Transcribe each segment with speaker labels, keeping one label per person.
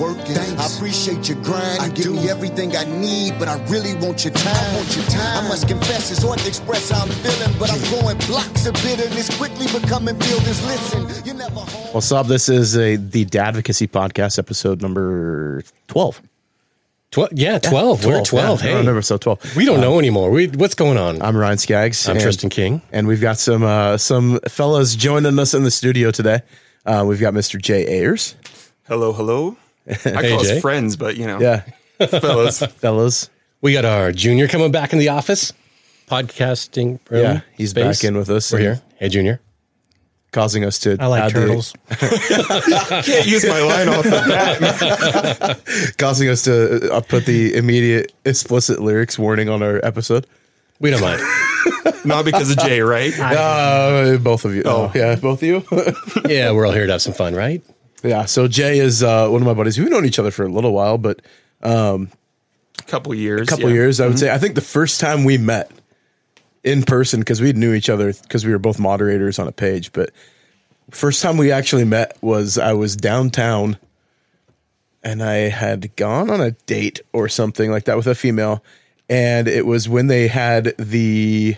Speaker 1: working. Thanks. I appreciate your grind. You I give do. me everything I need, but I really want your time. I want your time. I must confess, it's hard to express how I'm feeling, but I'm going blocks of bitterness, quickly becoming buildings. Listen, you never home.
Speaker 2: Well, Sob, this is a the Dadvocacy podcast, episode number twelve.
Speaker 3: Twelve, yeah, twelve. We're at twelve.
Speaker 2: yeah, I
Speaker 3: hey,
Speaker 2: don't remember so twelve. Uh,
Speaker 3: we don't know anymore. We, what's going on?
Speaker 2: I'm Ryan Skaggs.
Speaker 3: I'm
Speaker 2: and-
Speaker 3: Tristan King.
Speaker 2: and we've got some uh, some fellows joining us in the studio today. Uh, we've got Mr. Jay Ayers.
Speaker 4: Hello, hello. I call
Speaker 3: Jay.
Speaker 4: us friends, but you know,
Speaker 2: Yeah,
Speaker 4: fellas.
Speaker 2: fellas.
Speaker 3: We got our junior coming back in the office, podcasting. Room
Speaker 2: Yeah, he's
Speaker 3: space.
Speaker 2: back in with us.
Speaker 3: We're
Speaker 2: and
Speaker 3: here. Hey, junior.
Speaker 2: causing us to.
Speaker 5: I like
Speaker 2: add the-
Speaker 5: turtles.
Speaker 4: Can't use my line off the bat.
Speaker 2: causing us to uh, put the immediate explicit lyrics warning on our episode.
Speaker 3: We don't mind.
Speaker 4: Not because of Jay, right?
Speaker 2: Uh, both of you. Oh, yeah, both of you.
Speaker 3: yeah, we're all here to have some fun, right?
Speaker 2: yeah. So Jay is uh, one of my buddies. We've known each other for a little while, but
Speaker 4: couple years.
Speaker 2: couple
Speaker 4: yeah. Mm-hmm.
Speaker 2: years, I would say. I think the first time we met in person because we knew each other because we were both moderators on a page. But first time we actually met was I was downtown, and I had gone on a date or something like that with a female, and it was when they had the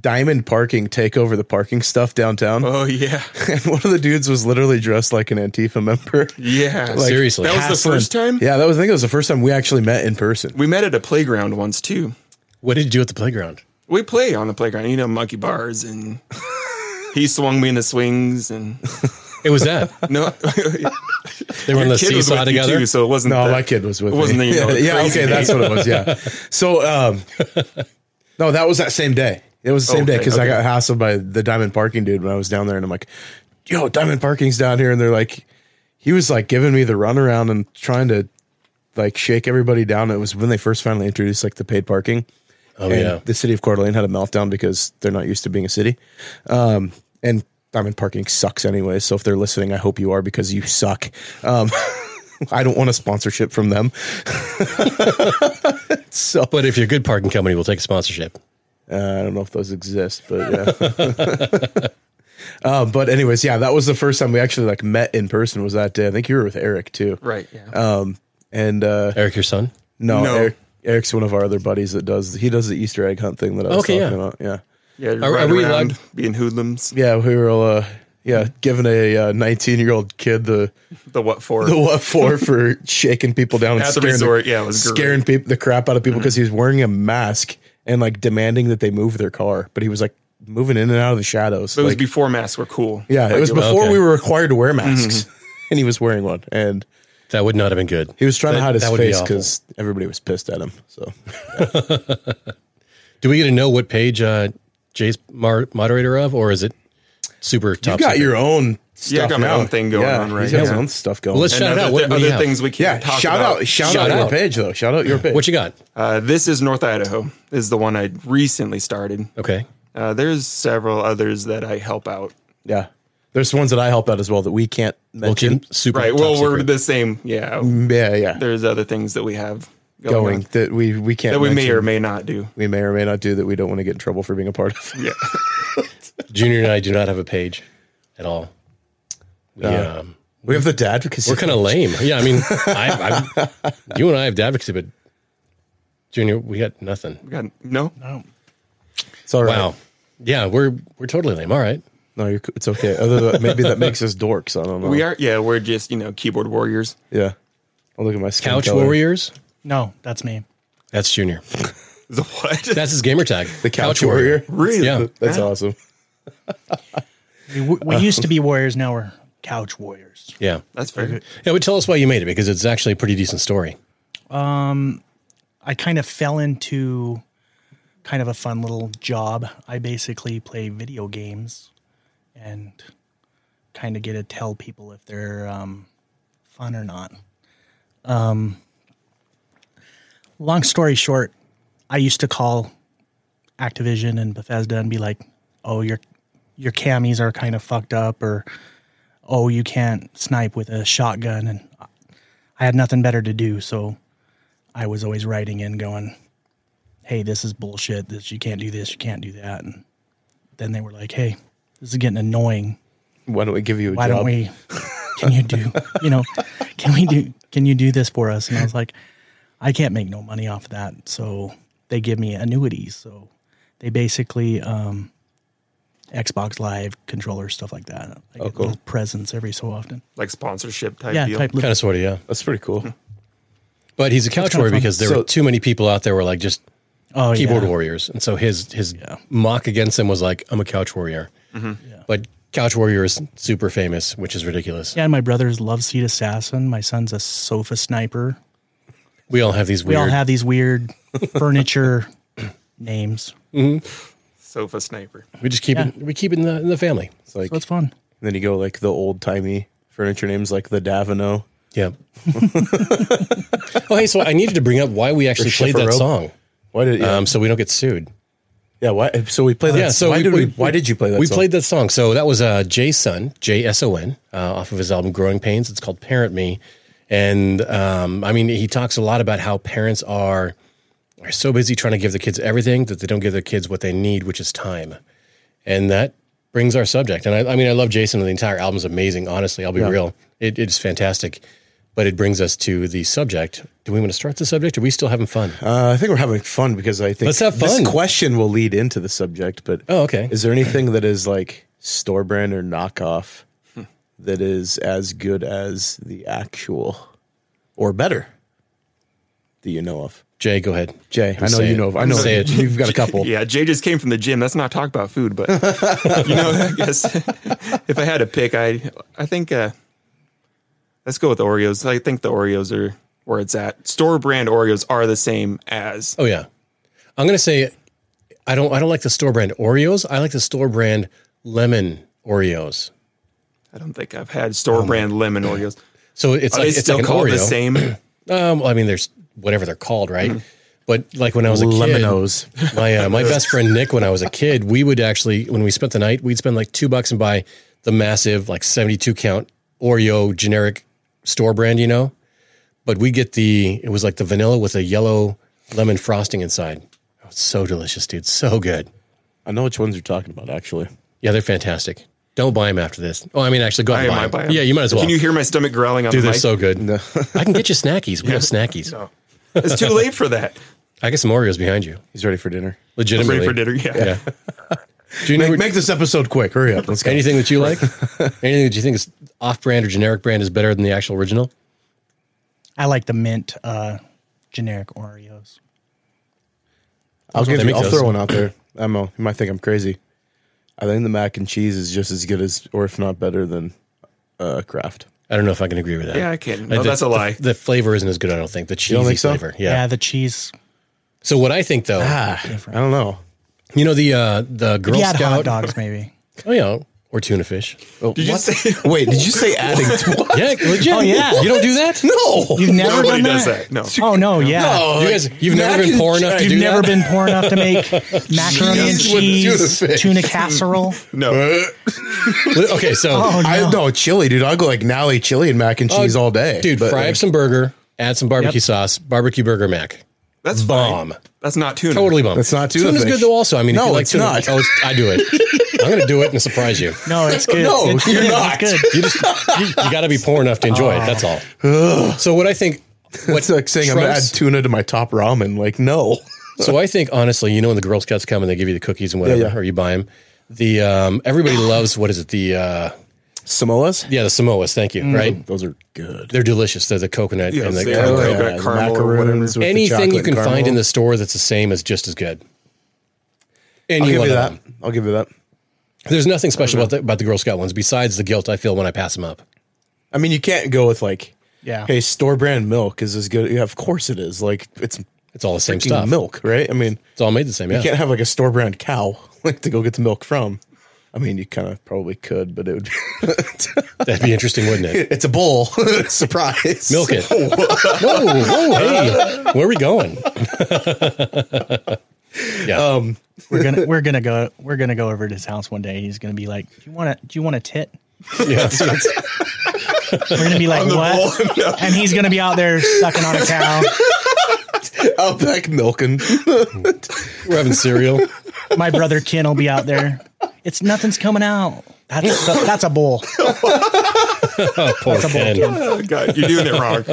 Speaker 2: diamond parking take over the parking stuff downtown
Speaker 4: Oh yeah,
Speaker 2: and one of the dudes was literally dressed like an antifa member
Speaker 4: yeah.
Speaker 2: Like,
Speaker 3: Seriously.
Speaker 4: that was the
Speaker 2: hassling.
Speaker 4: first time.
Speaker 2: yeah that was i think it was the first time we actually met in person
Speaker 4: We met at a playground once too.
Speaker 3: What did you do at the playground?
Speaker 4: We play on the playground, you know, monkey bars, and he swung me in the swings, and
Speaker 3: It was that
Speaker 4: no,
Speaker 3: they were on the
Speaker 4: kid was
Speaker 3: seesaw
Speaker 4: with you
Speaker 3: together.
Speaker 4: too, so it wasn't.
Speaker 2: No,
Speaker 4: that-
Speaker 2: my kid was with
Speaker 4: It wasn't
Speaker 2: me.
Speaker 4: the, you know,
Speaker 2: yeah,
Speaker 4: crazy
Speaker 2: okay, that's
Speaker 4: date.
Speaker 2: what it was. Yeah. So, um, no, that was that same day. It was the same day
Speaker 4: Oh, Okay,
Speaker 2: because
Speaker 4: okay.
Speaker 2: I got hassled by the Diamond Parking dude when I was down there, and I'm like, "Yo, Diamond Parking's down here," and they're like, he was like giving me the runaround and trying to like shake everybody down. It was when they first finally introduced like the paid parking.
Speaker 3: oh
Speaker 2: and
Speaker 3: yeah,
Speaker 2: the city of Coeur d'Alene had a meltdown because they're not used to being a city. Um, and diamond parking sucks anyway. So if they're listening, I hope you are because you suck. Um, I don't want a sponsorship from them. so
Speaker 3: but if you're a good parking company, we'll take sponsorship.
Speaker 2: uh, I don't know if those exist, but yeah. Uh, but anyways, yeah, that was the first time we actually like met in person. Was that day? I think you were with Eric too,
Speaker 4: Right. Yeah.
Speaker 2: Um, and uh,
Speaker 3: Eric, your son.
Speaker 2: no,
Speaker 4: No.
Speaker 2: Eric, Eric's one of our other buddies that does. He does the Easter egg hunt thing that I was
Speaker 3: Okay, yeah.
Speaker 2: talking about. Yeah.
Speaker 4: yeah.
Speaker 3: are
Speaker 4: right
Speaker 3: we
Speaker 4: around
Speaker 3: allowed-
Speaker 4: being hoodlums?
Speaker 2: Yeah, we were all, uh, yeah giving a nineteen year old kid the
Speaker 4: The what for?
Speaker 2: the what for for shaking people down and
Speaker 4: At the
Speaker 2: scaring
Speaker 4: resort, yeah, it was great. Mm-hmm.
Speaker 2: scaring people the crap out of people because he was wearing a mask and like demanding that they move their car, but he was like moving in and out of the shadows.
Speaker 4: But it was
Speaker 2: like-
Speaker 4: before masks were cool.
Speaker 2: yeah, it
Speaker 4: Like,
Speaker 2: was before
Speaker 3: okay.
Speaker 2: we were required to wear masks,
Speaker 4: Mm-hmm.
Speaker 2: and he was wearing one, and
Speaker 3: That would not have been good.
Speaker 2: he was trying to
Speaker 3: That-
Speaker 2: hide his
Speaker 3: that would be
Speaker 2: face
Speaker 3: awful.
Speaker 2: because everybody was pissed at him. So
Speaker 3: Do we get to know what page uh, Jay's mar- moderator of, or is it super top?
Speaker 2: you got
Speaker 3: secret?
Speaker 2: your own. Stuff
Speaker 4: Yeah, I got my
Speaker 2: now.
Speaker 4: own thing going
Speaker 2: Yeah,
Speaker 4: on right
Speaker 2: He's got his
Speaker 4: now.
Speaker 2: own stuff going.
Speaker 3: Let's
Speaker 4: And
Speaker 3: Shout it
Speaker 4: other,
Speaker 3: out. What-
Speaker 4: thi-
Speaker 3: what do you
Speaker 4: other
Speaker 3: have?
Speaker 4: things we
Speaker 2: yeah,
Speaker 4: can't talk
Speaker 2: shout
Speaker 4: about.
Speaker 2: out, shout,
Speaker 3: Shout
Speaker 2: out your
Speaker 3: out.
Speaker 2: page though. Shout out your page.
Speaker 3: What you got?
Speaker 4: Uh, this is North Idaho. Is the one I recently started.
Speaker 3: Okay.
Speaker 4: Uh, there's several others that I help out.
Speaker 2: Yeah. There's ones that I help out as well that we can't
Speaker 3: Well,
Speaker 2: mention.
Speaker 3: keep super.
Speaker 4: Right.
Speaker 3: top
Speaker 4: Well, we're
Speaker 3: secret.
Speaker 4: the same. Yeah.
Speaker 2: yeah, yeah.
Speaker 4: There's other things that we have going,
Speaker 2: Mm-hmm. going
Speaker 4: on
Speaker 2: that we we can't
Speaker 4: that we may
Speaker 2: mention.
Speaker 4: or may not do.
Speaker 2: we may or may not do that we don't want to get in trouble for being a part of.
Speaker 4: Yeah.
Speaker 3: Junior and I do not have a page at all. We,
Speaker 2: Uh,
Speaker 3: um,
Speaker 2: We have the dad because
Speaker 3: we're kind of lame. Yeah, I mean, I, I, you and I have advocacy, but Junior, we got nothing.
Speaker 4: We got- no.
Speaker 2: it's all right.
Speaker 3: Wow. Yeah, we're we're totally lame. All right.
Speaker 2: No, you're, co- it's okay. Other than that, maybe that makes us dorks. I don't know.
Speaker 4: We are. Yeah. We're just you know keyboard warriors.
Speaker 2: Yeah. I'll look at my skin
Speaker 3: Couch
Speaker 2: color.
Speaker 3: warriors.
Speaker 5: No, that's me.
Speaker 3: That's Junior.
Speaker 4: The what?
Speaker 3: That's his gamer tag.
Speaker 2: The couch, warrior.
Speaker 4: really?
Speaker 3: Yeah.
Speaker 2: That's awesome.
Speaker 5: We, we used to be warriors. Now we're couch warriors.
Speaker 3: Yeah.
Speaker 4: That's very good.
Speaker 3: Yeah, but tell us why you made it because it's actually a pretty decent story.
Speaker 5: I kind of fell into kind of a fun little job. I basically play video games and kind of get to tell people if they're um, fun or not. Um, long story short, I used to call Activision and Bethesda and be like, "Oh, your your camis are kind of fucked up," or "Oh, you can't snipe with a shotgun." And I had nothing better to do, so I was always writing in going, Hey, this is bullshit. This you can't do this, you can't do that. And then they were like, Hey, this is getting annoying.
Speaker 2: Why don't we give you a
Speaker 5: Why
Speaker 2: job?
Speaker 5: don't we can you do you know, can we do can you do this for us? And I was like, I can't make no money off of that. So they give me annuities. So they basically um, Xbox Live controllers, stuff like that. I get
Speaker 2: cool.
Speaker 5: little presents every so often.
Speaker 4: like sponsorship type
Speaker 5: yeah,
Speaker 4: deal.
Speaker 5: type little
Speaker 3: Kind of sort of, yeah.
Speaker 2: That's pretty
Speaker 4: Hmm.
Speaker 2: cool.
Speaker 3: But he's a couch
Speaker 5: kinda
Speaker 3: warrior
Speaker 5: fun.
Speaker 3: because there
Speaker 2: So-
Speaker 3: were too many people out there who were like just
Speaker 5: oh,
Speaker 3: keyboard
Speaker 5: yeah.
Speaker 3: warriors, and so his his mock against them was like, "I'm a couch warrior," but couch warrior is super famous, which is ridiculous.
Speaker 5: Yeah, and my brother's love seat assassin. My son's a sofa sniper.
Speaker 3: We all have these
Speaker 5: We
Speaker 3: weird.
Speaker 5: all have these weird furniture names.
Speaker 4: Sofa sniper.
Speaker 3: we just keep it. We keep it in the, in the family.
Speaker 2: It's like
Speaker 5: So it's fun.
Speaker 2: And then you go like the old timey furniture names like the Davino.
Speaker 3: Yeah. oh, hey, so I needed to bring up why we actually played that
Speaker 2: Schifferope.
Speaker 3: song,
Speaker 2: Why did yeah,
Speaker 3: um, so we don't get sued.
Speaker 2: yeah why so we played that
Speaker 3: yeah, so
Speaker 2: why
Speaker 3: we-
Speaker 2: did we,
Speaker 3: we-
Speaker 2: why did you play that
Speaker 3: we
Speaker 2: song?
Speaker 3: played that song. So that was uh, Jay Sun, J S O N, uh, off of his album Growing Pains. It's called Parent Me, and um, I mean he talks a lot about how parents are are so busy trying to give their kids everything that they don't give their kids what they need, which is time, and that brings our subject. And I, I mean I love Jason. and The entire album's amazing. Honestly, I'll be real. It, it's fantastic. But it brings us to the subject. Do we want to start the subject? Or are we still having fun?
Speaker 2: Uh, I think we're having fun because I think
Speaker 3: Let's have fun.
Speaker 2: this question will lead into the subject, but
Speaker 3: Oh, okay.
Speaker 2: Is there anything that is like store brand or knockoff that is as good as the actual or better that you know of?
Speaker 3: Jay, go ahead.
Speaker 2: Jay, I know
Speaker 3: Say
Speaker 2: you
Speaker 3: it.
Speaker 2: know of I know
Speaker 3: Say it.
Speaker 2: you've got a couple.
Speaker 4: Yeah, Jay just came from the gym. Let's not talk about food, but you know, I guess if I had to pick, I I think uh, let's go with the Oreos. I think the Oreos are where it's at. Store brand Oreos are the same as
Speaker 3: Oh yeah, I'm gonna say I don't I don't like the store brand Oreos. I like the store brand lemon Oreos.
Speaker 4: I don't think I've had store brand lemon Oreos.
Speaker 3: So Oh it's
Speaker 4: Are
Speaker 3: like,
Speaker 4: they
Speaker 3: it's
Speaker 4: still
Speaker 3: like an
Speaker 4: called
Speaker 3: Oreo.
Speaker 4: the same? Mm-hmm.
Speaker 3: Um, I mean, there's whatever they're called, right? But like when I was a
Speaker 2: Lemonos.
Speaker 3: kid, my uh, my best friend Nick, when I was a kid, we would actually when we spent the night, we'd spend like two bucks and buy the massive like 72 count Oreo generic store brand, you know. But we get the it was like the vanilla with a yellow lemon frosting inside. Oh, it's so delicious, dude. So good.
Speaker 2: I know which ones you're talking about actually.
Speaker 3: Yeah, they're fantastic. Don't buy them after this. Oh, I mean, actually, go
Speaker 4: I
Speaker 3: ahead
Speaker 4: might
Speaker 3: and buy
Speaker 4: buy
Speaker 3: them.
Speaker 4: 'em.
Speaker 3: Yeah, you might as well.
Speaker 4: Can you hear my stomach growling on
Speaker 3: Dude,
Speaker 4: the
Speaker 3: they're
Speaker 4: mic?
Speaker 3: so good. I can get you snackies. We have snackies.
Speaker 4: No. It's too late for that.
Speaker 3: I get some Oreos behind you.
Speaker 2: He's ready for dinner.
Speaker 4: I'm ready
Speaker 3: Legitimately.
Speaker 4: for dinner. Yeah.
Speaker 3: Yeah. Do you know
Speaker 2: Make, make this episode quick. Hurry up. Let's go.
Speaker 3: anything that you like? anything that you think is off-brand or generic brand is better than the actual original?
Speaker 5: I like the mint uh, generic Oreos.
Speaker 2: I'll give
Speaker 3: They
Speaker 2: you,
Speaker 3: make
Speaker 2: I'll
Speaker 3: those.
Speaker 2: throw one out there. I don't know. You might think I'm crazy. I think the mac and cheese is just as good as, or if not better than, uh, Kraft.
Speaker 3: I don't know if I can agree with that.
Speaker 4: Yeah, I can.
Speaker 3: Like
Speaker 4: No,
Speaker 3: the-
Speaker 4: that's a lie.
Speaker 3: The, the flavor isn't as good, I don't think. The cheesy
Speaker 2: don't think so?
Speaker 3: flavor.
Speaker 5: Yeah, Ah.
Speaker 3: Yeah.
Speaker 5: the cheese.
Speaker 3: So what I think though,
Speaker 2: I don't know.
Speaker 3: you know the uh the Girl
Speaker 5: yeah, hot
Speaker 3: Scout
Speaker 5: dogs maybe.
Speaker 3: Oh yeah, or tuna fish.
Speaker 2: Oh,
Speaker 4: Did you
Speaker 2: what?
Speaker 4: say-
Speaker 2: Wait, did you say adding? To,
Speaker 3: Yeah, legit.
Speaker 5: Oh, yeah.
Speaker 3: You don't do that?
Speaker 2: no,
Speaker 5: You've never
Speaker 4: Nobody
Speaker 5: done
Speaker 4: does
Speaker 5: that.
Speaker 4: that. No.
Speaker 5: Oh no, yeah.
Speaker 3: You guys, you've
Speaker 2: Mac
Speaker 3: never been
Speaker 2: and
Speaker 3: poor
Speaker 2: cheese.
Speaker 3: enough to
Speaker 5: You've
Speaker 3: do
Speaker 5: never
Speaker 3: that?
Speaker 5: been poor enough to make macaroni and
Speaker 2: Cheese with
Speaker 5: cheese,
Speaker 2: tuna
Speaker 5: tuna,
Speaker 2: fish.
Speaker 5: casserole.
Speaker 4: No.
Speaker 3: Uh, Okay, so
Speaker 4: Oh,
Speaker 2: I no chili, dude. I'll go like nally chili and mac and cheese all day,
Speaker 3: Dude,
Speaker 2: But, uh,
Speaker 3: fry
Speaker 2: like,
Speaker 3: up some burger, add some barbecue sauce, barbecue burger mac.
Speaker 4: That's
Speaker 3: Bomb.
Speaker 4: Fine. That's not tuna.
Speaker 3: Totally bomb.
Speaker 2: That's not tuna
Speaker 3: Tuna's
Speaker 2: fish.
Speaker 3: good though also. I mean,
Speaker 2: No,
Speaker 3: if you like
Speaker 2: it's
Speaker 3: tuna,
Speaker 2: not.
Speaker 3: Oh, it's- I do it. I'm going to do it and surprise you.
Speaker 5: No, it's good.
Speaker 2: No,
Speaker 5: It's
Speaker 2: you're
Speaker 5: good.
Speaker 2: not.
Speaker 5: It's good.
Speaker 3: You just you, got to be poor enough to enjoy it. That's all. So what I think
Speaker 2: It's like saying I'm gonna add
Speaker 3: trumps-
Speaker 2: tuna to my top ramen. Like no,
Speaker 3: So I think honestly, you know when the Girl Scouts come and they give you the cookies and whatever
Speaker 2: yeah.
Speaker 3: or you buy them, the um, everybody loves what is it? The uh,
Speaker 2: Samoa's.
Speaker 3: yeah, the Samoas, thank
Speaker 2: Mm.
Speaker 3: you, right?
Speaker 2: Those are good.
Speaker 3: They're delicious. They're the coconut
Speaker 4: Yeah,
Speaker 3: and the
Speaker 4: see, I like
Speaker 3: coconut.
Speaker 4: coconut caramel or whatever.
Speaker 2: macaroons with the
Speaker 3: anything you
Speaker 2: chocolate
Speaker 3: can
Speaker 2: and
Speaker 3: find in
Speaker 2: caramel.
Speaker 3: the store that's the same is just as good. Any
Speaker 2: I'll give
Speaker 3: one
Speaker 2: you
Speaker 3: of
Speaker 2: that.
Speaker 3: them.
Speaker 2: I'll give you that.
Speaker 3: There's nothing special about the, about the Girl Scout ones besides the guilt I feel when I pass them up.
Speaker 2: I mean, you can't go with like,
Speaker 5: Yeah.
Speaker 2: hey, store brand milk is as good. Yeah, of course it is. Like it's
Speaker 3: It's all the same
Speaker 2: freaking
Speaker 3: stuff.
Speaker 2: milk, right? I mean,
Speaker 3: It's all made the same. Yeah.
Speaker 2: you can't have like a store brand cow like to go get the milk from. I mean, you kind of probably could, but it would. Be
Speaker 3: That'd be interesting, wouldn't it?
Speaker 2: it's a bowl. Surprise!
Speaker 3: Milk it. whoa, whoa, hey, where are we going? yeah.
Speaker 2: Um,
Speaker 5: We're gonna we're gonna go we're gonna go over to his house one day. He's gonna be like, "Do you want to? Do you want a tit?"
Speaker 3: yeah.
Speaker 5: We're gonna be like, "What?" And he's gonna be out there sucking on a cow.
Speaker 2: Out back milking.
Speaker 3: We're having cereal. Oh,
Speaker 5: My brother Ken will be out there. It's nothing's coming out. That's that's a bowl.
Speaker 3: Poor Ken.
Speaker 4: Oh, God, you're doing it wrong.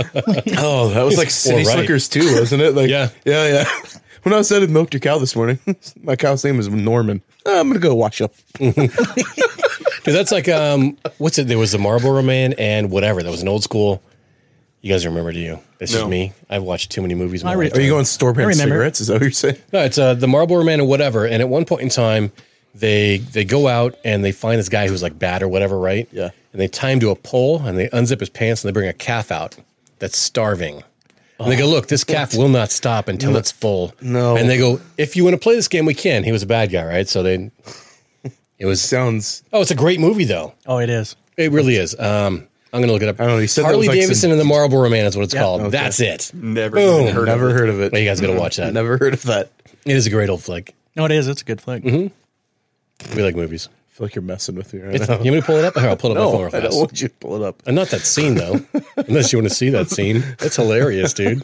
Speaker 2: Oh, that was like City
Speaker 3: right.
Speaker 2: Slickers too, wasn't it? Like,
Speaker 3: Yeah.
Speaker 2: yeah, yeah. When I was out and milked your cow this morning, my cow's name was Norman. "Ah, I'm gonna go wash up.
Speaker 3: Dude, that's like um, what's it? There was the Marlboro Man and whatever. That was an old school. You guys remember? Do you? This is
Speaker 4: No.
Speaker 3: me. I've watched too many movies. in my
Speaker 5: I re-
Speaker 3: lifetime.
Speaker 2: Are you going store brand
Speaker 5: remember.
Speaker 2: cigarettes? Is that what you're saying?
Speaker 3: No, it's uh, the Marlboro Man or whatever. And at one point in time, they they go out and they find this guy who's like bad or whatever, right?
Speaker 2: Yeah.
Speaker 3: And they tie him to a pole and they unzip his pants and they bring a calf out that's starving. And they go, look, this calf will not stop until it's full.
Speaker 2: No.
Speaker 3: And they go, if you want to play this game, we can. He was a bad guy, right? So they, it was.
Speaker 2: Sounds.
Speaker 3: Oh, it's a great movie though.
Speaker 5: Oh, it is.
Speaker 3: It really is. Um, I'm gonna look it up.
Speaker 2: I don't know, he said that
Speaker 3: Harley
Speaker 2: was like
Speaker 3: Davidson
Speaker 2: some-
Speaker 3: and the Marlboro Man is what it's called.
Speaker 2: okay.
Speaker 3: That's it.
Speaker 4: Never
Speaker 3: Boom.
Speaker 4: even heard of
Speaker 2: Oh, Never
Speaker 4: it.
Speaker 2: heard of it.
Speaker 3: Well, you guys gotta watch that.
Speaker 2: Never heard of that. I
Speaker 3: It is a great old flick.
Speaker 5: No, it is. It's a good flick.
Speaker 3: Mm-hmm. We like movies.
Speaker 2: feel like you're messing with me right
Speaker 3: It's, you
Speaker 2: now.
Speaker 3: want me to pull it up? Here, I'll pull it up my phone
Speaker 2: No,
Speaker 3: real
Speaker 2: I
Speaker 3: fast.
Speaker 2: don't want you to pull it up.
Speaker 3: Uh, Not that scene though. Unless you want to see that scene, that's hilarious, dude.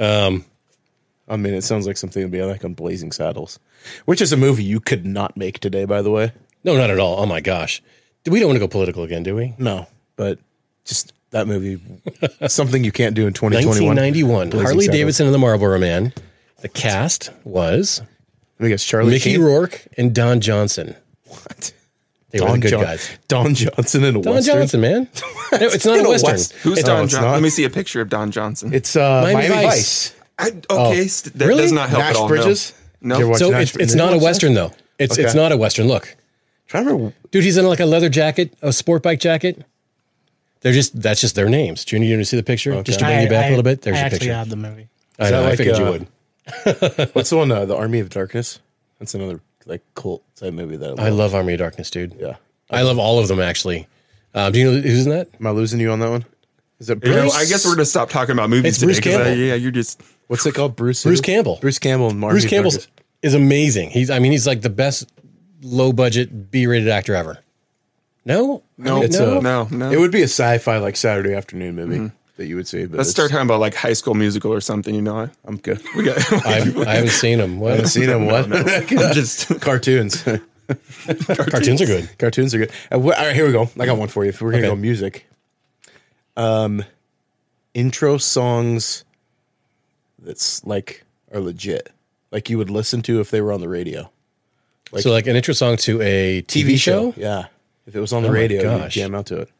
Speaker 2: I mean, it sounds like something would be like on Blazing Saddles, which is a movie you could not make today, by the way.
Speaker 3: No, not at all. Oh my gosh, we don't want to go political again, do we?
Speaker 2: No, but just that movie, something you can't do in 2021.
Speaker 3: 1991,
Speaker 2: Blazing
Speaker 3: Harley
Speaker 2: Saddles.
Speaker 3: Davidson and the Marlboro Man. The cast was
Speaker 2: I think it's Charlie
Speaker 3: Mickey
Speaker 2: Sheen.
Speaker 3: Rourke and Don Johnson.
Speaker 2: What?
Speaker 3: They were the
Speaker 2: Don,
Speaker 3: good
Speaker 2: John-
Speaker 3: guys.
Speaker 2: Don Johnson in a
Speaker 3: Don
Speaker 2: western.
Speaker 3: Johnson, man. No, it's not
Speaker 2: In
Speaker 3: a
Speaker 2: a
Speaker 3: western.
Speaker 2: west-
Speaker 4: Who's
Speaker 2: It's- no,
Speaker 4: Don
Speaker 2: it's
Speaker 4: Johnson?
Speaker 2: not.
Speaker 4: Let me see a picture of Don Johnson.
Speaker 2: It's uh,
Speaker 3: Miami
Speaker 2: Miami,
Speaker 3: Vice.
Speaker 2: Vice.
Speaker 4: I, okay, st- that
Speaker 3: Really?
Speaker 4: does not help
Speaker 2: oh. Nash
Speaker 4: at all. no.
Speaker 2: Bridges.
Speaker 4: No.
Speaker 2: Did you watch
Speaker 3: So
Speaker 2: Nash
Speaker 3: it's, it's
Speaker 2: Bridges?
Speaker 3: not a
Speaker 2: Did you watch
Speaker 3: western though. It's it's
Speaker 2: Okay.
Speaker 3: not a western. Look,
Speaker 2: that? Trying to remember.
Speaker 3: dude, he's in like a leather jacket, a sport bike jacket. They're just that's just their names. Junior, you want to see the picture? Just to bring you back a little bit. There's
Speaker 5: I
Speaker 3: your
Speaker 5: actually
Speaker 3: picture.
Speaker 5: have the movie.
Speaker 3: I,
Speaker 2: Is
Speaker 3: know,
Speaker 2: that
Speaker 3: I
Speaker 2: like,
Speaker 3: figured you
Speaker 2: uh,
Speaker 3: would.
Speaker 2: What's the one? Uh, the Army of Darkness. That's another like cult type movie that I,
Speaker 3: I
Speaker 2: love.
Speaker 3: love Army of Darkness, dude.
Speaker 2: Yeah.
Speaker 3: I love all of them actually. Um, do you know who's in that?
Speaker 2: Am I losing you on that one? Is it
Speaker 4: You know,
Speaker 2: Bruce?
Speaker 4: I guess we're gonna stop talking about movies
Speaker 3: It's
Speaker 4: today.
Speaker 3: Bruce
Speaker 4: 'cause I-
Speaker 3: Campbell.
Speaker 4: yeah, you're just
Speaker 2: What's it called? Bruce.
Speaker 3: Bruce
Speaker 2: who?
Speaker 3: Campbell.
Speaker 2: Bruce Campbell. And Army
Speaker 3: Bruce
Speaker 2: of
Speaker 3: Campbell
Speaker 2: Darkness.
Speaker 3: is amazing. He's I mean he's like the best low budget B rated actor ever. No, no,
Speaker 2: It's uh,
Speaker 3: no.
Speaker 4: No,
Speaker 2: a,
Speaker 4: no. Mm-hmm.
Speaker 2: It would be a sci-fi like Saturday afternoon movie that you would see. But
Speaker 4: let's
Speaker 2: it's-
Speaker 4: start talking about like High School Musical or something. You know,
Speaker 2: I'm good.
Speaker 4: we got
Speaker 3: I, I haven't seen him. What?
Speaker 2: Seen them what?
Speaker 4: I'm just
Speaker 2: Cartoons.
Speaker 3: Cartoons are good.
Speaker 2: Cartoons are good. Uh, wh- all right, here we go. I got one for you. If we're gonna
Speaker 3: Okay.
Speaker 2: go music, um, intro songs that's like are legit, like you would listen to if they were on the radio.
Speaker 3: so like an intro song to a TV, show. Oh
Speaker 2: yeah. If it was on the
Speaker 3: my
Speaker 2: radio, you
Speaker 3: gosh.
Speaker 2: jam out to it.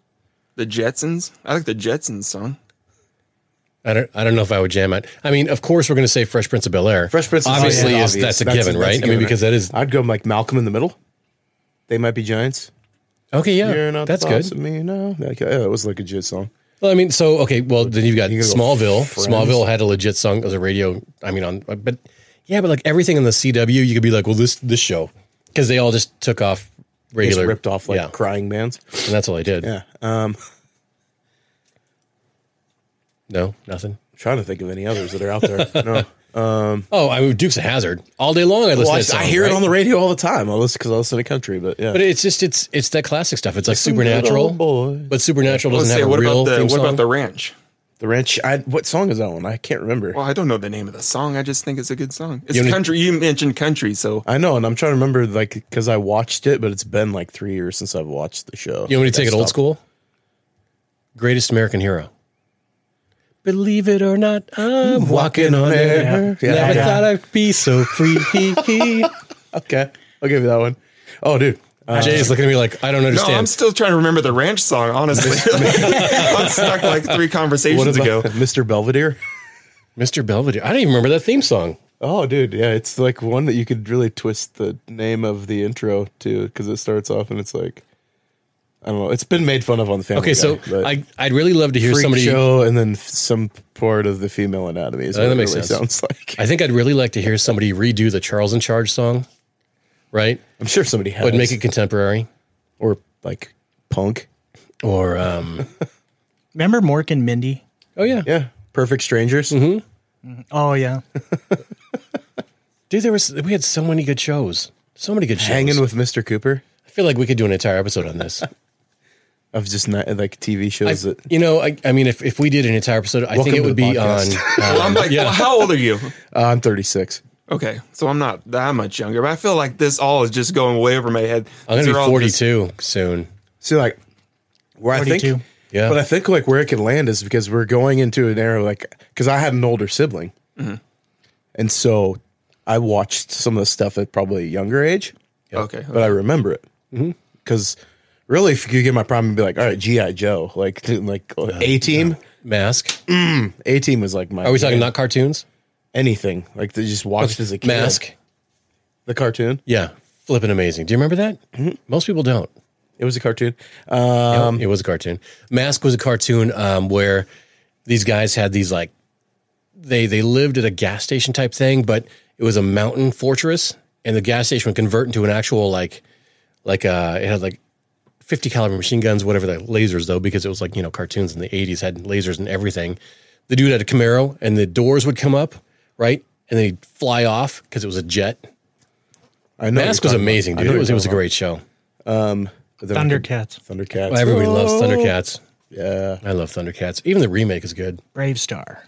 Speaker 4: the Jetsons. I like the Jetsons song.
Speaker 3: I don't. I don't know if I would jam out. I mean, of course, we're going to say Fresh Prince of Bel Air.
Speaker 2: Fresh Prince, is
Speaker 3: obviously
Speaker 2: obvious.
Speaker 3: is that's a
Speaker 2: That's-
Speaker 3: given,
Speaker 2: that's a
Speaker 3: right? I mean,
Speaker 2: given.
Speaker 3: because that is
Speaker 2: I'd go like Malcolm in the Middle. They might be giants.
Speaker 3: okay. Yeah,
Speaker 2: You're not the
Speaker 3: that's
Speaker 2: boss
Speaker 3: good.
Speaker 2: of Me no. Like, yeah, it was like a legit song.
Speaker 3: Well, I mean, so okay. Well, then you've got
Speaker 2: You gotta go
Speaker 3: Smallville.
Speaker 2: Friends.
Speaker 3: Smallville had a legit song as a radio. I mean, on but yeah, but like everything in the CW, you could be like, well, this this show because they all just took off
Speaker 2: Just
Speaker 3: regular
Speaker 2: ripped off like
Speaker 3: yeah,
Speaker 2: crying bands.
Speaker 3: and that's all they did.
Speaker 2: Yeah. Um,
Speaker 3: No, nothing.
Speaker 2: trying to think of any others that are out there. No.
Speaker 3: Oh, I mean, Duke's a Hazard all day long. I listen.
Speaker 2: Well, I,
Speaker 3: to that song,
Speaker 2: I hear
Speaker 3: right?
Speaker 2: it on the radio all the time. I listen because I listen to country, but yeah.
Speaker 3: But it's just it's it's that classic stuff. It's like
Speaker 2: Listen to the
Speaker 3: supernatural,
Speaker 2: boy.
Speaker 3: but supernatural
Speaker 4: Let's
Speaker 3: doesn't
Speaker 4: say,
Speaker 3: have
Speaker 4: what
Speaker 3: a real
Speaker 4: about the
Speaker 3: theme
Speaker 4: what
Speaker 3: song.
Speaker 4: about the ranch?
Speaker 2: the ranch. I, what song is that one? I can't remember.
Speaker 4: Well, I don't know the name of the song. I just think it's a good song. It's
Speaker 3: You only-
Speaker 4: country. You mentioned country, so
Speaker 2: I know, and I'm trying to remember like because I watched it, but it's been like three years since I've watched the show.
Speaker 3: You want me to
Speaker 2: I
Speaker 3: take it old
Speaker 2: stopped.
Speaker 3: school? Greatest American Hero. Believe it or not, I'm walking on air.
Speaker 2: Yeah.
Speaker 3: Never
Speaker 5: Yeah.
Speaker 3: thought I'd be so free. Hee, hee.
Speaker 2: Okay, I'll give you that one. Oh, dude, uh,
Speaker 3: Jay's looking at me like I don't
Speaker 4: no, I'm
Speaker 3: understand.
Speaker 4: still trying to remember the ranch song. Honestly, I'm stuck like three
Speaker 2: what
Speaker 4: conversations
Speaker 2: about
Speaker 4: ago.
Speaker 2: Mr. Belvedere?
Speaker 3: Mr. Belvedere. I don't even remember that theme song.
Speaker 2: Oh, dude, yeah, it's like one that you could really twist the name of the intro to because it starts off and it's like, I don't know, it's been made fun of on the family.
Speaker 3: Okay, so
Speaker 2: Guy, but-
Speaker 3: I I'd really love to hear
Speaker 2: freak
Speaker 3: somebody.
Speaker 2: show and then f- some part of the female anatomy is
Speaker 3: Uh,
Speaker 2: what
Speaker 3: that
Speaker 2: it
Speaker 3: makes
Speaker 2: really
Speaker 3: sense.
Speaker 2: sounds like.
Speaker 3: I think I'd really like to hear somebody redo the Charles in Charge song, right?
Speaker 2: I'm sure somebody has
Speaker 3: But make it contemporary
Speaker 2: or like punk.
Speaker 3: or um.
Speaker 5: Remember Mork and Mindy?
Speaker 3: Oh yeah,
Speaker 2: Yeah. Perfect strangers. Mm-hmm.
Speaker 5: Oh yeah,
Speaker 3: dude. There was we had so many good shows. So many good shows.
Speaker 2: Hanging with Mr. Cooper
Speaker 3: I feel like we could do an entire episode on this.
Speaker 2: of just not like TV
Speaker 3: I-
Speaker 2: shows that
Speaker 3: you know, I, I mean, if, if we did an entire episode, I
Speaker 2: Welcome
Speaker 3: think it
Speaker 2: to
Speaker 3: would
Speaker 2: the
Speaker 3: be on.
Speaker 2: podcast.
Speaker 3: um,
Speaker 4: Well, I'm like, well, how old are you?
Speaker 2: uh, I'm 36.
Speaker 4: Okay, so I'm not that much younger, but I feel like this all is just going way over my head.
Speaker 3: I'm
Speaker 4: These
Speaker 3: gonna
Speaker 4: are
Speaker 3: be
Speaker 4: all just-
Speaker 3: 42 soon.
Speaker 2: So like where I think,
Speaker 5: 42.
Speaker 3: Yeah.
Speaker 2: but I think like where it can land is because we're going into an era like because I had an older sibling, and so I watched some of the stuff at probably a younger age,
Speaker 4: Okay.
Speaker 2: but I remember it because really, if you could get my problem, and be like, all right, GI Joe, like dude, like A Team,
Speaker 3: Mask.
Speaker 2: A Team was like my.
Speaker 3: Are we talking not cartoons?
Speaker 2: anything? Like they just watched as a kid.
Speaker 3: Mask.
Speaker 2: the cartoon.
Speaker 3: Yeah. Flipping amazing. Do you remember that?
Speaker 2: Mm-hmm.
Speaker 3: Most people don't.
Speaker 2: It was a cartoon. Uh,
Speaker 3: Um, it was a cartoon. Mask was a cartoon um, where these guys had these like they they lived at a gas station type thing, but it was a mountain fortress, and the gas station would convert into an actual like like uh it had like. 50 caliber machine guns, whatever the lasers though, because it was like, you know, cartoons in the 80s had lasers and everything. The dude had a Camaro and the doors would come up, right? And then he'd fly off because it was a jet.
Speaker 2: I know
Speaker 3: Mask was amazing, dude. It was, it was a great show.
Speaker 5: Thundercats,
Speaker 2: Thundercats.
Speaker 3: Well, everybody loves Thundercats.
Speaker 2: yeah,
Speaker 3: I love Thundercats. Even the remake is good.
Speaker 5: Brave Star.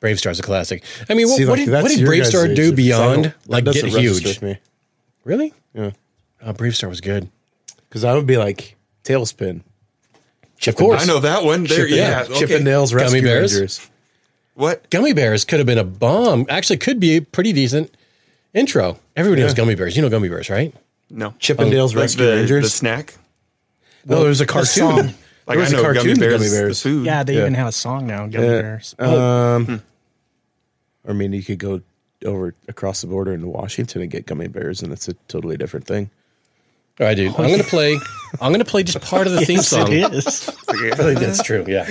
Speaker 3: Brave Star's a classic. I mean, what,
Speaker 2: See,
Speaker 3: what
Speaker 2: like,
Speaker 3: did,
Speaker 2: that's
Speaker 3: what did
Speaker 2: your
Speaker 3: Brave
Speaker 2: guys'
Speaker 3: Star
Speaker 2: age,
Speaker 3: do
Speaker 2: 'cause I don't-
Speaker 3: beyond
Speaker 2: that
Speaker 3: like get
Speaker 2: doesn't register
Speaker 3: huge?
Speaker 2: with me
Speaker 3: Really?
Speaker 2: Yeah.
Speaker 3: Uh, Brave Star was good.
Speaker 2: because I would be like Tailspin,
Speaker 3: of course,
Speaker 4: I know that one. There,
Speaker 3: Chippendale-
Speaker 4: yeah. Okay.
Speaker 2: Chippendales
Speaker 3: Gummy
Speaker 2: Rescue
Speaker 3: Bears? Oh,
Speaker 2: Rangers.
Speaker 4: What?
Speaker 3: Gummy Bears could have been a bomb. Actually, could be a pretty decent intro. Everybody knows Gummy Bears. You know Gummy Bears, right?
Speaker 4: No.
Speaker 2: Chippendales
Speaker 4: Like
Speaker 2: Rescue
Speaker 4: the,
Speaker 2: Rangers.
Speaker 4: the snack.
Speaker 2: no, there was a cartoon.
Speaker 5: song.
Speaker 4: Like
Speaker 2: there was
Speaker 4: I know
Speaker 2: a cartoon
Speaker 4: gummy bears,
Speaker 2: Gummy Bears.
Speaker 4: The food.
Speaker 5: Yeah, they
Speaker 2: Yeah.
Speaker 5: even have a song now. Gummy
Speaker 2: Yeah.
Speaker 5: Bears.
Speaker 3: Oh. Hmm.
Speaker 2: Um, I mean, you could go over across the border into Washington and get gummy bears, and it's a totally different thing.
Speaker 3: All right,
Speaker 2: Oh,
Speaker 3: dude. I'm gonna play. I'm gonna play just part of the theme
Speaker 5: Yes,
Speaker 3: song.
Speaker 5: it is.
Speaker 3: I think that's true. Yeah.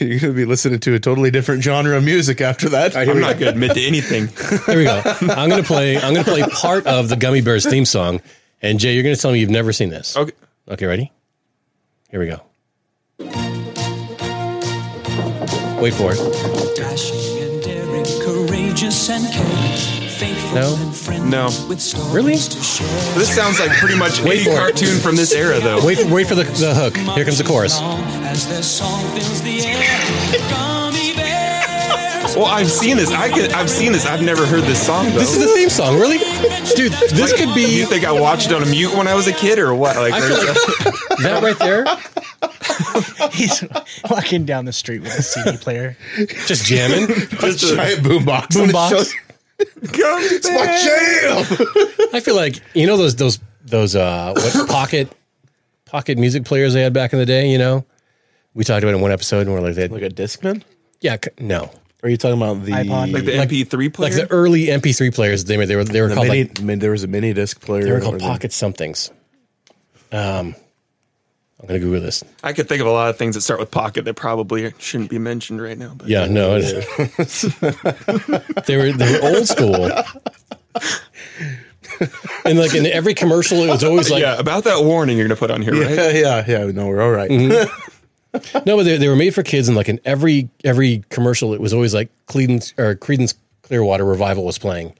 Speaker 2: You're going to be listening to a totally different genre of music after that.
Speaker 4: I'm not going to admit to anything.
Speaker 3: Here we go. I'm gonna play. I'm gonna play part of the Gummy Bears theme song. And Jay, you're gonna tell me you've never seen this.
Speaker 4: Okay.
Speaker 3: Okay, ready? Here we go. Wait for it.
Speaker 6: Dashing and daring, courageous and caring, faithful
Speaker 3: No.
Speaker 6: and friendly.
Speaker 4: No.
Speaker 6: With stories
Speaker 3: Really?
Speaker 6: to share.
Speaker 4: This sounds like pretty much
Speaker 3: Wait
Speaker 4: any
Speaker 3: for it.
Speaker 4: cartoon from this era, though.
Speaker 3: Wait, wait for the, the hook. Here comes the chorus.
Speaker 6: As their song fills the air, gummy bears.
Speaker 4: Well, I've seen this. I could, I've seen this. I've never heard this song though.
Speaker 3: This is the theme song, really? Dude, this could be
Speaker 4: You think I watched it on a mute when I was a kid, or what? Like,
Speaker 3: feel
Speaker 4: there's a-
Speaker 3: that right there.
Speaker 5: He's walking down the street with a CD player.
Speaker 3: Just jamming.
Speaker 4: just a-
Speaker 2: Giant boombox.
Speaker 5: Boombox.
Speaker 4: Gummy
Speaker 2: It's my jam.
Speaker 3: I feel like you know those those those uh what pocket pocket music players they had back in the day, you know? We talked about it in one episode and we're like that.
Speaker 2: Like a Discman?
Speaker 3: Yeah, c- no.
Speaker 2: Or are you talking about the
Speaker 5: iPod.
Speaker 4: like the MP3 player.
Speaker 3: Like the early MP3 players they made they were they were
Speaker 2: the
Speaker 3: called
Speaker 2: mini,
Speaker 3: like,
Speaker 2: min- there was a mini disc player.
Speaker 3: they were called
Speaker 2: or the-
Speaker 3: pocket somethings. Um I'm gonna Google this.
Speaker 4: I could think of a lot of things that start with pocket that probably shouldn't be mentioned right now. But
Speaker 3: Yeah, no. It's, they were they were old school. And like in every commercial, it was always like
Speaker 4: yeah, about that warning you're gonna put on here, right?
Speaker 2: Yeah, yeah, yeah. No, we're all right.
Speaker 3: Mm-hmm. no, but they, they were made for kids. And like in every every commercial, it was always like Creedence or Creedence Clearwater Revival was playing.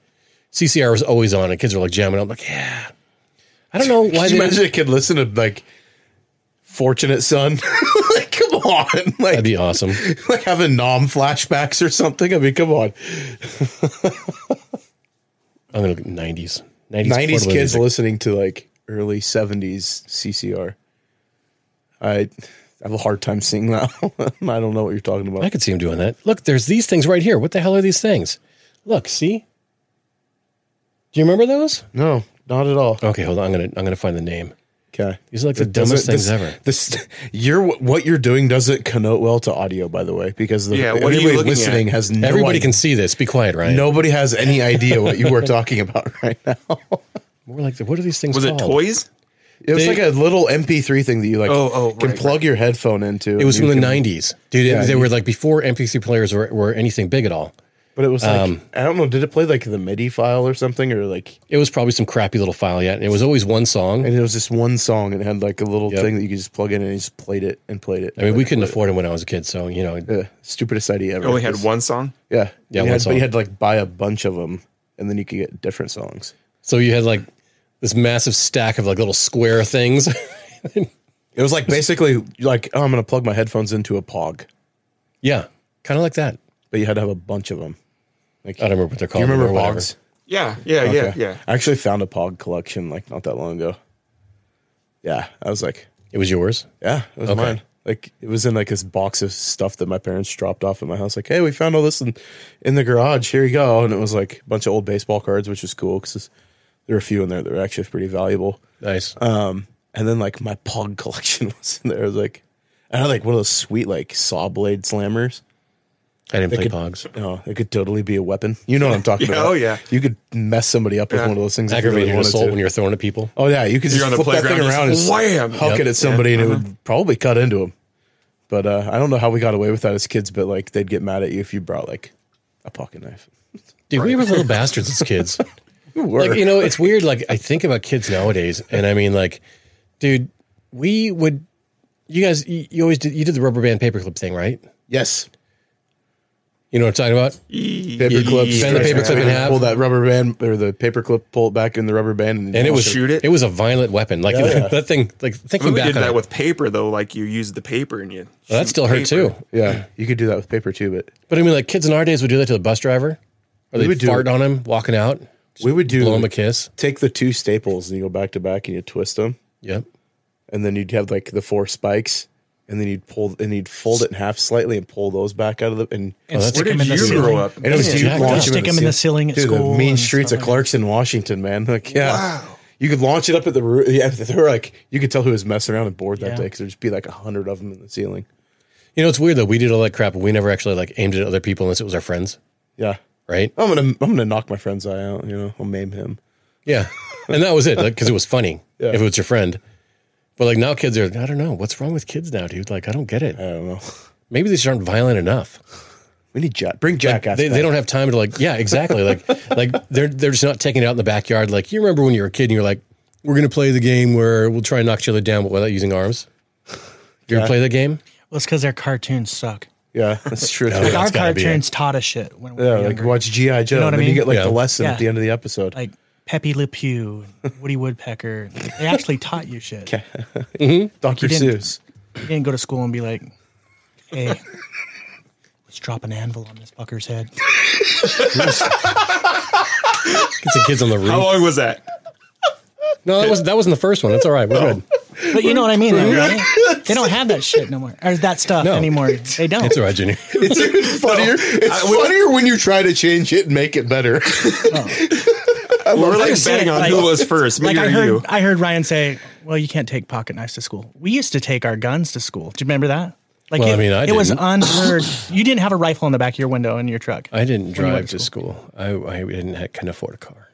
Speaker 3: CCR was always on, and kids were like jamming. I'm like, yeah. I don't know why
Speaker 2: Could you
Speaker 3: they.
Speaker 2: imagine a kid listen to like Fortunate Son? like, come on. Like,
Speaker 3: That'd be awesome.
Speaker 2: like having nom flashbacks or something. I mean, come on.
Speaker 3: I'm gonna look at 90s.
Speaker 2: 90s
Speaker 3: 90s,
Speaker 2: kids
Speaker 3: portable music.
Speaker 2: listening to like early 70s CCR. I have a hard time seeing that. I don't know what you're talking
Speaker 3: I
Speaker 2: about.
Speaker 3: could see him doing that. Look, there's these things right here. What the hell are these things? Look, see. Do you remember those?
Speaker 2: No, not at all.
Speaker 3: Okay, hold on. I'm gonna I'm gonna find the name.
Speaker 2: Okay.
Speaker 3: These are like the
Speaker 2: It doesn't-
Speaker 3: dumbest things
Speaker 2: this-
Speaker 3: ever.
Speaker 2: This you're what you're doing doesn't connote well to audio, by the way, because the,
Speaker 4: Yeah, what are you
Speaker 2: everybody
Speaker 4: looking at?
Speaker 2: listening has no
Speaker 3: Everybody
Speaker 2: idea.
Speaker 3: can see this. Be quiet, Ryan.
Speaker 2: Nobody has any idea what you were talking about right now.
Speaker 3: More like the, what are these things?
Speaker 4: Was it
Speaker 3: called?
Speaker 4: toys?
Speaker 2: It was
Speaker 3: They-
Speaker 2: like a little MP3 thing that you like
Speaker 4: Oh, oh,
Speaker 2: can
Speaker 4: right,
Speaker 2: plug your headphone into.
Speaker 3: It
Speaker 2: and
Speaker 3: was
Speaker 2: you
Speaker 3: from the
Speaker 2: can-
Speaker 3: '90s, dude.
Speaker 2: Yeah,
Speaker 3: they
Speaker 2: you-
Speaker 3: were like before MP3 players were, were anything big at all.
Speaker 2: But it was like
Speaker 4: um,
Speaker 2: I don't know. Did it play like the MIDI file or something, or like
Speaker 3: It was probably some crappy little file yet, and it was always one song.
Speaker 2: and it was just one song and it had like a little
Speaker 3: Yep.
Speaker 2: thing that you could just plug in and you just played it and played it.
Speaker 3: I mean, we couldn't afford it when I was a kid, so you know,
Speaker 2: Yeah, stupidest idea ever.
Speaker 4: I only Oh, had
Speaker 2: Just-
Speaker 4: one song.
Speaker 2: Yeah, You
Speaker 3: Yeah, one
Speaker 2: had- But
Speaker 3: song.
Speaker 2: you had to like buy a bunch of them, and then you could get different songs.
Speaker 3: so you had like this massive stack of like little square things.
Speaker 2: It was like basically like oh, I'm gonna plug my headphones into a Pog,
Speaker 3: yeah, kind of like that.
Speaker 2: but you had to have a bunch of them. Like
Speaker 3: I don't remember what they're
Speaker 2: Do
Speaker 3: called.
Speaker 2: you remember
Speaker 3: or whatever.
Speaker 2: Pogs?
Speaker 4: Yeah, yeah, yeah,
Speaker 2: Okay.
Speaker 4: yeah.
Speaker 2: I actually found a Pog collection like not that long ago. Yeah, I was like,
Speaker 3: It was yours.
Speaker 2: Yeah, it was
Speaker 3: Okay.
Speaker 2: mine. Like it was in like this box of stuff that my parents dropped off at my house. Like, hey, we found all this in, in the garage. Here you go. And it was like a bunch of old baseball cards, which was cool because there were a few in there that were actually pretty valuable.
Speaker 3: Nice.
Speaker 2: Um, and then like my pug collection was in there. It was like, I had like one of those sweet like saw blade slammers.
Speaker 3: I didn't play
Speaker 2: could-
Speaker 3: Pogs.
Speaker 2: No, it could totally be a weapon. You know what I'm talking
Speaker 4: Yeah,
Speaker 2: about?
Speaker 4: oh, yeah.
Speaker 2: You could mess somebody up with
Speaker 4: Yeah.
Speaker 2: one of those things. if you
Speaker 3: Aggravated
Speaker 2: really wanted
Speaker 3: assault
Speaker 2: to.
Speaker 3: when you're throwing at people.
Speaker 2: Oh yeah, you could
Speaker 4: You're
Speaker 2: just
Speaker 4: on the
Speaker 2: flip that thing
Speaker 4: playground,
Speaker 2: around and
Speaker 4: just wham!
Speaker 2: huck it
Speaker 3: Yep. Uh-huh.
Speaker 2: at somebody, and it would probably cut into them. But uh, I don't know how we got away with that as kids, but like they'd get mad at you if you brought like a pocket knife.
Speaker 3: Dude, we were little bastards as kids.
Speaker 2: We were.
Speaker 3: Like, you know, it's weird. Like, I think about kids nowadays, and I mean, like, dude, we would. You guys, you, you always did. You did the rubber band paperclip thing, right?
Speaker 2: yes,
Speaker 3: You know what I'm talking about?
Speaker 2: paper clip.
Speaker 3: Bend the
Speaker 2: stretch
Speaker 3: paper
Speaker 2: it
Speaker 3: clip in
Speaker 2: out,
Speaker 3: half.
Speaker 2: Pull that rubber band or the paper clip. Pull it back in the rubber band, and,
Speaker 3: And it was
Speaker 4: Shoot it?
Speaker 3: It was a violent weapon. Like
Speaker 2: yeah.
Speaker 3: that thing. Like
Speaker 4: I
Speaker 3: thinking
Speaker 4: mean, we
Speaker 3: back
Speaker 4: did
Speaker 3: on
Speaker 4: that
Speaker 3: it,
Speaker 4: with paper though. Like you used the paper and you.
Speaker 3: well, that
Speaker 4: shoot
Speaker 3: still
Speaker 4: paper.
Speaker 3: hurt too.
Speaker 2: Yeah, you could do that with paper too, but
Speaker 3: But I mean, like kids in our days would do that to the bus driver, or they
Speaker 2: would
Speaker 3: would
Speaker 2: do
Speaker 3: fart
Speaker 2: it.
Speaker 3: on him walking out,
Speaker 2: we would do
Speaker 3: blow him a kiss.
Speaker 2: take the two staples and you go back to back and you twist them,
Speaker 3: Yep.
Speaker 2: and then you'd have like the four spikes, and then you'd pull and you'd fold it in half slightly and pull those back out of the and
Speaker 5: and
Speaker 3: that's-
Speaker 5: stick
Speaker 4: Where
Speaker 5: them in
Speaker 4: did
Speaker 5: the
Speaker 4: you
Speaker 5: ceiling.
Speaker 4: grow up?
Speaker 2: And it was
Speaker 3: Yeah.
Speaker 2: you
Speaker 3: Jacked
Speaker 2: launch
Speaker 3: up.
Speaker 2: him
Speaker 5: Stick
Speaker 2: in
Speaker 5: him in the ceiling at
Speaker 2: Dude,
Speaker 5: school
Speaker 2: The mean
Speaker 5: and
Speaker 2: streets
Speaker 5: stuff
Speaker 2: of
Speaker 5: like
Speaker 2: Clarkson, Washington, man. Like, yeah, you could launch it up at the roof. Yeah, they were like, you could tell who was messing around and bored that
Speaker 5: Yeah.
Speaker 2: day because there'd just be like a hundred of them in the ceiling.
Speaker 3: You know, it's weird though. We did all that crap, but we never actually like aimed it at other people unless it was our friends,
Speaker 2: Yeah,
Speaker 3: right?
Speaker 2: I'm gonna, I'm gonna knock my friend's eye out. You know, I'll maim him.
Speaker 3: Yeah, and that was it because it was funny
Speaker 2: Yeah.
Speaker 3: if it was your friend. But like now, kids are I don't know what's wrong with kids now, dude. Like I don't get
Speaker 2: I
Speaker 3: it.
Speaker 2: don't know.
Speaker 3: Maybe they just aren't violent enough.
Speaker 2: We need Jack. Bring Jackass.
Speaker 3: They,
Speaker 2: back.
Speaker 3: they don't have time to like yeah exactly like like they're they're just not taking it out in the backyard. Like you remember when you were a kid and you're like we're gonna play the game where we'll try and knock each other down but without using arms. You ever
Speaker 2: Yeah.
Speaker 3: play that game?
Speaker 5: Well, it's because their cartoons suck.
Speaker 2: Yeah, that's true.
Speaker 5: Like
Speaker 2: yeah,
Speaker 5: our
Speaker 3: that's gotta be
Speaker 5: cartoons taught us shit when we were
Speaker 2: like
Speaker 5: younger.
Speaker 2: watch GI Joe.
Speaker 5: know what
Speaker 2: and
Speaker 5: I
Speaker 2: then you
Speaker 5: mean?
Speaker 2: get like
Speaker 3: Yeah.
Speaker 2: the lesson
Speaker 5: Yeah.
Speaker 2: at the end of the episode.
Speaker 5: like Pepe Le Pew, and Woody Woodpecker. They actually taught you shit.
Speaker 2: Doctor
Speaker 5: you didn't-
Speaker 2: Seuss.
Speaker 5: You didn't go to school and be like, "Hey, let's drop an anvil on this fucker's head."
Speaker 3: It's the kids on the roof.
Speaker 4: How long was that?
Speaker 3: No, that wasn't that wasn't the first one. That's all right. We're good.
Speaker 5: But you know what I mean, though, right? They don't have that shit no more, or that stuff
Speaker 3: No.
Speaker 5: anymore. They don't.
Speaker 3: It's all right, Junior.
Speaker 2: It's even funnier. It's funnier when you try to change it and make it better.
Speaker 4: We were like
Speaker 5: just saying,
Speaker 4: betting on
Speaker 5: like-
Speaker 4: who was first, me
Speaker 5: like
Speaker 4: or
Speaker 5: I heard,
Speaker 4: you.
Speaker 5: I heard Ryan say, "Well, you can't take pocket knives to school." We used to take our guns to school. Do you remember that? Like,
Speaker 3: Well,
Speaker 5: it,
Speaker 3: I mean, I
Speaker 5: it was
Speaker 3: didn't.
Speaker 5: unheard. you didn't have a rifle in the back of your window in your truck.
Speaker 3: I didn't
Speaker 5: you
Speaker 3: drive
Speaker 5: went
Speaker 3: to
Speaker 5: to
Speaker 3: school. I, I didn't ha- can afford a car.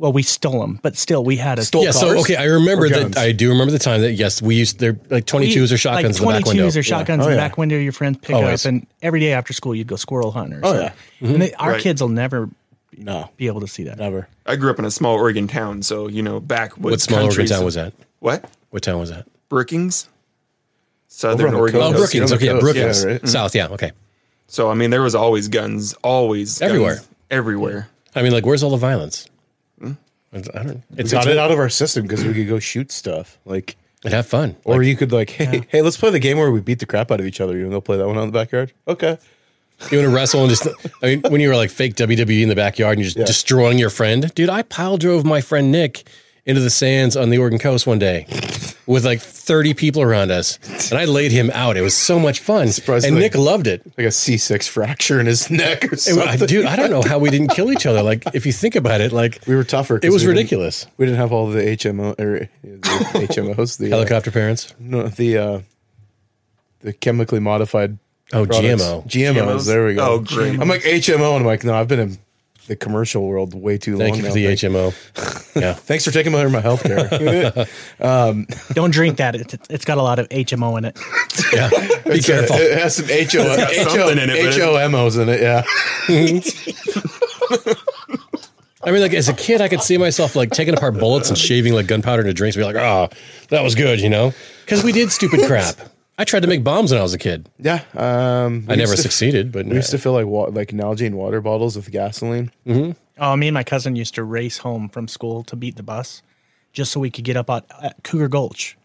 Speaker 5: well, we stole them, but still, we had a
Speaker 2: Stole
Speaker 3: Yeah. So
Speaker 2: cars
Speaker 3: okay, I remember
Speaker 2: or
Speaker 3: that.
Speaker 2: guns?
Speaker 3: I do remember the time that yes, we used their like twenty twos or shotguns in the back window.
Speaker 5: or shotguns
Speaker 2: Oh,
Speaker 5: in the
Speaker 2: yeah.
Speaker 5: back window of your friend's pickup,
Speaker 3: Always.
Speaker 5: and every day after school you'd go squirrel hunting. Or
Speaker 2: Oh,
Speaker 5: something. and they, our
Speaker 4: Right.
Speaker 5: kids will never
Speaker 2: No,
Speaker 5: be able to see that.
Speaker 2: never.
Speaker 4: I grew up in a small Oregon town, so you know, back
Speaker 3: what small Oregon town was that?
Speaker 4: What
Speaker 3: What town was that?
Speaker 4: Brookings,
Speaker 2: Over on
Speaker 4: Southern
Speaker 2: the
Speaker 4: Oregon.
Speaker 2: coast.
Speaker 3: Oh,
Speaker 2: Yeah,
Speaker 3: Brookings.
Speaker 2: it's on
Speaker 3: Okay,
Speaker 2: the
Speaker 3: yeah,
Speaker 2: coast.
Speaker 3: Brookings.
Speaker 2: Yeah, right. Mm.
Speaker 3: South. Yeah. Okay.
Speaker 4: So I mean, there was always guns, always guns
Speaker 3: Everywhere.
Speaker 4: everywhere.
Speaker 3: I mean, like, where's all the violence? I don't. It's,
Speaker 2: got
Speaker 3: it's-
Speaker 2: it out of our system because we could go shoot stuff like
Speaker 3: And have fun.
Speaker 2: or you could like hey hey let's play the game where we beat the crap out of each other you want to go play that one on the backyard okay
Speaker 3: You want to wrestle and just, I mean, when you were like fake WWE in the backyard and you're just destroying your friend, dude, I pile drove my friend Nick into the sands on the Oregon coast one day with like 30 people around us and I laid him out. It was so much fun.
Speaker 2: Surprisingly.
Speaker 3: And Nick loved it.
Speaker 2: like a c6 fracture in his neck or
Speaker 3: It was- I-
Speaker 2: something
Speaker 3: dude, I don't know how we didn't kill each other. Like, if you think about it, like,
Speaker 2: we were tougher 'cause
Speaker 3: It was
Speaker 2: we didn't-
Speaker 3: ridiculous.
Speaker 2: we didn't have all the hmo or uh, the hmos the uh,
Speaker 3: Helicopter parents.
Speaker 2: no, the uh the chemically modified
Speaker 3: Oh,
Speaker 2: products.
Speaker 3: GMO.
Speaker 2: GMOs,
Speaker 4: GMOs?
Speaker 2: there we go
Speaker 4: Oh, great.
Speaker 2: i'm like hmo and i'm like no i've been in the commercial world way too
Speaker 3: Thank
Speaker 2: long
Speaker 3: you for
Speaker 2: now.
Speaker 3: the
Speaker 2: Like,
Speaker 3: HMO. Yeah.
Speaker 2: thanks for taking over my health care
Speaker 5: Don't drink that; it, it's got a lot of HMO in it.
Speaker 3: Yeah. Be careful.
Speaker 2: It has some HO,
Speaker 4: something in it, but it-
Speaker 2: HOMOs in it. Yeah.
Speaker 3: I mean, like as a kid, I could see myself like taking apart bullets and shaving like gunpowder into drinks. And be like, oh, that was good, you know? Because we did stupid crap. I tried to make bombs when I was a kid.
Speaker 2: Yeah. Um, we
Speaker 3: I never
Speaker 2: used to-
Speaker 3: succeeded, but
Speaker 2: We used to fill like wa- like Nalgene water bottles with gasoline.
Speaker 5: Oh, me and my cousin used to race home from school to beat the bus, just so we could get up at, at Cougar Gulch.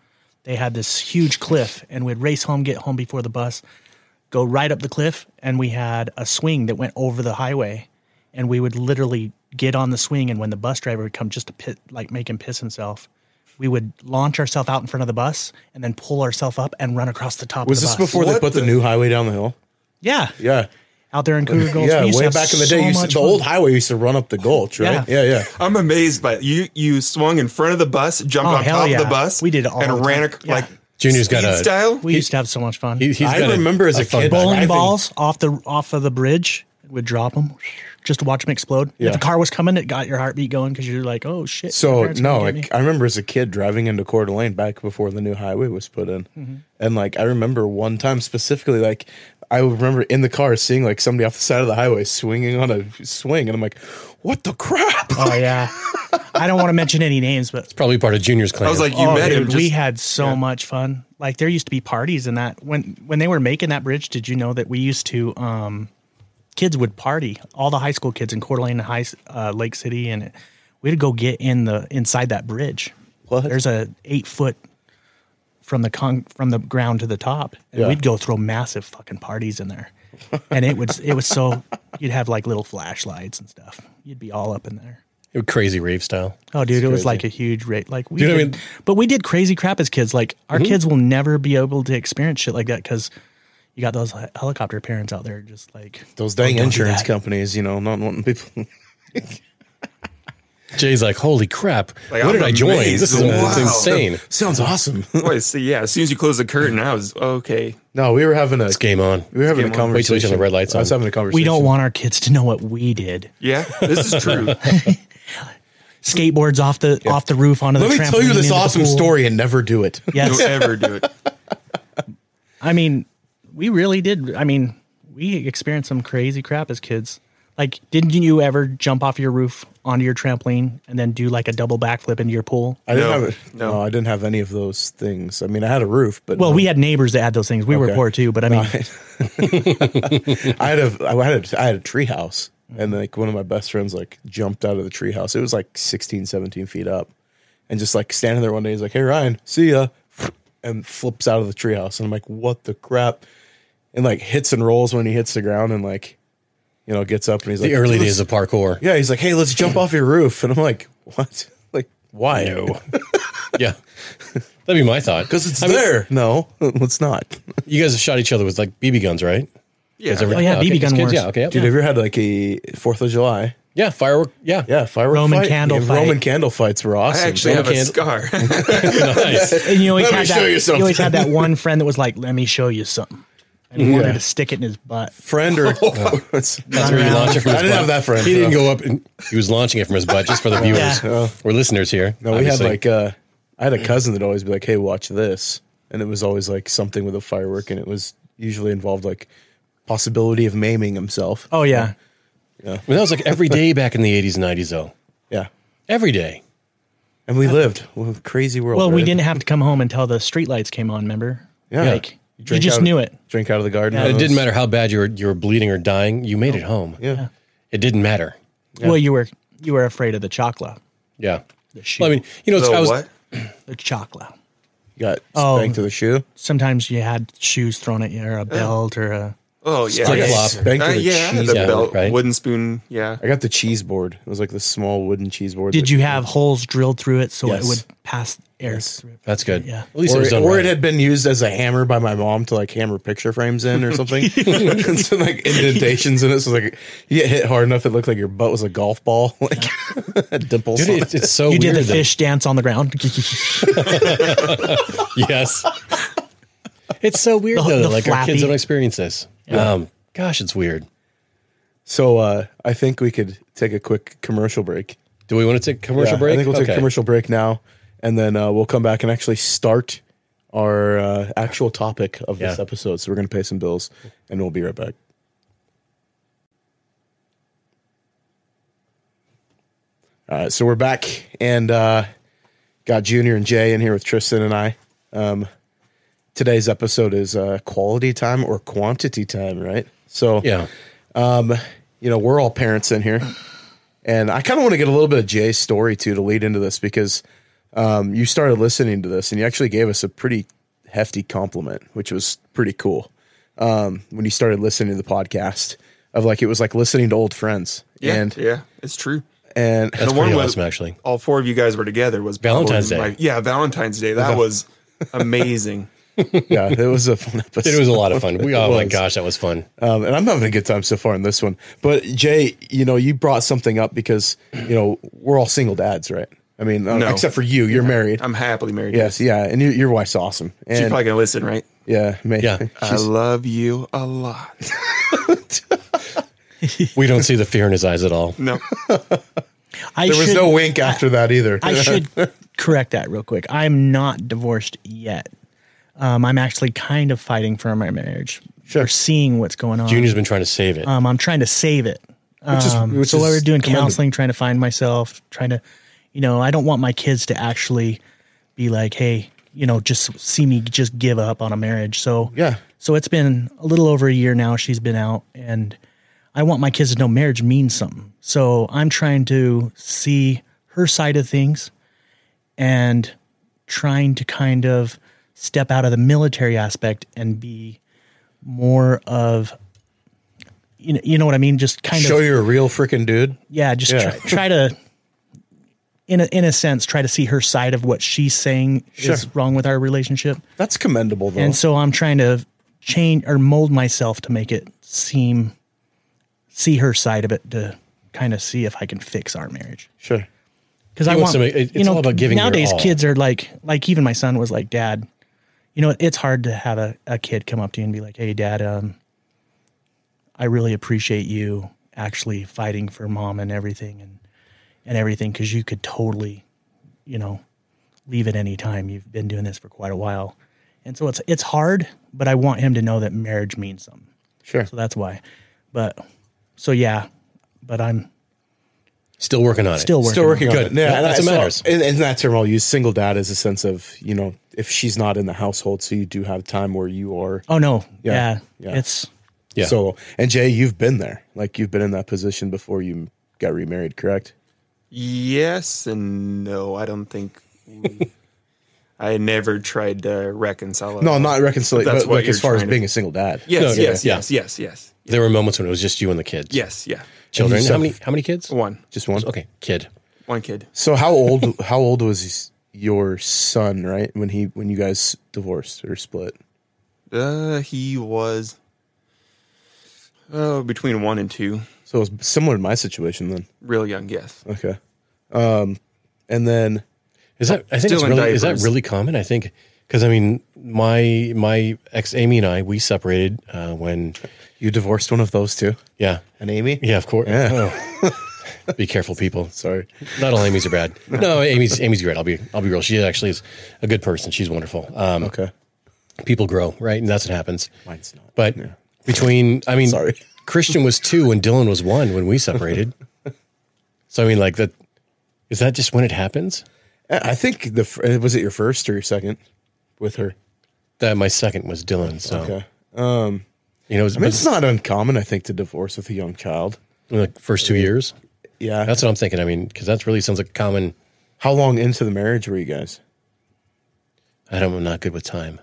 Speaker 5: They had this huge cliff, and we'd race home, get home before the bus, go right up the cliff, and we had a swing that went over the highway, and we would literally get on the swing, and when the bus driver would come, just to pit, like make him piss himself, we would launch ourselves out in front of the bus and then pull ourselves up and run across the top.
Speaker 2: Was
Speaker 5: of the
Speaker 2: this
Speaker 5: bus.
Speaker 2: before they
Speaker 4: What
Speaker 2: put the,
Speaker 4: the-
Speaker 2: new highway down the hill?
Speaker 5: Yeah,
Speaker 2: Yeah.
Speaker 5: out there in Cougar Gulch.
Speaker 2: yeah,
Speaker 5: we used to
Speaker 2: way
Speaker 5: have
Speaker 2: back in the
Speaker 5: so
Speaker 2: day, you used to,
Speaker 5: much
Speaker 2: the old
Speaker 5: fun.
Speaker 2: highway used to run up the gulch, right?
Speaker 5: Yeah.
Speaker 2: Yeah, yeah.
Speaker 4: I'm amazed by it. you. You swung in front of the bus, jumped
Speaker 5: Oh,
Speaker 4: on
Speaker 5: hell
Speaker 4: top
Speaker 5: yeah.
Speaker 4: of the bus.
Speaker 5: We did all
Speaker 4: and
Speaker 5: the
Speaker 4: ran
Speaker 5: time.
Speaker 4: ac-
Speaker 5: Yeah.
Speaker 4: like
Speaker 3: Junior's got
Speaker 4: speed
Speaker 3: a-
Speaker 4: style.
Speaker 5: We used to have so much fun.
Speaker 3: He, he's
Speaker 2: I
Speaker 3: got
Speaker 2: remember as a
Speaker 3: fun
Speaker 2: kid-
Speaker 3: bike.
Speaker 5: bowling
Speaker 2: driving.
Speaker 5: balls off the off of the bridge would drop them just to watch them explode.
Speaker 2: Yeah.
Speaker 5: If the car was coming, it got your heartbeat going because you're like, oh shit. my
Speaker 2: So
Speaker 5: parents are
Speaker 2: no,
Speaker 5: gonna get
Speaker 2: like
Speaker 5: me.
Speaker 2: I remember as a kid driving into Coeur d'Alene back before the new highway was put in, and like I remember one time specifically, like I remember in the car seeing like somebody off the side of the highway swinging on a swing, and I'm like, what the crap?
Speaker 5: oh yeah. I don't want to mention any names, but
Speaker 3: Probably part of Junior's clan.
Speaker 4: I was like, you
Speaker 5: oh,
Speaker 4: met him.
Speaker 5: dude, we
Speaker 4: just-
Speaker 5: had so much fun. Like there used to be parties and that when when they were making that bridge, did you know that we used to um kids would party, all the high school kids in Coeur d'Alene, High uh, Lake City and we'd go get in the inside that bridge.
Speaker 2: What?
Speaker 5: There's a 8 foot from the con- from the ground to the top and
Speaker 2: Yeah.
Speaker 5: we'd go throw massive fucking parties in there. and it was it was so you'd have like little flashlights and stuff. You'd be all up in there.
Speaker 3: It was crazy rave style.
Speaker 5: Oh, dude, it was like a huge rate. Like we,
Speaker 3: Dude, I
Speaker 5: did,
Speaker 3: mean-
Speaker 5: but we did crazy crap as kids. Like our
Speaker 2: Mm-hmm.
Speaker 5: kids will never be able to experience shit like that because you got those he- helicopter parents out there, just like
Speaker 2: Those dang
Speaker 5: don't do
Speaker 2: insurance
Speaker 5: that.
Speaker 2: companies, you know, not wanting people.
Speaker 3: Jay's like, holy crap!
Speaker 4: Like,
Speaker 3: what
Speaker 4: I'm
Speaker 3: did I join?
Speaker 4: amazed.
Speaker 3: This is
Speaker 4: Wow.
Speaker 3: it's insane.
Speaker 2: Sounds awesome.
Speaker 4: Boy, see, yeah. As soon as you close the curtain, I was okay.
Speaker 2: no, we were having a
Speaker 3: It's game on.
Speaker 2: we were having a
Speaker 4: Game on.
Speaker 2: conversation.
Speaker 3: Wait till you turn the red lights
Speaker 2: I was
Speaker 3: on.
Speaker 2: having a conversation.
Speaker 5: we don't want our kids to know what we did.
Speaker 4: Yeah, this is true.
Speaker 5: Skateboards off the off the roof onto
Speaker 2: Let
Speaker 5: the
Speaker 2: me
Speaker 5: trampoline.
Speaker 2: tell you this
Speaker 5: into the
Speaker 2: awesome
Speaker 5: pool.
Speaker 2: story and never do it.
Speaker 5: Yes,
Speaker 4: Don't ever do it.
Speaker 5: I mean, we really did. I mean, we experienced some crazy crap as kids. Like, didn't you ever jump off your roof onto your trampoline and then do like a double backflip into your pool?
Speaker 2: I didn't
Speaker 4: No,
Speaker 2: have it. No.
Speaker 4: no.
Speaker 2: I didn't have any of those things. I mean, I had a roof, but
Speaker 5: Well,
Speaker 2: no.
Speaker 5: we had neighbors that had those things. We were
Speaker 2: Okay.
Speaker 5: poor too, but I mean,
Speaker 2: I had a I had a I had a tree house and like one of my best friends like jumped out of the tree house. It was like 16, 17 feet up. And just like standing there one day, he's like, Hey Ryan, see ya and flips out of the tree house. And I'm like, What the crap? And like hits and rolls when he hits the ground and like you know, gets up and he's
Speaker 3: The
Speaker 2: like
Speaker 3: early
Speaker 2: "Let's-
Speaker 3: days of parkour.
Speaker 2: Yeah, he's like, Hey, let's jump off your roof. And I'm like, What? Like, why?
Speaker 3: No. yeah. That'd be my thought.
Speaker 2: Because it's
Speaker 3: I mean,
Speaker 2: there. no, let's not.
Speaker 3: you guys have shot each other with like BB guns, right?
Speaker 4: Yeah,
Speaker 5: Oh, yeah, BB
Speaker 3: okay,
Speaker 5: gun
Speaker 3: as kids,
Speaker 5: wars.
Speaker 3: Yeah, okay. yep.
Speaker 2: Dude, have you ever had like a Fourth of July?
Speaker 3: yeah, firework. Yeah.
Speaker 2: Yeah, firework
Speaker 5: Roman
Speaker 2: fight.
Speaker 5: candle
Speaker 2: Yeah,
Speaker 5: fight.
Speaker 2: Roman candle fights were
Speaker 4: I
Speaker 2: awesome.
Speaker 4: actually
Speaker 3: Don't
Speaker 4: have a
Speaker 3: can't-
Speaker 4: scar.
Speaker 3: nice.
Speaker 5: And you always
Speaker 2: Let me
Speaker 5: had
Speaker 2: show you
Speaker 5: that. You,
Speaker 2: something.
Speaker 5: always had that one friend that was like, "Let me show you something," and he wanted to stick it in his butt.
Speaker 2: friend or that's
Speaker 3: That's where you launch it from
Speaker 2: I didn't
Speaker 3: his butt.
Speaker 2: have that friend.
Speaker 3: He didn't
Speaker 2: no.
Speaker 3: go up and he was launching it from his butt just for the viewers
Speaker 2: Yeah.
Speaker 3: or listeners here.
Speaker 2: No, we
Speaker 3: obviously.
Speaker 2: had like uh, I had a cousin that always be like, "Hey, watch this," and it was always like something with a firework, and it was usually involved like possibility of maiming himself.
Speaker 5: Oh yeah,
Speaker 3: I mean, that was like every day back in the 80s and 90s, though.
Speaker 2: yeah,
Speaker 3: Every day.
Speaker 2: and we lived well, crazy world.
Speaker 5: well, we
Speaker 2: right?
Speaker 5: didn't have to come home until the streetlights came on. Remember?
Speaker 2: Yeah.
Speaker 5: like you
Speaker 2: Drink
Speaker 5: just
Speaker 2: out of-
Speaker 5: knew it.
Speaker 2: Drink out of the garden.
Speaker 5: Yeah.
Speaker 3: It didn't matter how bad you were, you were bleeding or dying. You made it home.
Speaker 2: Yeah,
Speaker 3: It didn't matter.
Speaker 5: Well, you were you were afraid of the chocolate.
Speaker 3: Yeah.
Speaker 5: The shoe.
Speaker 3: Well, I mean, you know, it's,
Speaker 4: So
Speaker 3: I was,
Speaker 4: what?
Speaker 5: the chocolate.
Speaker 2: you got
Speaker 5: Oh.
Speaker 2: spanked to the shoe.
Speaker 5: Sometimes you had shoes thrown at you, or a belt, or a.
Speaker 4: Oh yeah,
Speaker 3: Flip
Speaker 4: yeah.
Speaker 3: flop.
Speaker 2: Spanked
Speaker 4: Uh,
Speaker 2: to the
Speaker 4: yeah,
Speaker 2: cheese.
Speaker 4: the
Speaker 3: Yeah,
Speaker 4: belt,
Speaker 3: right.
Speaker 4: wooden spoon. Yeah,
Speaker 2: I got the cheese board. It was like the small wooden cheese board.
Speaker 5: Did
Speaker 2: that-
Speaker 5: you have holes drilled through it so
Speaker 2: Yes.
Speaker 5: it would pass air? through?
Speaker 3: that's good.
Speaker 5: Yeah.
Speaker 3: At least it
Speaker 2: or,
Speaker 3: was done
Speaker 2: or
Speaker 3: right.
Speaker 2: it had been used as a hammer by my mom to like hammer picture frames in or something. and so like indentations in it. So like you get hit hard enough, it looked like your butt was a golf ball, like had dimples.
Speaker 3: Dude,
Speaker 2: on
Speaker 3: it's, it's so
Speaker 5: You
Speaker 3: weird.
Speaker 5: did the
Speaker 3: that-
Speaker 5: fish dance on the ground. the
Speaker 3: yes. It's so weird
Speaker 5: The-
Speaker 3: though.
Speaker 5: the
Speaker 3: that, like our kids
Speaker 5: flappy.
Speaker 3: don't experience this. Um, gosh, it's weird.
Speaker 2: So uh, I think we could take a quick commercial break.
Speaker 3: Do we want to take a commercial
Speaker 2: Yeah,
Speaker 3: break?
Speaker 2: I think we'll take
Speaker 3: Okay.
Speaker 2: a commercial break now, and then uh, we'll come back and actually start our uh, actual topic of this
Speaker 3: Yeah.
Speaker 2: episode. So we're going to pay some bills, and we'll be right back. All right, so we're back and uh, got Junior and Jay in here with Tristan and I. Um, today's episode is uh, quality time or quantity time, right? So
Speaker 3: Yeah.
Speaker 2: you know, we're all parents in here. And I kind of want to get a little bit of Jay's story too to lead into this because um, you started listening to this and you actually gave us a pretty hefty compliment, which was pretty cool um, when you started listening to the podcast of like it was like listening to old friends.
Speaker 4: yeah,
Speaker 2: and
Speaker 4: yeah. It's true.
Speaker 2: and
Speaker 4: The
Speaker 3: That's
Speaker 4: one
Speaker 3: pretty
Speaker 4: with-
Speaker 3: awesome, actually.
Speaker 4: all four of you guys were together was probably
Speaker 3: Valentine's Day.
Speaker 4: my- yeah, Valentine's Day. That was amazing.
Speaker 2: yeah, it was a fun episode.
Speaker 3: It was a lot of fun. We, oh my
Speaker 2: was.
Speaker 3: gosh, that was fun.
Speaker 2: Um, and I'm having a good time so far in this one. But Jay, you know, you brought something up because you know we're all single dads, right? I mean, uh,
Speaker 4: No.
Speaker 2: except for you, you're married.
Speaker 4: I'm happily married.
Speaker 2: yes, yeah, and your your wife's awesome. And
Speaker 4: She's probably gonna listen, right?
Speaker 2: yeah, man,
Speaker 3: Yeah.
Speaker 4: I love you a lot.
Speaker 3: We don't see the fear in his eyes at all.
Speaker 4: No,
Speaker 5: I
Speaker 2: there was
Speaker 5: should,
Speaker 2: no wink after that either.
Speaker 5: I should correct that real quick. I'm not divorced yet. Um, I'm actually kind of fighting for my marriage. Sure. Seeing what's going on.
Speaker 3: Junior's been trying to save
Speaker 2: Uh,
Speaker 3: it.
Speaker 5: Um, I'm trying to save it.
Speaker 2: is-
Speaker 5: Um,
Speaker 2: which
Speaker 5: so
Speaker 2: is
Speaker 5: we're doing
Speaker 2: commendable.
Speaker 5: counseling, trying to find myself, trying to, you know, I don't want my kids to actually be like, hey, you know, just see me just give up on a marriage. So
Speaker 2: Yeah.
Speaker 5: so it's been a little over a year now. She's been out, and I want my kids to know marriage means something. So I'm trying to see her side of things, and trying to kind of step out of the military aspect and be more of you know, you know what I mean just kind
Speaker 2: show
Speaker 5: of
Speaker 2: you're a real freaking dude.
Speaker 5: yeah just
Speaker 2: Yeah.
Speaker 5: Try, try to in a, in a sense try to see her side of what she's saying
Speaker 2: Sure.
Speaker 5: is wrong with our relationship
Speaker 2: That's commendable, though.
Speaker 5: and so I'm trying to change or mold myself to make it seem see her side of it to kind of see if I can fix our marriage
Speaker 2: sure.
Speaker 5: because
Speaker 3: You
Speaker 5: I
Speaker 3: want
Speaker 5: want
Speaker 3: somebody- it-
Speaker 5: you
Speaker 3: it's
Speaker 5: know
Speaker 3: all about giving your
Speaker 5: nowadays
Speaker 3: all.
Speaker 5: kids are like like even my son was like dad you know it's hard to have a, a kid come up to you and be like hey dad um I really appreciate you actually fighting for mom and everything and and everything because you could totally you know leave at any time you've been doing this for quite a while and so it's it's hard but I want him to know that marriage means something
Speaker 2: Sure.
Speaker 5: so that's why but so yeah but I'm
Speaker 3: Still working on it.
Speaker 5: still working
Speaker 2: Still
Speaker 5: on
Speaker 2: working on
Speaker 3: Good.
Speaker 2: it. Yeah,
Speaker 3: That-
Speaker 2: and
Speaker 3: that's
Speaker 2: I
Speaker 3: what
Speaker 2: saw-
Speaker 3: matters.
Speaker 2: And, and that term I'll use single dad as a sense of, you know, if she's not in the household, so you do have time where you are
Speaker 5: Oh no.
Speaker 2: Yeah.
Speaker 5: Yeah.
Speaker 2: Yeah.
Speaker 5: It's
Speaker 3: Yeah.
Speaker 2: solo. And Jay, you've been there. Like you've been in that position before you got remarried, correct?
Speaker 4: yes and no. I don't think. I never tried to reconcile. it
Speaker 2: No,
Speaker 4: all.
Speaker 2: not reconciliation.
Speaker 4: That's
Speaker 2: But
Speaker 4: what
Speaker 2: like as
Speaker 4: you're
Speaker 2: far as
Speaker 4: trying to-
Speaker 2: being a single dad.
Speaker 4: Yes,
Speaker 3: No, yeah,
Speaker 4: yes,
Speaker 3: yeah.
Speaker 4: yes, yes, yes,
Speaker 3: There were moments when it was just you and the kids.
Speaker 4: yes, yeah.
Speaker 3: Children.
Speaker 2: You
Speaker 3: How
Speaker 2: said-
Speaker 3: many how many kids?
Speaker 4: One,
Speaker 2: Just one.
Speaker 3: Okay. Kid.
Speaker 4: one kid.
Speaker 2: So how old how old was your son, right? When he when you guys divorced or split?
Speaker 4: Uh, he was uh, between one and two,
Speaker 2: So it was similar to my situation then.
Speaker 4: real young. Yes,
Speaker 2: Okay. Um and then
Speaker 3: Is that I think
Speaker 4: Still
Speaker 3: it's
Speaker 4: in
Speaker 3: really is that
Speaker 4: diapers.
Speaker 3: really common? I think because I mean my my ex Amy and I we separated uh, when
Speaker 2: you divorced one of those two?
Speaker 3: yeah
Speaker 2: And Amy?
Speaker 3: yeah of course
Speaker 2: Yeah.
Speaker 3: Oh. be careful people
Speaker 2: Sorry.
Speaker 3: not all Amy's are bad no Amy's Amy's great I'll be I'll be real she actually is a good person she's wonderful um,
Speaker 2: Okay.
Speaker 3: people grow right and that's what happens
Speaker 2: Mine's not.
Speaker 3: but between I mean
Speaker 2: Sorry.
Speaker 3: Christian was two and Dylan was one when we separated so I mean like that is that just when it happens
Speaker 2: I I think the fir- uh, was it your first or your second with her.
Speaker 3: that my second was Dylan so
Speaker 2: Okay. Um,
Speaker 3: you know it was,
Speaker 2: I mean, it's not uncommon, I think, to divorce with a young child.
Speaker 3: the first two years.
Speaker 2: Yeah.
Speaker 3: That's what I'm thinking. I mean, because that really sounds like a common.
Speaker 2: How long into the marriage were you guys?
Speaker 3: I don't. I'm not good with time.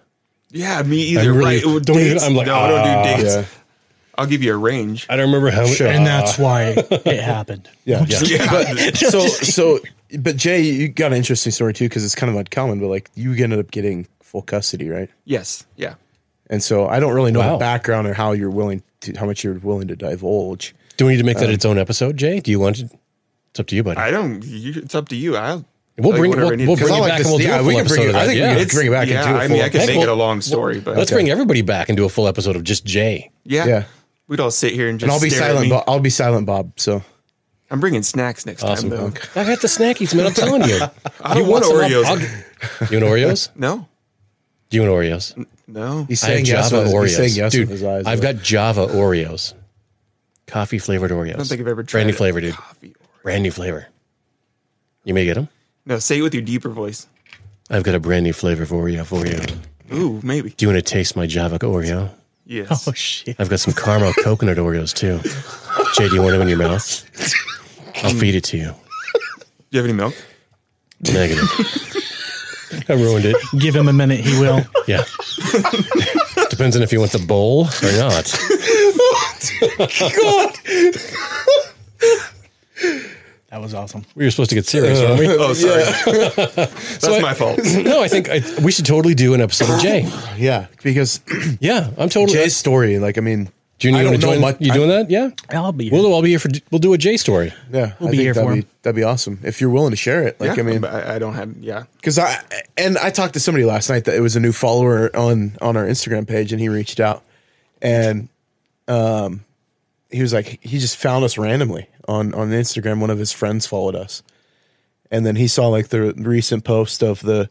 Speaker 4: yeah, me either.
Speaker 3: really-
Speaker 4: right? It would-
Speaker 3: don't even-
Speaker 4: dates?
Speaker 3: I'm like,
Speaker 4: no, I don't
Speaker 3: ah.
Speaker 4: do dates.
Speaker 2: Yeah.
Speaker 4: I'll give you a range.
Speaker 3: I don't remember how.
Speaker 2: Sure.
Speaker 5: and that's why it happened.
Speaker 2: Yeah. yeah.
Speaker 4: Yeah,
Speaker 2: so, so, but Jay, you got an interesting story too, because it's kind of uncommon, but like you ended up getting full custody, right?
Speaker 4: yes, yeah.
Speaker 2: And so I don't really know
Speaker 3: Wow.
Speaker 2: the background or how you're willing to, how much you're willing to divulge.
Speaker 3: Do we need to make that
Speaker 2: Uh,
Speaker 3: its own episode, Jay? Do you want to? It's up to you, buddy.
Speaker 4: I don't. You, it's up to you. I'll.
Speaker 3: we'll
Speaker 4: like,
Speaker 3: bring.
Speaker 4: whatever
Speaker 3: We'll,
Speaker 4: I need
Speaker 3: we'll
Speaker 4: to-
Speaker 2: 'Cause
Speaker 3: bring
Speaker 2: I
Speaker 3: it
Speaker 2: like
Speaker 3: back
Speaker 2: this-
Speaker 3: and we'll
Speaker 2: yeah,
Speaker 3: do a
Speaker 2: we
Speaker 3: full
Speaker 2: can bring
Speaker 3: episode
Speaker 2: it-
Speaker 3: of
Speaker 2: I
Speaker 3: that.
Speaker 2: think we
Speaker 3: Yeah.
Speaker 2: can
Speaker 3: Let's-
Speaker 2: bring it back and
Speaker 4: yeah,
Speaker 2: do a
Speaker 4: I mean,
Speaker 2: full-
Speaker 4: I could
Speaker 3: Heck,
Speaker 4: make
Speaker 3: we'll-
Speaker 4: it a long story, but
Speaker 3: Let's bring everybody back and do a full episode of just Jay.
Speaker 4: yeah,
Speaker 2: Yeah.
Speaker 4: We'd all sit here and just.
Speaker 2: And I'll be
Speaker 4: stare at
Speaker 2: silent.
Speaker 4: me.
Speaker 2: Bob, I'll be silent, Bob. So
Speaker 4: I'm bringing snacks next
Speaker 3: Awesome.
Speaker 4: time. Though.
Speaker 3: I got the snackies, man. I'm telling you.
Speaker 4: I don't want
Speaker 3: some? I'll-
Speaker 4: Oreos.
Speaker 3: I'll get- you want Oreos?
Speaker 4: No,
Speaker 3: Do you want Oreos?
Speaker 4: no.
Speaker 2: he's
Speaker 3: I have
Speaker 2: saying yes.
Speaker 3: Java
Speaker 2: With, his- he's saying
Speaker 3: Oreos,
Speaker 2: yes
Speaker 3: dude.
Speaker 2: with his eyes.
Speaker 3: I've
Speaker 2: though.
Speaker 3: got Java Oreos, coffee flavored Oreos.
Speaker 4: I don't think I've ever tried
Speaker 3: brand new
Speaker 4: a
Speaker 3: flavor, dude.
Speaker 4: coffee or-
Speaker 3: Brand new flavor. You may get them.
Speaker 4: No, say it with your deeper voice.
Speaker 3: I've got a brand new flavor of Oreo for you.
Speaker 4: Ooh, maybe.
Speaker 3: Do you want to taste my Java Oreo?
Speaker 4: Yes.
Speaker 5: Oh shit.
Speaker 3: I've got some caramel coconut Oreos too. Jay, do you want them in your mouth? I'll feed it to you.
Speaker 4: Do you have any milk?
Speaker 3: Negative. I ruined it.
Speaker 5: Give him a minute, he will.
Speaker 3: Yeah. Depends on if you want the bowl or not.
Speaker 5: That was awesome.
Speaker 3: We were supposed to get serious, weren't we?
Speaker 4: Oh, sorry. That's
Speaker 3: I-
Speaker 4: my fault.
Speaker 3: no, I think I, we should totally do an episode of Jay.
Speaker 2: Yeah, because
Speaker 3: Yeah, I'm totally.
Speaker 2: Jay's story, like I mean,
Speaker 3: Junior,
Speaker 2: I
Speaker 3: you
Speaker 2: don't
Speaker 3: want to
Speaker 2: know
Speaker 3: join?
Speaker 2: much-
Speaker 3: you
Speaker 2: I-
Speaker 3: doing that? Yeah,
Speaker 5: I'll be here.
Speaker 3: We'll all be here for. We'll do a Jay story.
Speaker 2: yeah,
Speaker 5: We'll
Speaker 2: I think
Speaker 5: be here for
Speaker 2: that'd
Speaker 5: him.
Speaker 2: Be, that'd be awesome if you're willing to share it. Like
Speaker 4: Yeah,
Speaker 2: I mean,
Speaker 4: I, I don't have. Yeah,
Speaker 2: because I and I talked to somebody last night that it was a new follower on on our Instagram page, and he reached out, and um, he was like, he just found us randomly on on Instagram. One of his friends followed us, and then he saw like the recent post of the,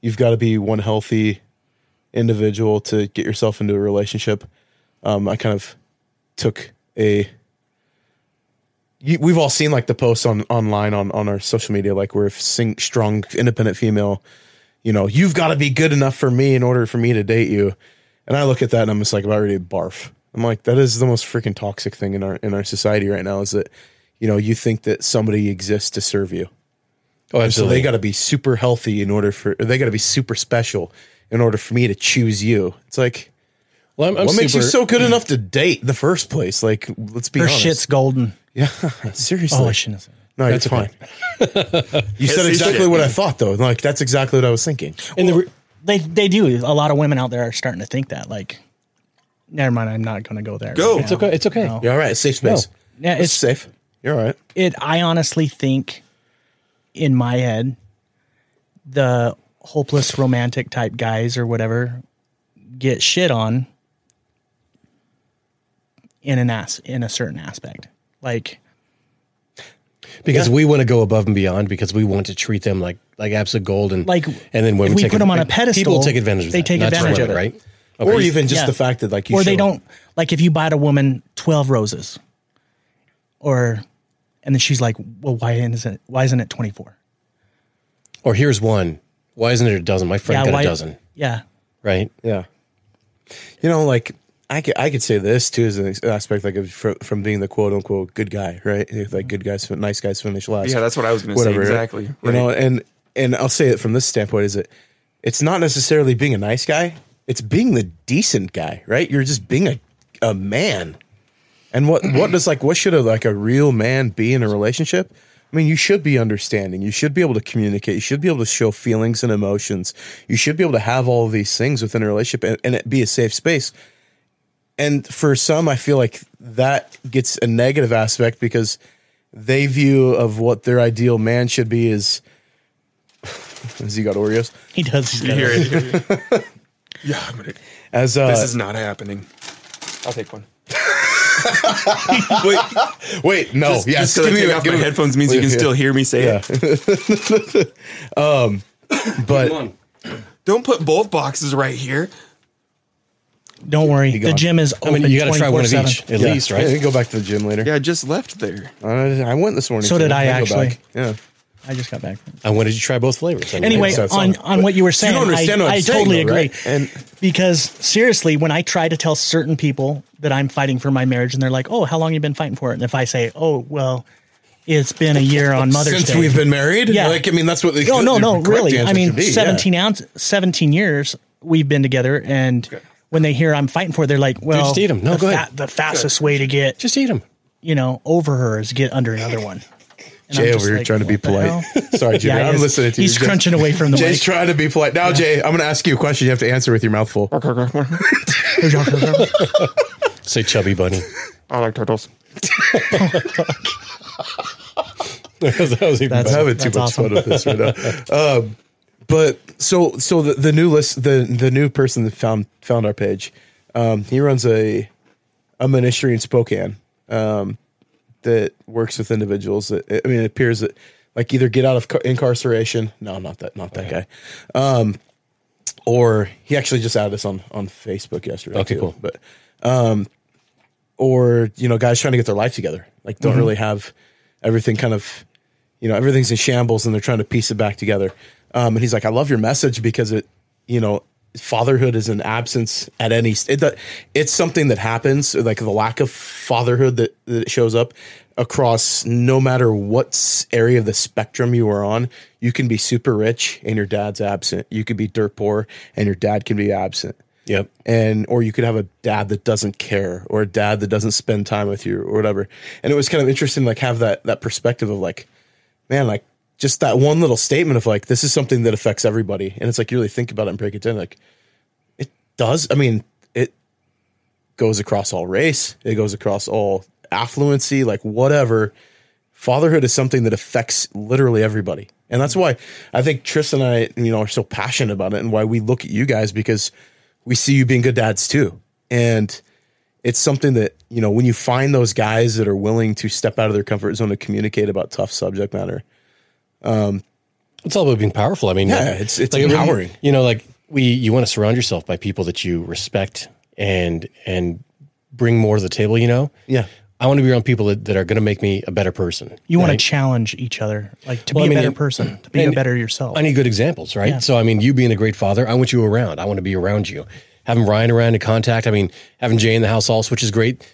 Speaker 2: you've got to be one healthy individual to get yourself into a relationship. Um, I kind of took a you, we've all seen like the posts on online on on our social media like we're sing, strong independent female you know you've got to be good enough for me in order for me to date you and i look at that and i'm just like about ready to barf i'm like that is the most freaking toxic thing in our in our society right now is that you know you think that somebody exists to serve you so
Speaker 3: Oh,
Speaker 2: they
Speaker 3: absolutely.
Speaker 2: got to be super healthy in order for or they got to be super special in order for me to choose you it's like
Speaker 3: well, I'm, I'm
Speaker 2: what makes you
Speaker 3: super-
Speaker 2: so good enough to date in the first place like let's be
Speaker 5: Her
Speaker 2: honest
Speaker 5: shit's golden.
Speaker 2: seriously
Speaker 5: Oh, I shouldn't have said that.
Speaker 2: no,
Speaker 3: That's
Speaker 2: that's fine.
Speaker 3: okay.
Speaker 2: you said
Speaker 4: see
Speaker 2: exactly
Speaker 4: shit.
Speaker 2: what I thought, though. Like that's exactly what I was thinking.
Speaker 3: And the re-
Speaker 5: They they do. A lot of women out there are starting to think that. Like, never mind. I'm not going to go there.
Speaker 4: Go.
Speaker 5: right
Speaker 4: It's
Speaker 5: now.
Speaker 3: okay, it's okay.
Speaker 5: No.
Speaker 2: You're all right. Safe
Speaker 3: space.
Speaker 5: Yeah,
Speaker 2: it's
Speaker 5: it's
Speaker 2: safe. You're all right.
Speaker 5: it i honestly think in my head the hopeless romantic type guys or whatever get shit on in an ass in a certain aspect like
Speaker 3: because
Speaker 2: Yeah.
Speaker 3: we want to go above and beyond because we want to treat them like like absolute gold and
Speaker 5: Like,
Speaker 3: and then when
Speaker 5: if we
Speaker 3: take
Speaker 5: put 'em on a
Speaker 3: people
Speaker 5: pedestal,
Speaker 3: take advantage. Of
Speaker 5: they
Speaker 3: that,
Speaker 5: take
Speaker 3: not just
Speaker 5: advantage of
Speaker 3: women,
Speaker 5: it.
Speaker 3: right?
Speaker 2: Or even just
Speaker 5: Yeah.
Speaker 2: the fact that like you
Speaker 5: or they
Speaker 2: show up.
Speaker 5: don't like if you buy a woman 12 roses or and then she's like well why isn't it why isn't it 24
Speaker 3: Or here's one. Why isn't it a dozen? My friend got
Speaker 5: why
Speaker 3: a dozen,
Speaker 5: yeah
Speaker 3: right?
Speaker 2: Yeah. You know, like I could I could say this too as an ex- aspect like of, from, from being the quote unquote good guy, right? If, Like good guys, fin- nice guys finish last.
Speaker 4: Mm-hmm. Yeah, that's what I was gonna say, exactly,
Speaker 2: You
Speaker 4: right.
Speaker 2: know, and and I'll say it from this standpoint is that it's not necessarily being a nice guy; it's being the decent guy, right? You're just being a a man. And what what does like what should a like a real man be in a relationship? I mean, you should be understanding. You should be able to communicate. You should be able to show feelings and emotions. You should be able to have all these things within a relationship and, and it be a safe space. And for some, I feel like that gets a negative aspect because they view of what their ideal man should be is. Has he got Oreos?
Speaker 5: he does he's
Speaker 4: you
Speaker 5: got
Speaker 4: hear
Speaker 5: a-
Speaker 4: it. you hear it. yeah, I'm gonna,
Speaker 2: As uh,
Speaker 4: this is not happening. I'll take one.
Speaker 2: wait, wait, no,
Speaker 4: Just-
Speaker 2: yes,
Speaker 4: just 'cause I
Speaker 2: give me
Speaker 4: take
Speaker 2: a-
Speaker 4: off
Speaker 2: give
Speaker 4: my
Speaker 2: me-
Speaker 4: headphones means you can
Speaker 2: Yeah.
Speaker 4: still hear me say it.
Speaker 2: but
Speaker 4: Don't put both boxes right here.
Speaker 5: don't worry the
Speaker 2: gone.
Speaker 5: gym is
Speaker 3: I
Speaker 5: open
Speaker 3: mean, you got to try one of
Speaker 5: 24/7.
Speaker 3: each at
Speaker 2: Yeah.
Speaker 3: least, right?
Speaker 2: Yeah, you go back to the gym later.
Speaker 4: Yeah, I just left there.
Speaker 2: I, I went this morning.
Speaker 5: So
Speaker 2: too.
Speaker 5: did I,
Speaker 2: go
Speaker 5: actually.
Speaker 2: back. Yeah.
Speaker 5: i just got back
Speaker 3: I wanted to try both flavors. I mean,
Speaker 5: anyway,
Speaker 2: so, so-
Speaker 5: on, on what you were saying,
Speaker 2: understand
Speaker 5: I,
Speaker 2: what I'm
Speaker 5: I
Speaker 2: saying,
Speaker 5: totally
Speaker 2: though,
Speaker 5: agree.
Speaker 2: right? And-
Speaker 5: because seriously, when I try to tell certain people that I'm fighting for my marriage, and they're like, "Oh, how long you been fighting for it?" and if I say, "Oh, well, it's been a year on Mother's
Speaker 2: Since
Speaker 5: Day,"
Speaker 2: we've been married,
Speaker 5: Yeah.
Speaker 2: Like I mean, that's what the
Speaker 5: no, no,
Speaker 2: the
Speaker 5: no,
Speaker 2: correct
Speaker 5: really.
Speaker 2: answer
Speaker 5: I mean,
Speaker 2: should be, yeah.
Speaker 5: seventeen ounce, seventeen years we've been together, and when they hear I'm fighting for it, they're like, "Well,
Speaker 3: just eat 'em. No,
Speaker 5: the,
Speaker 3: go ahead.
Speaker 5: the fastest way to get
Speaker 3: just eat them.
Speaker 5: you know over her is get under another one." And
Speaker 2: Jay over
Speaker 5: I'm just
Speaker 2: here
Speaker 5: like,
Speaker 2: trying to be
Speaker 5: what the
Speaker 2: polite.
Speaker 5: hell?
Speaker 2: Sorry, Jay.
Speaker 5: Yeah, he
Speaker 2: I'm
Speaker 5: is.
Speaker 2: listening to you.
Speaker 5: He's
Speaker 2: Jay.
Speaker 5: crunching away from the
Speaker 2: Jay's
Speaker 5: mic.
Speaker 2: trying to be polite. Now, Jay, I'm going to ask you a question. You have to answer with your mouth full.
Speaker 3: Say chubby bunny.
Speaker 4: I like turtles.
Speaker 3: that was, that was even
Speaker 5: That's-
Speaker 3: better.
Speaker 2: I'm having too much
Speaker 5: awesome.
Speaker 2: fun with this right now. um, but so so the, the new list the the new person that found found our page, um, he runs a a ministry in Spokane um, that works with individuals that I mean it appears that like either get out of ca- incarceration. No, not that not that guy. Um, or he actually just added us on on Facebook yesterday.
Speaker 3: Okay, cool.
Speaker 2: But or you know guys trying to get their life together like don't really have everything kind of you know everything's in shambles and they're trying to piece it back together um, and he's like i love your message because it you know fatherhood is an absence at any it, that- it's something that happens like the lack of fatherhood that, that shows up across no matter what s- area of the spectrum you are on you can be super rich and your dad's absent you could be dirt poor and your dad can be absent
Speaker 3: Yep.
Speaker 2: and or you could have a dad that doesn't care or a dad that doesn't spend time with you or whatever and it was kind of interesting to, like have that that perspective of like man, like just that one little statement of like this is something that affects everybody, and it's like you really think about it and break it down. Like it does. I mean, it goes across all race. It goes across all affluency. Like whatever. Fatherhood is something that affects literally everybody, and that's why I think Tris and I, you know, are so passionate about it, and why we look at you guys because we see you being good dads too, and it's something that you know when you find those guys that are willing to step out of their comfort zone to communicate about tough subject matter
Speaker 3: It's all about being powerful. I mean,
Speaker 2: Yeah, it's- it's
Speaker 3: it really-
Speaker 2: empowering.
Speaker 3: you know, like we, you want to surround yourself by people that you respect and and bring more to the table. You know,
Speaker 2: Yeah.
Speaker 3: I want to be around people that, that are going to make me a better person.
Speaker 5: You want
Speaker 3: right?
Speaker 5: to challenge each other, like to
Speaker 3: Well, I
Speaker 5: be
Speaker 3: mean,
Speaker 5: a better
Speaker 3: and-
Speaker 5: person, to be a
Speaker 3: and
Speaker 5: better yourself.
Speaker 3: I need good examples, right?
Speaker 5: Yeah.
Speaker 3: So, I mean, you being a great father, I want you around. I want to be around you. Having Ryan around in contact, I mean, having Jay in the house also, which is great.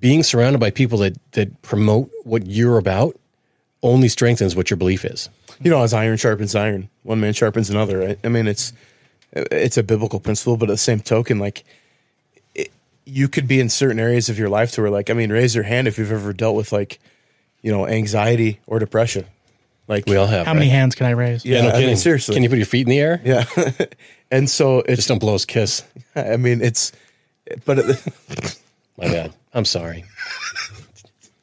Speaker 3: Being surrounded by people that that promote what you're about only strengthens what your belief is.
Speaker 2: you know as iron sharpens iron one man sharpens another right i mean it's it's a biblical principle but at the same token like it, you could be in certain areas of your life to where like i mean raise your hand if you've ever dealt with like you know anxiety or depression like
Speaker 3: We all have.
Speaker 5: How many
Speaker 3: right?
Speaker 5: hands can I raise?
Speaker 2: yeah,
Speaker 3: Yeah, no
Speaker 2: I mean,
Speaker 3: kidding.
Speaker 2: seriously
Speaker 3: Can you put your feet in the air?
Speaker 2: yeah and so it's
Speaker 3: Just don't blow us kiss.
Speaker 2: i mean it's but it,
Speaker 3: My bad. I'm sorry.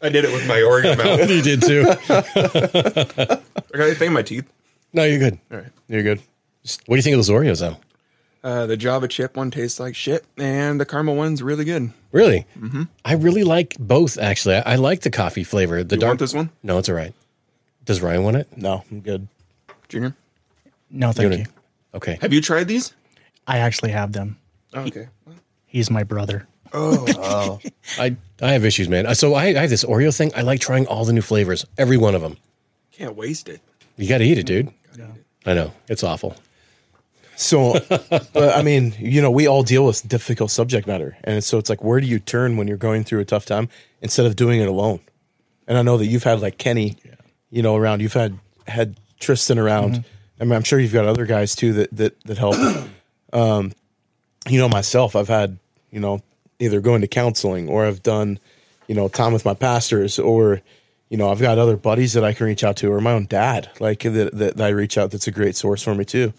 Speaker 4: I did it with my organ mouth.
Speaker 3: you did too.
Speaker 4: I got a thing in my teeth.
Speaker 3: No, you're good.
Speaker 2: you're good
Speaker 3: What do you think of those Oreos though?
Speaker 4: Uh, the Java chip one tastes like shit, and the caramel one's really good.
Speaker 3: Really? Mm-hmm. I really like both actually. I, I like the coffee flavor. The
Speaker 4: You
Speaker 3: dark
Speaker 4: want this one,
Speaker 3: No, it's all right. Does Ryan want it?
Speaker 2: no i'm good
Speaker 4: Junior?
Speaker 5: No, thank
Speaker 3: You're-
Speaker 5: you.
Speaker 3: Okay.
Speaker 4: Have you tried these?
Speaker 5: I actually have them.
Speaker 4: Oh, okay.
Speaker 5: He's my brother.
Speaker 3: I, I have issues, man. Uh, So I, I have this Oreo thing. I like trying all the new flavors, every one of them.
Speaker 4: Can't waste it.
Speaker 3: You got to eat it, dude. I know it's awful.
Speaker 2: So, but I mean, you know, we all deal with difficult subject matter, and so it's like, where do you turn when you're going through a tough time instead of doing it alone? And I know that you've had like Kenny, you know, around. You've had had Tristan around. I mean, I'm sure you've got other guys too that that that help. um, you know, myself, I've had you know either going to counseling or I've done you know time with my pastors or you know I've got other buddies that I can reach out to or my own dad like that that, that I reach out. That's a great source for me too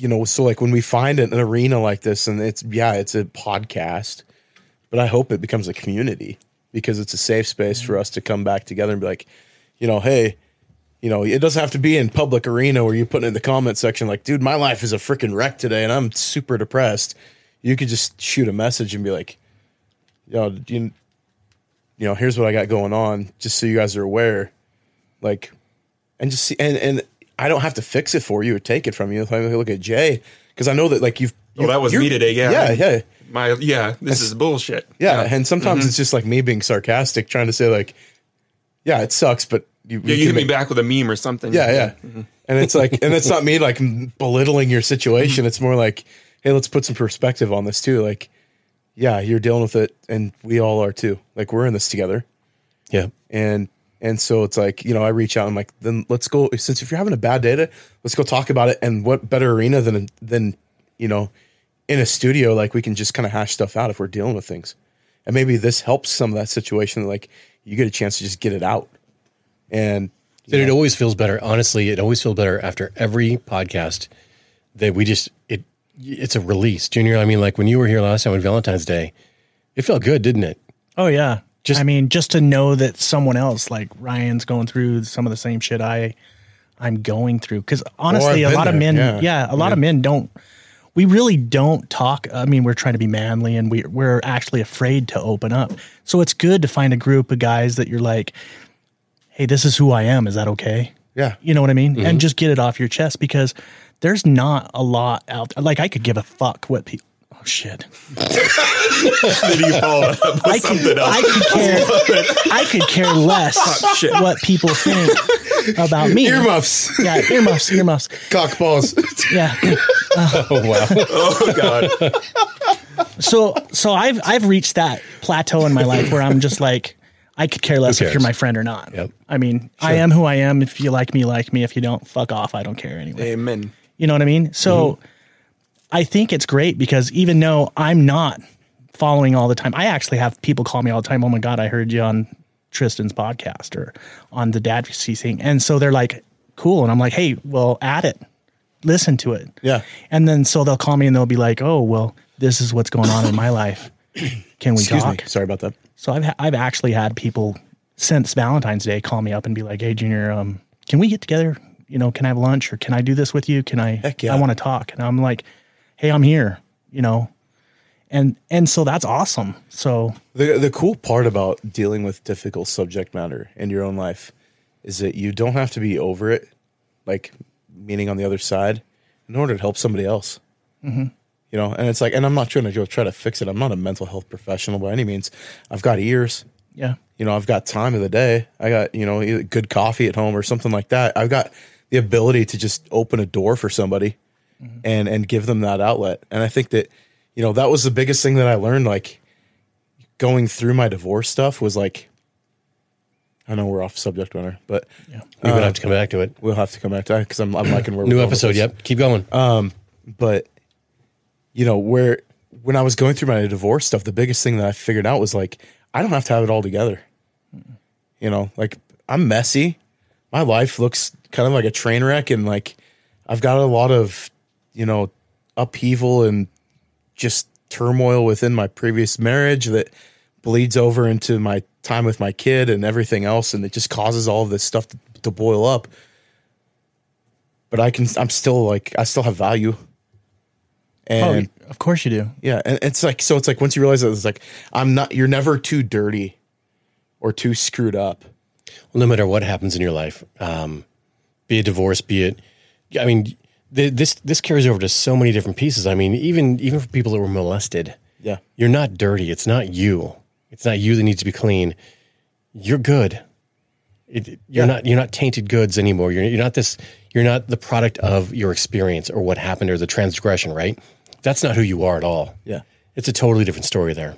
Speaker 2: you know, so like when we find an arena like this, and it's yeah, it's a podcast, but I hope it becomes a community because it's a safe space
Speaker 4: Mm-hmm.
Speaker 2: for us to come back together and be like, you know, hey, you know, it doesn't have to be in public arena where you put it in the comment section like, dude, my life is a freaking wreck today, and I'm super depressed. You could just shoot a message and be like, yo, do you, you know, here's what I got going on, just so you guys are aware, like and just see and and I don't have to fix it for you or take it from you. If I look at Jay, because I know that like you've
Speaker 4: Well, Oh, that was
Speaker 2: you're-
Speaker 4: me today. Yeah,
Speaker 2: yeah, yeah,
Speaker 4: My yeah, this is bullshit.
Speaker 2: yeah. Mm-hmm. And sometimes it's just like me being sarcastic, trying to say like, yeah, it sucks, but you,
Speaker 4: Yeah,
Speaker 2: we
Speaker 4: you hit
Speaker 2: can
Speaker 4: me
Speaker 2: make-
Speaker 4: back with a meme or something.
Speaker 2: Yeah, yeah. Mm-hmm. And it's like, and it's not me like belittling your situation. It's more like, hey, let's put some perspective on this too. Like, yeah, you're dealing with it, and we all are too. Like, we're in this together.
Speaker 3: Yeah.
Speaker 2: and and so it's like you know i reach out i'm like then let's go since if you're having a bad day today, let's go talk about it and what better arena than than you know in a studio like we can just kind of hash stuff out if we're dealing with things and maybe this helps some of that situation like you get a chance to just get it out and
Speaker 3: Dude, it always feels better. Honestly, it always feels better after every podcast that we just it it's a release. Junior, I mean, like when you were here last time on Valentine's Day, it felt good, didn't it?
Speaker 5: Oh yeah.
Speaker 3: Just-
Speaker 5: Just I mean, just to know that someone else, like Ryan's going through some of the same shit I I'm going through. Because honestly, a
Speaker 2: been
Speaker 5: lot of
Speaker 2: there,
Speaker 5: men
Speaker 2: yeah.
Speaker 5: yeah, a lot of men don't we really don't talk. I mean, we're trying to be manly and we we're actually afraid to open up. So it's good to find a group of guys that you're like, hey, this is who I am. Is that okay?
Speaker 2: yeah
Speaker 5: You know what I mean? And just get it off your chest because there's not a lot out Like I could give a fuck what people. Oh shit! I could, I could care. I could care less
Speaker 4: shit.
Speaker 5: what people think about me.
Speaker 2: earmuffs
Speaker 5: Yeah, earmuffs, earmuffs.
Speaker 2: cock balls
Speaker 5: Yeah.
Speaker 3: Oh wow.
Speaker 4: Oh god.
Speaker 5: So so I've I've reached that plateau in my life where I'm just like I could care less if
Speaker 3: cares?
Speaker 5: you're my friend or not.
Speaker 3: Yep.
Speaker 5: I mean, I am who I am. If you like me, like me. If you don't, fuck off. I don't care anyway.
Speaker 4: Amen.
Speaker 5: You know what I mean? So
Speaker 2: Mm-hmm.
Speaker 5: I think it's great because even though I'm not following all the time, I actually have people call me all the time. Oh my God, I heard you on Tristan's podcast or on the dad thing. And so they're like, cool. And I'm like, hey, well, add it, listen to it.
Speaker 2: Yeah.
Speaker 5: And then so they'll call me and they'll be like, oh, well, this is what's going on in my life. Can we
Speaker 2: Excuse
Speaker 5: talk?
Speaker 2: me. Sorry about that.
Speaker 5: So I've ha- I've actually had people since Valentine's Day call me up and be like, "Hey, Junior, um, can we get together? You know, can I have lunch or can I do this with you? Can I?
Speaker 2: Heck yeah.
Speaker 5: I want to talk." And I'm like, "Hey, I'm here." You know, and and so that's awesome. So
Speaker 2: The the cool part about dealing with difficult subject matter in your own life is that you don't have to be over it, like meaning on the other side, in order to help somebody else. You know, and it's like, and I'm not trying to go try to fix it. I'm not a mental health professional by any means. I've got ears.
Speaker 5: yeah,
Speaker 2: You know, I've got time of the day. I got you know either good coffee at home or something like that. I've got the ability to just open a door for somebody
Speaker 3: Mm-hmm.
Speaker 2: and and give them that outlet. And I think that you know that was the biggest thing that I learned. Like going through my divorce stuff was like, I know we're off subject matter, but
Speaker 3: We would have to come back to it.
Speaker 2: we'll have to come back to that because I'm, I'm liking where we're
Speaker 3: New
Speaker 2: going with
Speaker 3: episode.
Speaker 2: this
Speaker 3: Yep. Keep going.
Speaker 2: but you know where when i was going through my divorce stuff the biggest thing that i figured out was like i don't have to have it all together you know like i'm messy my life looks kind of like a train wreck and like i've got a lot of you know upheaval and just turmoil within my previous marriage that bleeds over into my time with my kid and everything else and it just causes all of this stuff to, to boil up but i can i'm still like i still have value and
Speaker 5: oh, of course you do.
Speaker 2: yeah, and it's like so. It's like once you realize that it's like I'm not. You're never too dirty or too screwed up.
Speaker 3: no matter what happens in your life, um, be it divorce, be it, I mean, th- this this carries over to so many different pieces. I mean, even even for people that were molested,
Speaker 2: Yeah,
Speaker 3: you're not dirty. It's not you. It's not you that needs to be clean. You're good. It,
Speaker 2: Yeah.
Speaker 3: you're not you're not tainted goods anymore. You're you're not this. You're not the product of your experience or what happened or the transgression. Right? That's not who you are at all.
Speaker 2: yeah,
Speaker 3: It's a totally different story there.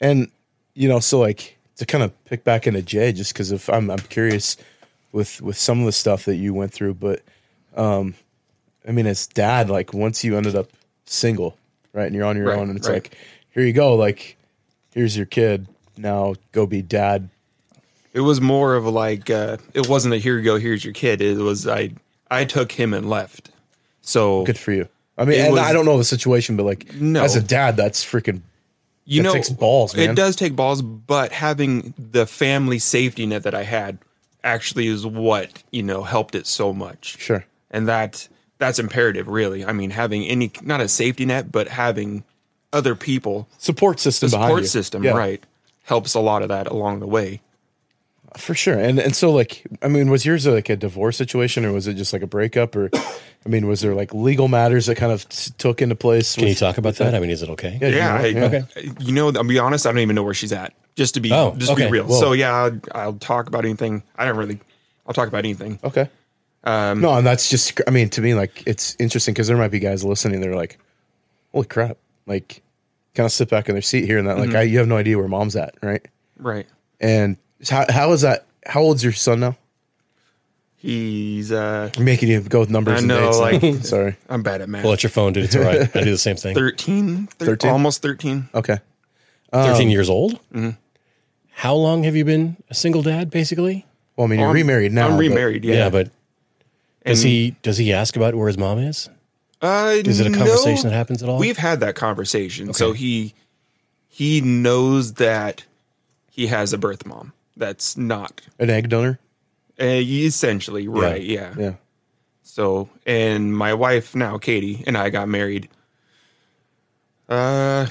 Speaker 2: and you know, so like to kind of pick back into Jay, just because if I'm I'm curious with with some of the stuff that you went through, but um, I mean, as dad, like once you ended up single, right, and you're on your
Speaker 4: Right,
Speaker 2: own, and it's
Speaker 4: right.
Speaker 2: like, here you go, like here's your kid. Now go be dad.
Speaker 4: It was more of like uh, it wasn't a here you go, here's your kid. It was I I took him and left. So
Speaker 2: Good for you. I mean,
Speaker 4: It
Speaker 2: and
Speaker 4: was-
Speaker 2: I don't know the situation, but like,
Speaker 4: No.
Speaker 2: as a dad, that's freaking
Speaker 4: you
Speaker 2: That
Speaker 4: know,
Speaker 2: takes balls, man.
Speaker 4: It does take balls, but having the family safety net that I had actually is what you know helped it so much.
Speaker 2: Sure.
Speaker 4: and that that's imperative, really. I mean, having any not a safety net, but having other people,
Speaker 2: support system
Speaker 4: the
Speaker 2: behind
Speaker 4: support
Speaker 2: you.
Speaker 4: system,
Speaker 2: Yeah,
Speaker 4: right, helps a lot of that along the way.
Speaker 2: for sure and and so like i mean was yours like a divorce situation or was it just like a breakup or i mean was there like legal matters that kind of s- took into place
Speaker 3: Can you
Speaker 2: with-
Speaker 3: talk about
Speaker 2: with that?
Speaker 3: that? I mean, is it okay?
Speaker 2: you
Speaker 4: Yeah,
Speaker 2: know, yeah.
Speaker 4: I, You know, I'll be honest. I don't even know where she's at. Just to be,
Speaker 3: Oh,
Speaker 4: just
Speaker 3: okay.
Speaker 4: be real.
Speaker 3: Whoa.
Speaker 4: So yeah, I'll, I'll talk about anything. I don't really. I'll talk about anything.
Speaker 2: okay um no and that's just i mean to me like it's interesting because there might be guys listening that are like holy crap like kind of sit back in their seat here and that like
Speaker 4: Mm-hmm.
Speaker 2: I, you have no idea where mom's at right
Speaker 4: Right.
Speaker 2: and how, how is that how old's your son now
Speaker 4: He's. uh
Speaker 2: i'm making you go with numbers
Speaker 4: I
Speaker 2: and
Speaker 4: know,
Speaker 2: dates now.
Speaker 4: like-
Speaker 2: sorry
Speaker 4: I'm bad at math.
Speaker 3: Pull out your phone, dude. It's all right. I do the same thing.
Speaker 4: 13, thir-
Speaker 2: 13?
Speaker 4: almost 13.
Speaker 2: okay
Speaker 3: 13 Um,
Speaker 4: um,
Speaker 3: years old.
Speaker 4: mm-hmm.
Speaker 3: How long have you been a single dad, basically?
Speaker 2: well i mean you're
Speaker 4: I'm-
Speaker 2: remarried now
Speaker 4: I'm
Speaker 2: but-
Speaker 4: remarried.
Speaker 3: Yeah,
Speaker 4: Yeah.
Speaker 3: but does
Speaker 4: And-
Speaker 3: he does he ask about where his mom is?
Speaker 4: Uh,
Speaker 3: Is it a
Speaker 4: no.
Speaker 3: conversation that happens at all?
Speaker 4: We've had that conversation. So
Speaker 3: Okay.
Speaker 4: he he knows that he has a birth mom. That's not
Speaker 2: an egg donor
Speaker 4: uh, essentially right. Yeah.
Speaker 2: yeah
Speaker 4: So and my wife now, Katie, and I got married. Uh,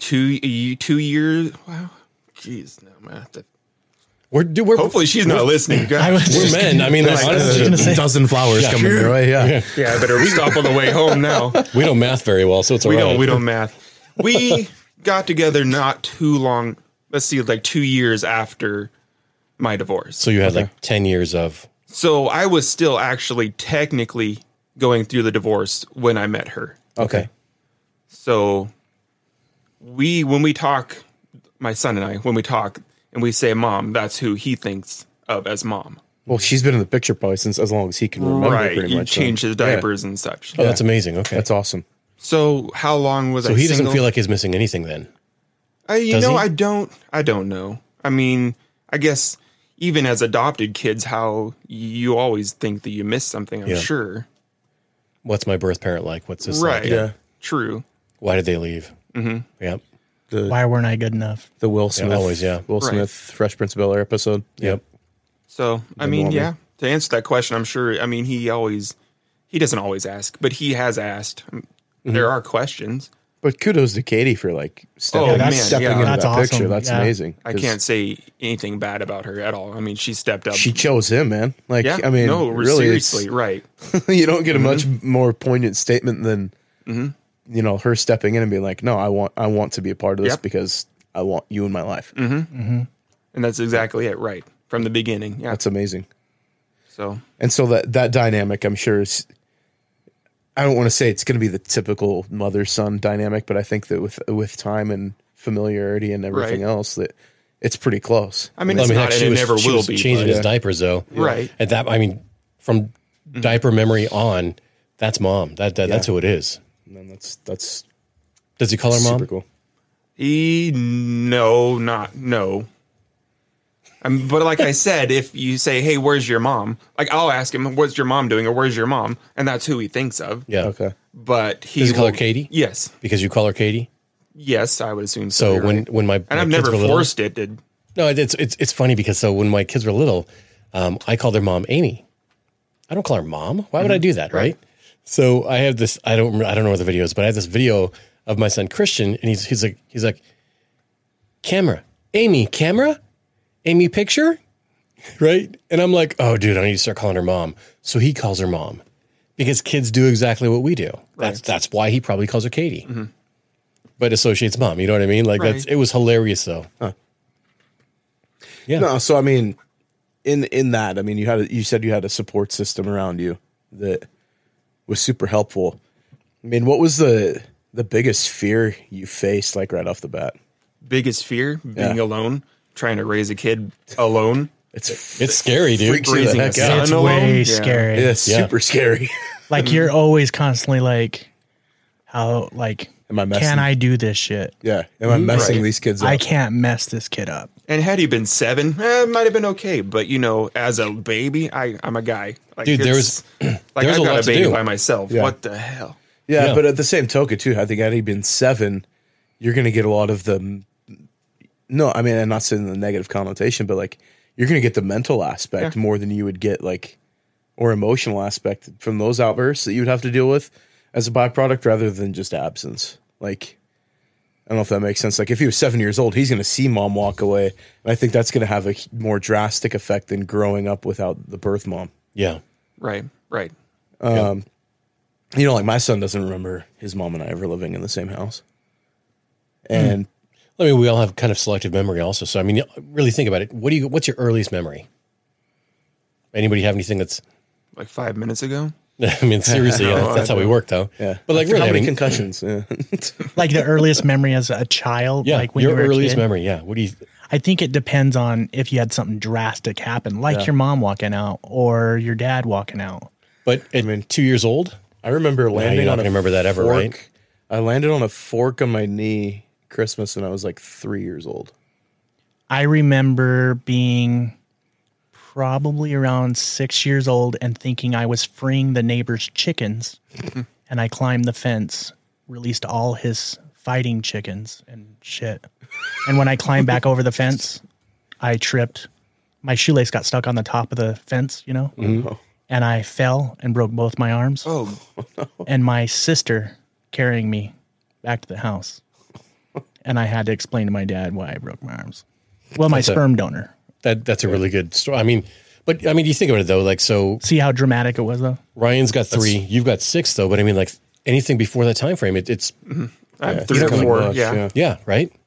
Speaker 4: two y- two years. Wow. Jeez, no man.
Speaker 3: we're, dude, we're
Speaker 4: Hopefully she's not listening.
Speaker 5: I was
Speaker 3: we're
Speaker 5: just
Speaker 3: men. I mean,
Speaker 5: I was just
Speaker 3: honestly,
Speaker 5: gonna say-
Speaker 2: dozen flowers coming your way. Yeah.
Speaker 4: yeah, I better stop on the way home now.
Speaker 3: we don't math very well, so it's all
Speaker 4: we
Speaker 3: right.
Speaker 4: don't we don't math. We got together not too long. Let's see, like two years after my divorce.
Speaker 3: So you had like ten years of
Speaker 4: So I was still actually technically going through the divorce when I met her.
Speaker 2: Okay.
Speaker 4: So we when we talk, my son and I, when we talk and we say mom, that's who he thinks of as mom.
Speaker 2: Well, she's been in the picture probably since as long as he can remember.
Speaker 4: right.
Speaker 2: Pretty
Speaker 4: You
Speaker 2: much.
Speaker 4: change
Speaker 2: so.
Speaker 4: his
Speaker 2: Yeah.
Speaker 4: diapers and such.
Speaker 3: Oh, that's amazing. Okay,
Speaker 2: That's awesome.
Speaker 4: So how long was
Speaker 3: so
Speaker 4: I
Speaker 3: he doesn't
Speaker 4: single?
Speaker 3: feel like he's missing anything then.
Speaker 4: I, you
Speaker 3: Does
Speaker 4: know,
Speaker 3: he?
Speaker 4: I don't. I don't know. I mean, I guess even as adopted kids, how you always think that you missed something. I'm
Speaker 3: Yeah.
Speaker 4: sure.
Speaker 3: What's my birth parent like? What's this
Speaker 4: Right.
Speaker 3: like?
Speaker 2: Yeah.
Speaker 4: True.
Speaker 3: Why did they leave? Mm-hmm. Yep.
Speaker 2: The
Speaker 5: Why weren't I good enough?
Speaker 2: the Will Smith
Speaker 3: always, yeah.
Speaker 2: Will
Speaker 4: Right.
Speaker 2: Smith Fresh Prince of Bel Air episode.
Speaker 3: Yep.
Speaker 4: So I mean,
Speaker 2: Walker.
Speaker 4: yeah. To answer that question, I'm sure. I mean, he always he doesn't always ask, but he has asked. Mm, There are questions.
Speaker 2: But kudos to Katie for like stepping,
Speaker 4: Oh, man,
Speaker 2: stepping
Speaker 4: yeah.
Speaker 2: into
Speaker 5: That's
Speaker 2: that
Speaker 5: awesome,
Speaker 2: picture. That's
Speaker 5: yeah.
Speaker 2: amazing.
Speaker 4: I
Speaker 2: 'cause
Speaker 4: can't say anything bad about her at all. I mean, she stepped up.
Speaker 2: She chose him, man. Like
Speaker 4: yeah.
Speaker 2: I mean,
Speaker 4: no,
Speaker 2: really, it's-
Speaker 4: seriously, right?
Speaker 2: you don't
Speaker 5: Mm-hmm.
Speaker 2: get a much more poignant statement than you know her stepping in and being like, "No, I want, I want to be a part of this
Speaker 4: Mm-hmm. Yep. Mm-hmm.
Speaker 2: because I want you in my life."
Speaker 4: And that's exactly it, right? From the beginning. Yeah.
Speaker 2: That's amazing.
Speaker 4: so
Speaker 2: And so that that dynamic, I'm sure is. I don't want to say it's going to be the typical mother son dynamic, but I think that with with time and familiarity and everything
Speaker 4: Right.
Speaker 2: else, that it's pretty close.
Speaker 4: I mean,
Speaker 3: Well,
Speaker 4: it's not,
Speaker 3: heck,
Speaker 4: and it never
Speaker 3: she
Speaker 4: will
Speaker 3: was
Speaker 4: be. but-
Speaker 3: Changing
Speaker 4: Mm-hmm.
Speaker 3: his diapers though,
Speaker 4: Right.
Speaker 3: At that, I mean, from diaper memory on, that's mom. That, that that's who it is.
Speaker 2: And then that's that's
Speaker 3: Does he call her mom?
Speaker 2: super cool.
Speaker 4: He E, no, not no. Um, but like I said, if you say, "Hey, where's your mom?" Like I'll ask him, "What's your mom doing?" or "Where's your mom?" and that's who he thinks of.
Speaker 3: Yeah.
Speaker 2: Okay,
Speaker 4: But he
Speaker 3: Does he call her
Speaker 4: will-
Speaker 3: Katie?
Speaker 4: Yes,
Speaker 3: Because you call her Katie.
Speaker 4: yes, I would assume so.
Speaker 3: So
Speaker 4: you're
Speaker 3: when
Speaker 4: right.
Speaker 3: when my
Speaker 4: and
Speaker 3: my
Speaker 4: I've
Speaker 3: kids
Speaker 4: never
Speaker 3: were little-
Speaker 4: forced it. Did
Speaker 3: No, it's it's it's funny because so when my kids were little, um, I called their mom Amy. I don't call her mom. Why would I do that, right? So I have this. I don't. rem- I don't know what the video is, but I have this video of my son Christian, and he's he's like he's like, camera, Amy, camera, Amy, picture, right? And I'm like, oh, dude, I need to start calling her mom. So he calls her mom because kids do exactly what we do. That's that's why he probably calls her Katie, but associates mom. You know what I mean? Like that's
Speaker 4: Right.
Speaker 3: it was hilarious though. Yeah.
Speaker 2: no. So I mean, in in that, I mean, you had a, you said you had a support system around you that was super helpful. I mean, what was the the biggest fear you faced like right off the bat?
Speaker 4: biggest fear being
Speaker 2: Yeah.
Speaker 4: alone, trying to raise a kid alone,
Speaker 2: It's
Speaker 3: It's scary, dude.
Speaker 2: freaks you the
Speaker 4: raising a
Speaker 2: heck out.
Speaker 4: son
Speaker 5: It's
Speaker 4: alone.
Speaker 5: way
Speaker 4: Yeah.
Speaker 5: scary.
Speaker 2: It's
Speaker 3: Yeah.
Speaker 2: super scary.
Speaker 5: Like you're always constantly like, how like
Speaker 2: Am I messing-
Speaker 5: can I do this shit?
Speaker 2: yeah. Am I messing
Speaker 4: Right.
Speaker 2: these kids up?
Speaker 5: I can't mess this kid up.
Speaker 4: And had he been seven, eh, it might have been okay. But you know, as a baby, I I'm a guy. Like,
Speaker 3: Dude, there was-
Speaker 4: it's- like
Speaker 3: there was
Speaker 4: I've
Speaker 3: a lot
Speaker 4: got a
Speaker 3: to
Speaker 4: baby
Speaker 3: do.
Speaker 4: by myself.
Speaker 2: Yeah.
Speaker 4: What the hell?
Speaker 2: Yeah,
Speaker 3: Yeah.
Speaker 2: but at the same token, too, I think had he been seven, you're going to get a lot of the. No, I mean, I'm not saying the negative connotation, but like you're going to get the mental aspect more than you would get like, or emotional aspect from those outbursts that you would have to deal with as a byproduct rather than just absence. Like, I don't know if that makes sense. Like, if he was seven years old, he's going to see mom walk away. And I think that's going to have a h- more drastic effect than growing up without the birth mom.
Speaker 3: Yeah.
Speaker 4: Right, right.
Speaker 2: you know, like my son doesn't remember his mom and I ever living in the same house. And
Speaker 3: I mean, we all have kind of selective memory also. So, I mean, really think about it. What do you, what's your earliest memory? Anybody have anything that's,
Speaker 4: Like five minutes ago.
Speaker 3: I mean, seriously, yeah, that's, that's how we work though.
Speaker 2: yeah,
Speaker 3: But like
Speaker 2: how
Speaker 3: really, I
Speaker 2: many
Speaker 3: mean,
Speaker 2: concussions? Yeah.
Speaker 5: Like the earliest memory as a child.
Speaker 3: yeah,
Speaker 5: like when
Speaker 3: your
Speaker 5: you were
Speaker 3: earliest
Speaker 5: a kid.
Speaker 3: memory. Yeah. What do you,
Speaker 5: I think it depends on if you had something drastic happen, like your mom walking out or your dad walking out.
Speaker 3: but at two years old,
Speaker 2: I remember landing
Speaker 3: not
Speaker 2: on.
Speaker 3: gonna
Speaker 2: a
Speaker 3: remember that ever,
Speaker 2: fork.
Speaker 3: right?
Speaker 2: I landed on a fork on my knee Christmas, and I was like three years old.
Speaker 5: I remember being probably around six years old and thinking I was freeing the neighbor's chickens. and I climbed the fence, released all his fighting chickens and shit. And when I climbed back over the fence, I tripped. My shoelace got stuck on the top of the fence, you know? And I fell and broke both my arms.
Speaker 4: Oh,
Speaker 5: and my sister carrying me back to the house. And I had to explain to my dad why I broke my arms. Well, my
Speaker 3: a-
Speaker 5: sperm donor.
Speaker 3: that, that's a really good story. I mean, but I mean, you think about it though, like, so
Speaker 5: See how dramatic it was, though?
Speaker 3: Ryan's got three, you've got six though, but I mean, like anything before that time frame, it, it's,
Speaker 4: I'm three or
Speaker 2: Coming
Speaker 4: four.
Speaker 2: bucks,
Speaker 4: yeah.
Speaker 3: yeah, right?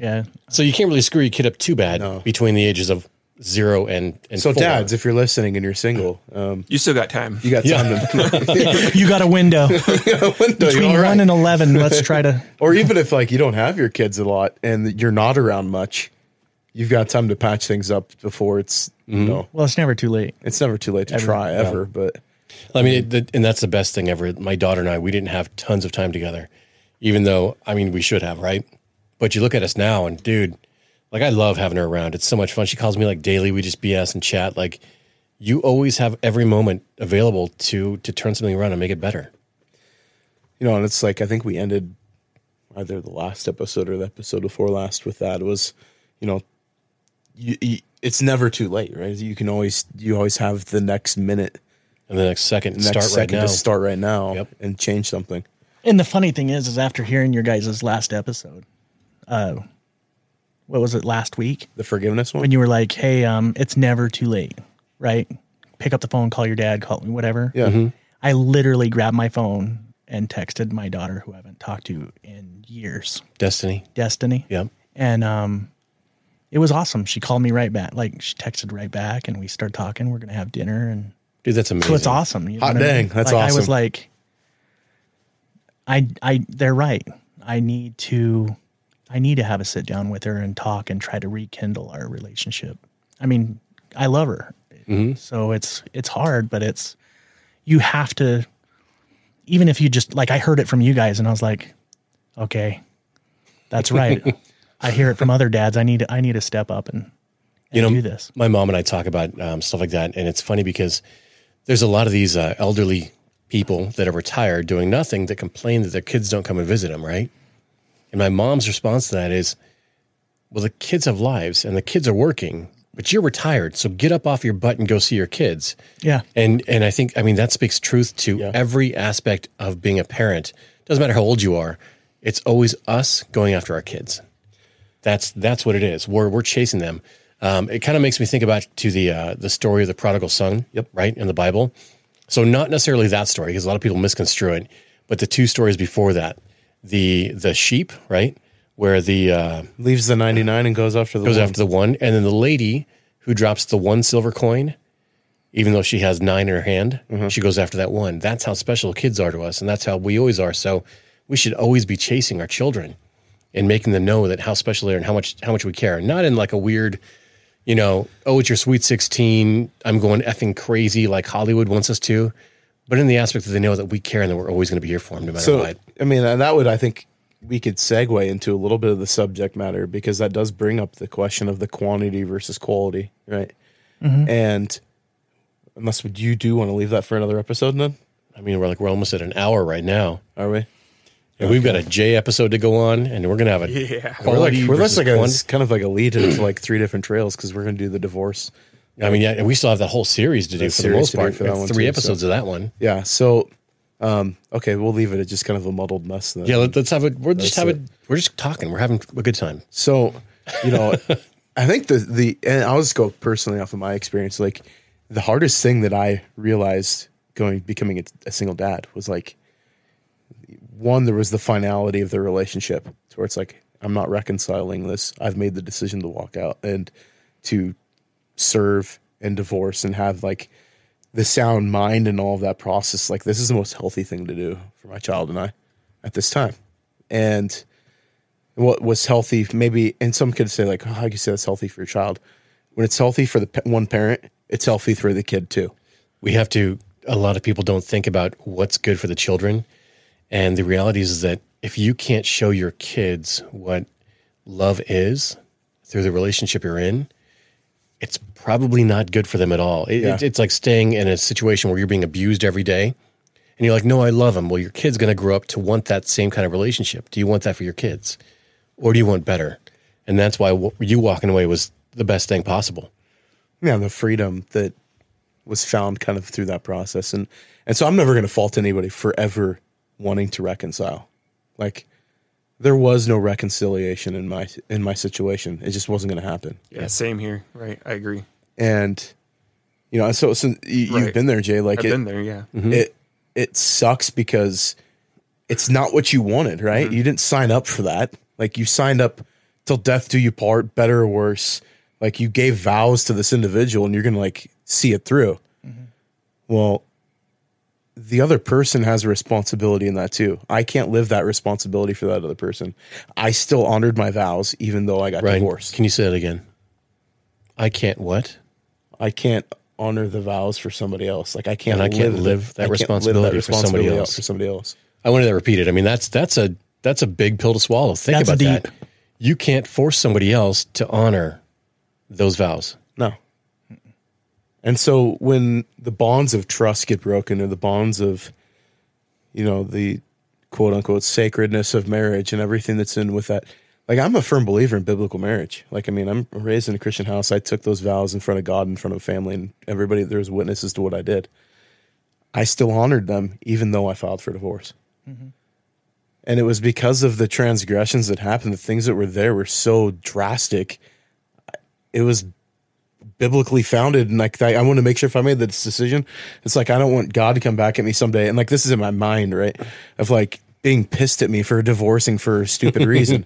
Speaker 5: Yeah.
Speaker 3: So you can't really screw your kid up too bad between the ages of zero and, and
Speaker 2: So,
Speaker 3: four.
Speaker 2: dads, if you're listening and you're single, um,
Speaker 4: you still got time.
Speaker 2: you got time to
Speaker 5: You got a window
Speaker 2: You're
Speaker 5: between
Speaker 2: all right.
Speaker 5: 1 and 11. Let's try to.
Speaker 2: Or even if like you don't have your kids a lot and you're not around much, you've got time to patch things up before it's you know
Speaker 5: Well, it's never too late.
Speaker 2: it's never too late to try ever, but.
Speaker 3: I mean, it, that- and that's the best thing ever. My daughter and I, we didn't have tons of time together, even though, I mean, we should have, right? But you look at us now and dude, Like I love having her around. It's so much fun. She calls me like daily. We just BS and chat. Like you always have every moment available to to turn something around and make it better.
Speaker 2: you know, and it's like I think we ended either the last episode or the episode before last with that was, you know, you, you, it's never too late, right? You can always you always have the next minute,
Speaker 3: And the next second,
Speaker 2: next
Speaker 3: start right
Speaker 2: second
Speaker 3: now.
Speaker 2: to start right now
Speaker 3: Yep.
Speaker 2: and change something.
Speaker 5: And the funny thing is, is after hearing your guys' last episode, uh, what was it last week?
Speaker 2: The forgiveness one,
Speaker 5: When you were like, "Hey, um, it's never too late," right? Pick up the phone, call your dad, call whatever.
Speaker 2: yeah,
Speaker 3: Mm-hmm.
Speaker 5: I literally grabbed my phone and texted my daughter, who I haven't talked to in years,
Speaker 3: Destiny.
Speaker 5: Destiny.
Speaker 3: Yep.
Speaker 5: And um, it was awesome. She called me right back. Like she texted right back, and we started talking. We're gonna have dinner, and
Speaker 3: Dude, that's amazing.
Speaker 5: so it's awesome. You know
Speaker 2: Hot
Speaker 5: what I mean?
Speaker 2: dang, that's
Speaker 5: Like, I was
Speaker 2: awesome.
Speaker 5: like, I, I, they're right. I need to, I need to have a sit down with her and talk and try to rekindle our relationship. I mean, I love her,
Speaker 2: Mm-hmm.
Speaker 5: so it's it's hard, but it's you have to. Even if you just like, I heard it from you guys, and I was like, okay, that's right. I hear it from other dads. I need to, I need to step up and, and
Speaker 3: you know,
Speaker 2: Um,
Speaker 5: do this.
Speaker 3: My mom and I talk about um, stuff like that, and it's funny because there's a lot of these uh, elderly people that are retired doing nothing that complain that their kids don't come and visit them, right? And my mom's response to that is, "Well, the kids have lives, and the kids are working, but you're retired, so get up off your butt and go see your kids."
Speaker 5: Yeah.
Speaker 3: and and I think I mean that speaks truth to every aspect of being a parent. Doesn't matter how old you are, it's always us going after our kids. That's that's what it is. We're we're chasing them. Um, it kind of makes me think about to the uh, the story of the prodigal son, yep. right in the Bible. So not necessarily that story because a lot of people misconstrue it, but the two stories before that, the the sheep, right, where the uh,
Speaker 2: leaves the ninety nine and goes after the
Speaker 3: goes
Speaker 2: one.
Speaker 3: after the one, and then the lady who drops the one silver coin, even though she has nine in her hand, she goes after that one. That's how special kids are to us, and that's how we always are. So we should always be chasing our children and making them know that how special they are and how much how much we care. Not in like a weird, you know, oh, it's your sweet sixteen. I'm going effing crazy like Hollywood wants us to. But in the aspect that they know that we care and that we're always going to be here for them no matter
Speaker 2: So
Speaker 3: what.
Speaker 2: I mean, and that would I think we could segue into a little bit of the subject matter because that does bring up the question of the quantity versus quality, right?
Speaker 3: Mm-hmm.
Speaker 2: And unless would you do want to leave that for another episode, then
Speaker 3: I mean, we're like we're almost at an hour right now.
Speaker 2: are we?
Speaker 3: And we've got a J episode to go on, and we're gonna have a
Speaker 4: Yeah.
Speaker 2: We're like
Speaker 3: quality
Speaker 2: we're
Speaker 3: versus
Speaker 2: just like a,
Speaker 3: quantity.
Speaker 2: it's kind of like a lead into like three different trails because we're gonna do the divorce.
Speaker 3: I mean, yeah, and we still have that whole series to do
Speaker 2: That
Speaker 3: for the
Speaker 2: series
Speaker 3: most
Speaker 2: to do
Speaker 3: part.
Speaker 2: for that
Speaker 3: It's
Speaker 2: one
Speaker 3: three
Speaker 2: too,
Speaker 3: episodes
Speaker 2: so-
Speaker 3: of that one.
Speaker 2: Yeah. So, um, okay, we'll leave it at just kind of a muddled mess then.
Speaker 3: Yeah, let, us have it. We're
Speaker 2: That's
Speaker 3: just have it.
Speaker 2: it.
Speaker 3: We're just talking. We're having a good time.
Speaker 2: So, you know, I think the the and I'll just go personally off of my experience. Like the hardest thing that I realized going becoming a, a single dad was like one there was the finality of the relationship to where it's like I'm not reconciling this. I've made the decision to walk out and to serve and divorce and have like the sound mind and all of that process. Like this is the most healthy thing to do for my child and I at this time. And what was healthy, maybe, and some kids say like, "Oh, I can say that's healthy for your child." When it's healthy for the pa- one parent, it's healthy for the kid too.
Speaker 3: We have to. A lot of people don't think about what's good for the children, and the reality is that if you can't show your kids what love is through the relationship you're in, it's probably not good for them at all. It,
Speaker 2: Yeah.
Speaker 3: it's like staying in a situation where you're being abused every day. And you're like, no, I love him. Well, your kid's going to grow up to want that same kind of relationship. Do you want that for your kids? Or do you want better? And that's why w- you walking away was the best thing possible.
Speaker 2: Yeah, the freedom that was found kind of through that process, and and so I'm never going to fault anybody for ever wanting to reconcile. Like there was no reconciliation in my in my situation. It just wasn't going to happen.
Speaker 4: Yeah, same here. Right. I agree.
Speaker 2: And you know, so since you, you've
Speaker 4: Right.
Speaker 2: been there, Jay, like
Speaker 4: I've
Speaker 2: it,
Speaker 4: been there. Yeah.
Speaker 3: Mm-hmm.
Speaker 2: it it sucks because it's not what you wanted, right?
Speaker 3: Mm-hmm.
Speaker 2: You didn't sign up for that. Like you signed up till death do you part, better or worse. Like you gave vows to this individual and you're going to like see it through.
Speaker 3: Mm-hmm.
Speaker 2: Well, the other person has a responsibility in that too. I can't live that responsibility for that other person. I still honored my vows even though I got
Speaker 3: Ryan,
Speaker 2: divorced.
Speaker 3: can you say that again? I can't what?
Speaker 2: I can't honor the vows for somebody else. Like I can't
Speaker 3: And I can't live that
Speaker 2: I can't
Speaker 3: responsibility for somebody
Speaker 2: responsibility
Speaker 3: else.
Speaker 2: For somebody else.
Speaker 3: I wanted that repeated. I mean, that's that's a that's a big pill to swallow. Think
Speaker 5: That's
Speaker 3: about
Speaker 5: deep.
Speaker 3: that. you can't force somebody else to honor those vows.
Speaker 2: No. And so when the bonds of trust get broken or the bonds of, you know, the quote unquote sacredness of marriage and everything that's in with that, like I'm a firm believer in biblical marriage. Like, I mean, I'm raised in a Christian house. I took those vows in front of God, in front of family, and everybody, there was witnesses to what I did. I still honored them, even though I filed for divorce. And it was because of the transgressions that happened, the things that were there were so drastic. It was biblically founded and like I, I want to make sure if I made this decision, it's like I don't want God to come back at me someday. And like this is in my mind, right? Of like being pissed at me for divorcing for a stupid reason.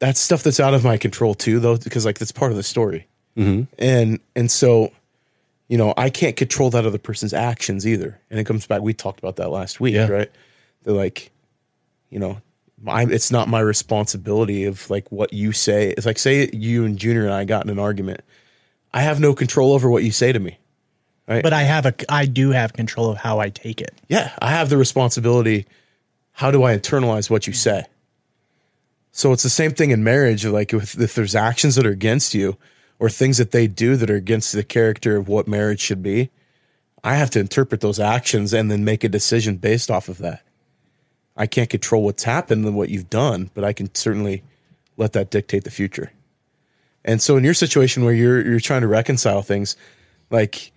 Speaker 2: that's stuff that's out of my control too, though, because like that's part of the story. And and so, you know, I can't control that other person's actions either. And it comes back. We talked about that last week,
Speaker 3: Yeah.
Speaker 2: right? They're like, you know, I, it's not my responsibility of like what you say. It's like say you and Junior and I got in an argument. I have no control over what you say to me.
Speaker 5: But I have a, I do have control of how I take it.
Speaker 2: Yeah, I have the responsibility. How do I internalize what you say? So it's the same thing in marriage. Like if, if there's actions that are against you or things that they do that are against the character of what marriage should be, I have to interpret those actions and then make a decision based off of that. I can't control what's happened and what you've done, but I can certainly let that dictate the future. And so in your situation where you're you're trying to reconcile things, like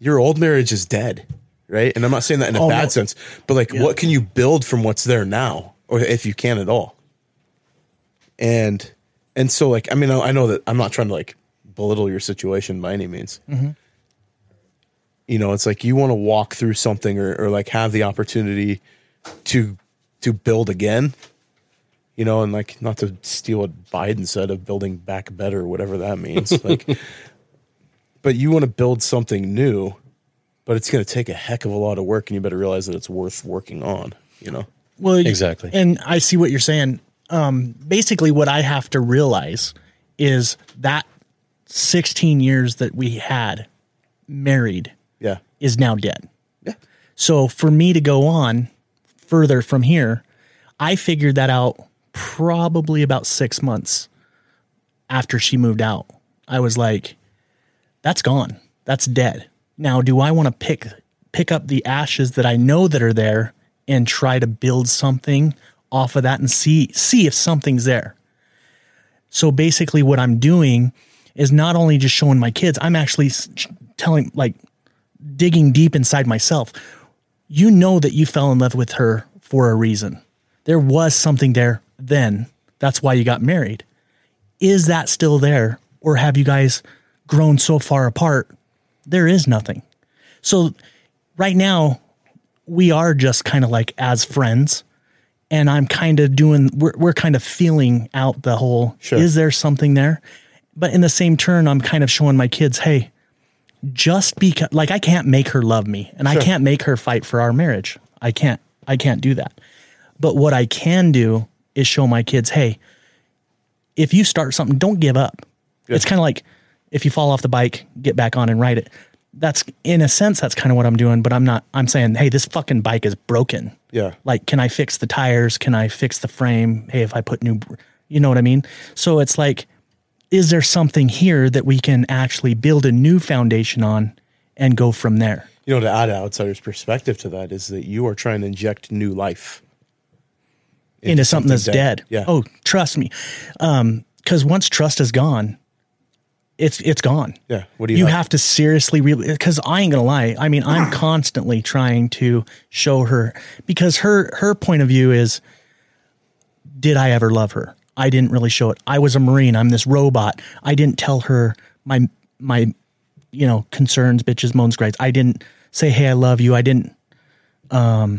Speaker 2: your old marriage is dead, right? And I'm not saying that in a
Speaker 5: Oh,
Speaker 2: bad
Speaker 5: no.
Speaker 2: sense, but like what can you build from what's there now or if you can at all? And and so like I mean I, I know that I'm not trying to like belittle your situation by any means.
Speaker 5: Mm-hmm.
Speaker 2: You know, it's like you want to walk through something or or like have the opportunity to to build again. You know, and like not to steal what Biden said of building back better, whatever that means. like, but you want to build something new, but it's going to take a heck of a lot of work, and you better realize that it's worth working on. You know,
Speaker 5: Well, you-
Speaker 3: Exactly.
Speaker 5: And I see what you're saying. Um, basically, what I have to realize is that 16 years that we had married
Speaker 2: yeah,
Speaker 5: is now dead. So for me to go on further from here, I figured that out probably about six months after she moved out. I was like, that's gone. That's dead. Now, do I want to pick pick up the ashes that I know that are there and try to build something off of that and see see if something's there? So basically, what I'm doing is not only just showing my kids, I'm actually s- telling, like, digging deep inside myself. You know that you fell in love with her for a reason. There was something there then. That's why you got married. Is that still there? Or have you guys grown so far apart? There is nothing. So, right now, we are just kind of like as friends. And I'm kind of doing, we're, we're kind of feeling out the whole,
Speaker 2: Sure.
Speaker 5: is there something there? But in the same turn, I'm kind of showing my kids, hey, just because like I can't make her love me and I can't make her fight for our marriage. I can't I can't do that. But what I can do is show my kids, hey, if you start something, don't give up. It's kind of like if you fall off the bike, get back on and ride it. That's in a sense that's kind of what I'm doing, but I'm not I'm saying, hey, this fucking bike is broken.
Speaker 2: Yeah.
Speaker 5: Like can I fix the tires? Can I fix the frame? Hey, if I put new br- you know what I mean? So it's like is there something here that we can actually build a new foundation on and go from there?
Speaker 2: you know, to add an outsider's perspective to that is that you are trying to inject new life
Speaker 5: into, something, that's dead.
Speaker 2: Yeah.
Speaker 5: Oh, trust me. Um, cause once trust is gone, it's, it's gone.
Speaker 2: Yeah. What do you
Speaker 5: you
Speaker 2: have?
Speaker 5: have to seriously re- cause I ain't gonna lie. I mean, I'm constantly trying to show her because her, her point of view is, did I ever love her? I didn't really show it. I was a Marine. I'm this robot. I didn't tell her my, my, you know, concerns, bitches, moans, gripes. I didn't say, Hey, I love you. I didn't,
Speaker 3: You
Speaker 5: and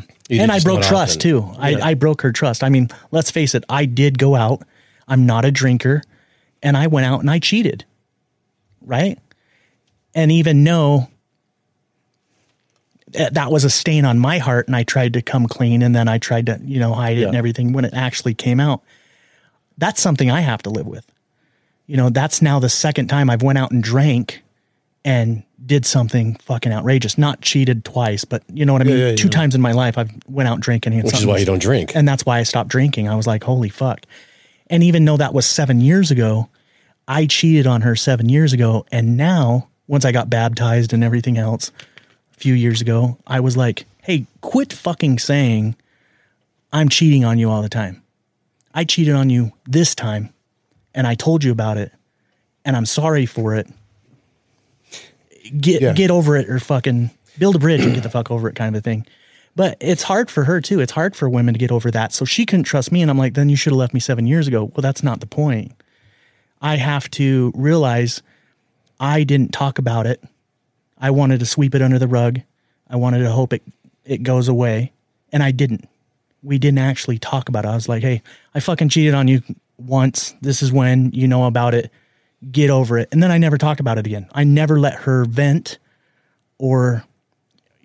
Speaker 5: I
Speaker 3: just
Speaker 5: broke
Speaker 3: not
Speaker 5: trust
Speaker 3: often.
Speaker 5: too. I, I broke her trust. I mean, let's face it, I did go out. I'm not a drinker. And I went out and I cheated. Right. And even though that that was a stain on my heart and I tried to come clean and then I tried to, you know, hide it and
Speaker 2: Yeah.
Speaker 5: everything when it actually came out, that's something I have to live with. You know, that's now the second time I've went out and drank and did something fucking outrageous. Not cheated twice, but you know what I mean.
Speaker 2: yeah,
Speaker 5: Two
Speaker 2: yeah.
Speaker 5: times in my life, I've went out drinking, and
Speaker 3: Which is
Speaker 5: something-
Speaker 3: why you don't drink.
Speaker 5: And that's why I stopped drinking. I was like, holy fuck. And even though that was seven years ago, I cheated on her seven years ago. And now, once I got baptized and everything else a few years ago, I was like, hey, quit fucking saying I'm cheating on you all the time. I cheated on you this time and I told you about it and I'm sorry for it. Get
Speaker 2: Yeah.
Speaker 5: get over it or fucking build a bridge and get the fuck over it kind of a thing. But it's hard for her too. It's hard for women to get over that. So she couldn't trust me and I'm like, then you should have left me 7 years ago. Well, that's not the point. I have to realize I didn't talk about it. I wanted to sweep it under the rug. I wanted to hope it it goes away, and I didn't. We didn't actually talk about it. I was like, "Hey, I fucking cheated on you once. This is when you know about it. Get over it." And then I never talked about it again. I never let her vent or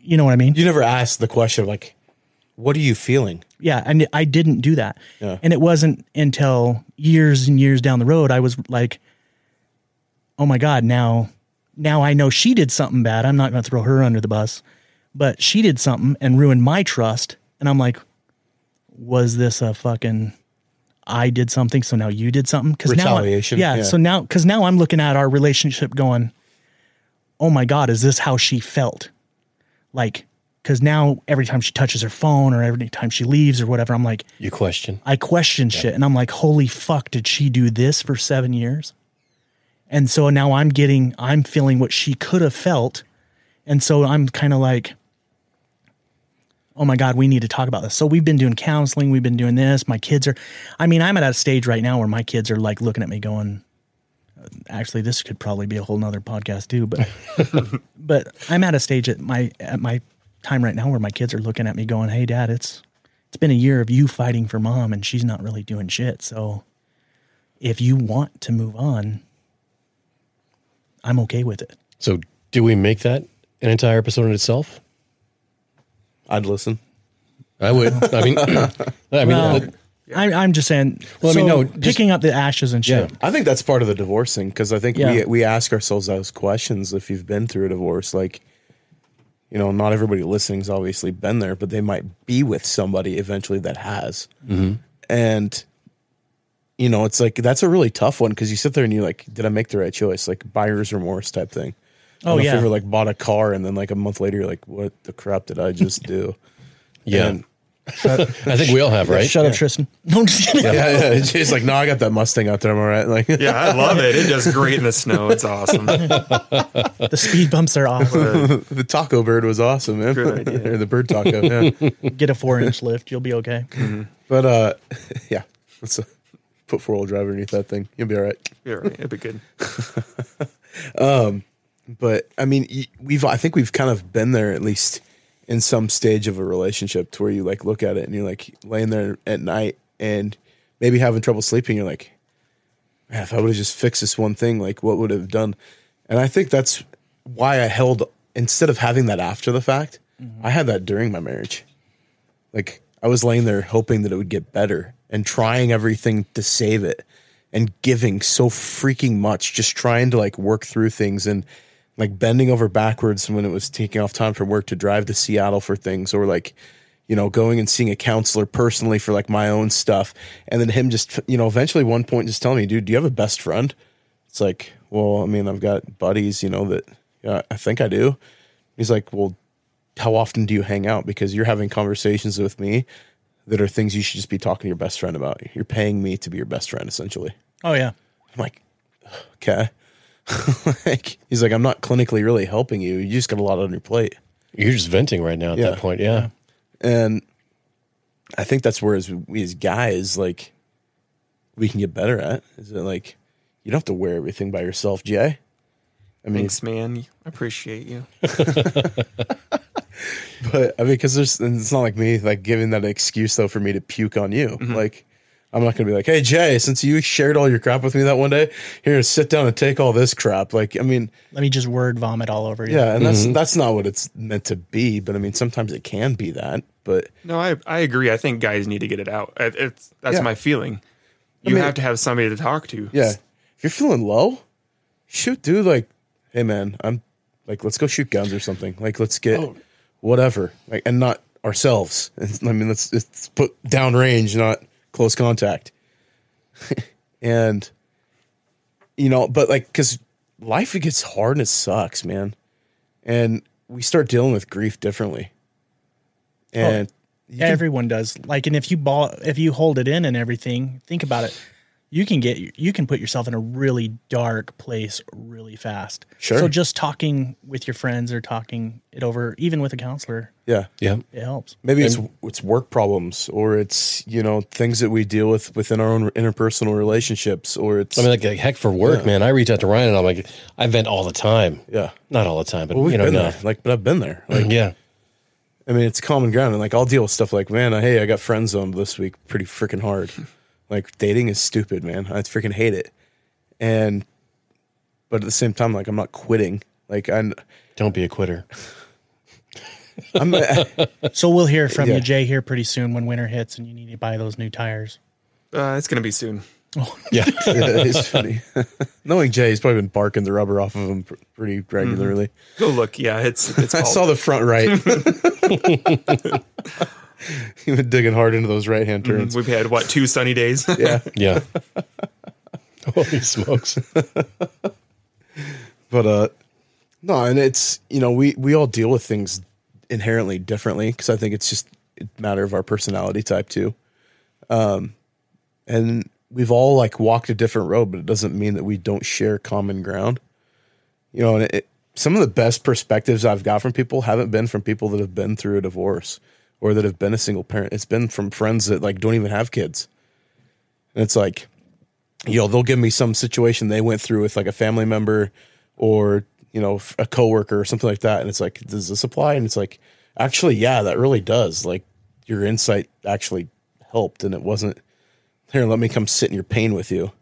Speaker 5: you know what I mean?
Speaker 2: You never asked the question like, "What are you feeling?"
Speaker 5: yeah and i didn't do that
Speaker 2: Yeah.
Speaker 5: and it wasn't until years and years down the road i was like oh my god now now i know she did something bad i'm not going to throw her under the bus but she did something and ruined my trust and i'm like was this a fucking i did something so now you did something because now I-
Speaker 2: Retaliation,
Speaker 5: yeah,
Speaker 2: yeah.
Speaker 5: so now because now i'm looking at our relationship going oh my god is this how she felt like because now every time she touches her phone or every time she leaves or whatever i'm like
Speaker 3: You question.
Speaker 5: i question shit and i'm like holy fuck did she do this for seven years and so now i'm getting i'm feeling what she could have felt and so i'm kind of like oh my god we need to talk about this so we've been doing counseling we've been doing this my kids are i mean i'm at a stage right now where my kids are like looking at me going uh, actually this could probably be a whole nother podcast too but but i'm at a stage at my at my time right now where my kids are looking at me going hey dad it's it's been a year of you fighting for mom and she's not really doing shit so if you want to move on i'm okay with it
Speaker 3: So do we make that an entire episode in itself?
Speaker 2: I'd listen.
Speaker 3: I would. I mean, I mean,
Speaker 5: Well,
Speaker 3: that-
Speaker 5: Uh, I, i'm just saying
Speaker 3: Well, I mean,
Speaker 5: so
Speaker 3: no, just-
Speaker 5: picking up the ashes and shit
Speaker 3: Yeah.
Speaker 2: I think that's part of the divorcing because I think we
Speaker 5: Yeah.
Speaker 2: we ask ourselves those questions if you've been through a divorce. Like, you know, not everybody listening's obviously been there, but they might be with somebody eventually that has. And you know, it's like that's a really tough one because you sit there and you're like, "Did I make the right choice?" Like buyer's remorse type thing. I
Speaker 5: Oh,
Speaker 2: don't know If
Speaker 5: yeah.
Speaker 2: you ever like bought a car and then like a month later you're like, "What the crap did I just do?"
Speaker 3: yeah.
Speaker 2: And-
Speaker 3: I think we all have, right?
Speaker 5: shut up tristan no I'm just kidding.
Speaker 2: yeah, yeah. It's just like, no, I got that Mustang out there. I'm all right. Like,
Speaker 4: Yeah, I love it. It does great in the snow. It's awesome.
Speaker 5: the speed bumps are off
Speaker 2: the taco bird was awesome, man.
Speaker 4: Good idea.
Speaker 2: or the bird taco. Yeah.
Speaker 5: get a four inch lift you'll be okay
Speaker 2: But uh, yeah, let's uh, put four wheel drive underneath that thing. You'll be all right.
Speaker 4: You're right. It'd be good.
Speaker 2: But I mean, y- we've I think we've kind of been there at least in some stage of a relationship to where you like look at it and you're like laying there at night and maybe having trouble sleeping. You're like, man, if I would have just fixed this one thing, like what would it have done? And I think that's why I held instead of having that after the fact,
Speaker 4: Mm-hmm.
Speaker 2: I had that during my marriage. Like I was laying there hoping that it would get better and trying everything to save it and giving so freaking much, just trying to like work through things and like bending over backwards when it was taking off time from work to drive to Seattle for things or like you know going and seeing a counselor personally for like my own stuff and then him just you know eventually one point just telling me dude do you have a best friend it's like, well, I mean, I've got buddies, you know, that uh, I think I do. He's like, well, how often do you hang out? Because you're having conversations with me that are things you should just be talking to your best friend about. You're paying me to be your best friend, essentially.
Speaker 5: oh yeah
Speaker 2: I'm like, okay. like, he's like, I'm not clinically really helping you. You just got a lot on your plate.
Speaker 3: You're just venting right now at
Speaker 2: Yeah.
Speaker 3: that point. Yeah.
Speaker 2: And I think that's where as we as guys, like we can get better at. Is it like you don't have to wear everything by yourself, Jay? I mean,
Speaker 4: Thanks, man. I appreciate you.
Speaker 2: But I mean, because there's, and it's not like me like giving that excuse though for me to puke on you. Like, I'm not gonna be like, hey Jay, since you shared all your crap with me that one day, here, sit down and take all this crap. Like, I mean,
Speaker 5: let me just word vomit all over you
Speaker 2: yeah, and that's that's not what it's meant to be. But I mean, sometimes it can be that. But
Speaker 4: No, I, I agree. I think guys need to get it out. I- It's that's
Speaker 2: Yeah.
Speaker 4: my feeling. You
Speaker 2: mean-
Speaker 4: have to have somebody to talk to.
Speaker 2: yeah, if you're feeling low, shoot, dude. Like, hey man, I'm like, let's go shoot guns or something. Like, let's get whatever. Like, and not ourselves. I mean, let's, let's put down range, not close contact. and you know, but like, cause life gets hard and it sucks, man. And we start dealing with grief differently. And
Speaker 5: Everyone does. Like, and if you ball, if you hold it in and everything, think about it. You can get, you can put yourself in a really dark place really fast.
Speaker 2: Sure.
Speaker 5: So just talking with your friends or talking it over, even with a counselor,
Speaker 2: yeah,
Speaker 3: Yeah.
Speaker 5: it helps.
Speaker 2: maybe it's it's work problems or it's you know things that we deal with within our own interpersonal relationships or it's
Speaker 3: I mean, like, like, heck for work, man. I reach out to Ryan and I'm like, I vent all the time.
Speaker 2: yeah.
Speaker 3: Not all the time, but
Speaker 2: Well, we've
Speaker 3: you know,
Speaker 2: been
Speaker 3: enough.
Speaker 2: there. Like, but I've been there. Like,
Speaker 3: yeah.
Speaker 2: I mean, it's common ground, and like I'll deal with stuff like, man, I- hey, I got friend zoned this week, pretty freaking hard. like dating is stupid, man. I freaking hate it. And, but at the same time, like I'm not quitting. Like I'm,
Speaker 3: Don't be a quitter.
Speaker 2: I'm not,
Speaker 5: So we'll hear from
Speaker 2: Yeah.
Speaker 5: you, Jay, here pretty soon when winter hits and you need to buy those new tires.
Speaker 4: Uh, it's gonna be soon.
Speaker 3: Yeah.
Speaker 2: it's funny. Knowing Jay, he's probably been barking the rubber off of him pr- pretty regularly.
Speaker 4: Go look. Yeah, it's it's.
Speaker 2: I
Speaker 4: called-
Speaker 2: saw the front right. He been digging hard into those right hand turns.
Speaker 4: We've had what two sunny days?
Speaker 2: Yeah,
Speaker 3: Yeah. Holy smokes.
Speaker 2: but uh, no, and it's you know we we all deal with things inherently differently because I think it's just a matter of our personality type too. Um, and we've all like walked a different road, but it doesn't mean that we don't share common ground. You know, and it, some of the best perspectives I've got from people haven't been from people that have been through a divorce or that have been a single parent. It's been from friends that like don't even have kids, and it's like you know they'll give me some situation they went through with like a family member or you know f- a coworker or something like that and it's like does this apply and it's like actually yeah that really does like your insight actually helped and it wasn't here let me come sit in your pain with you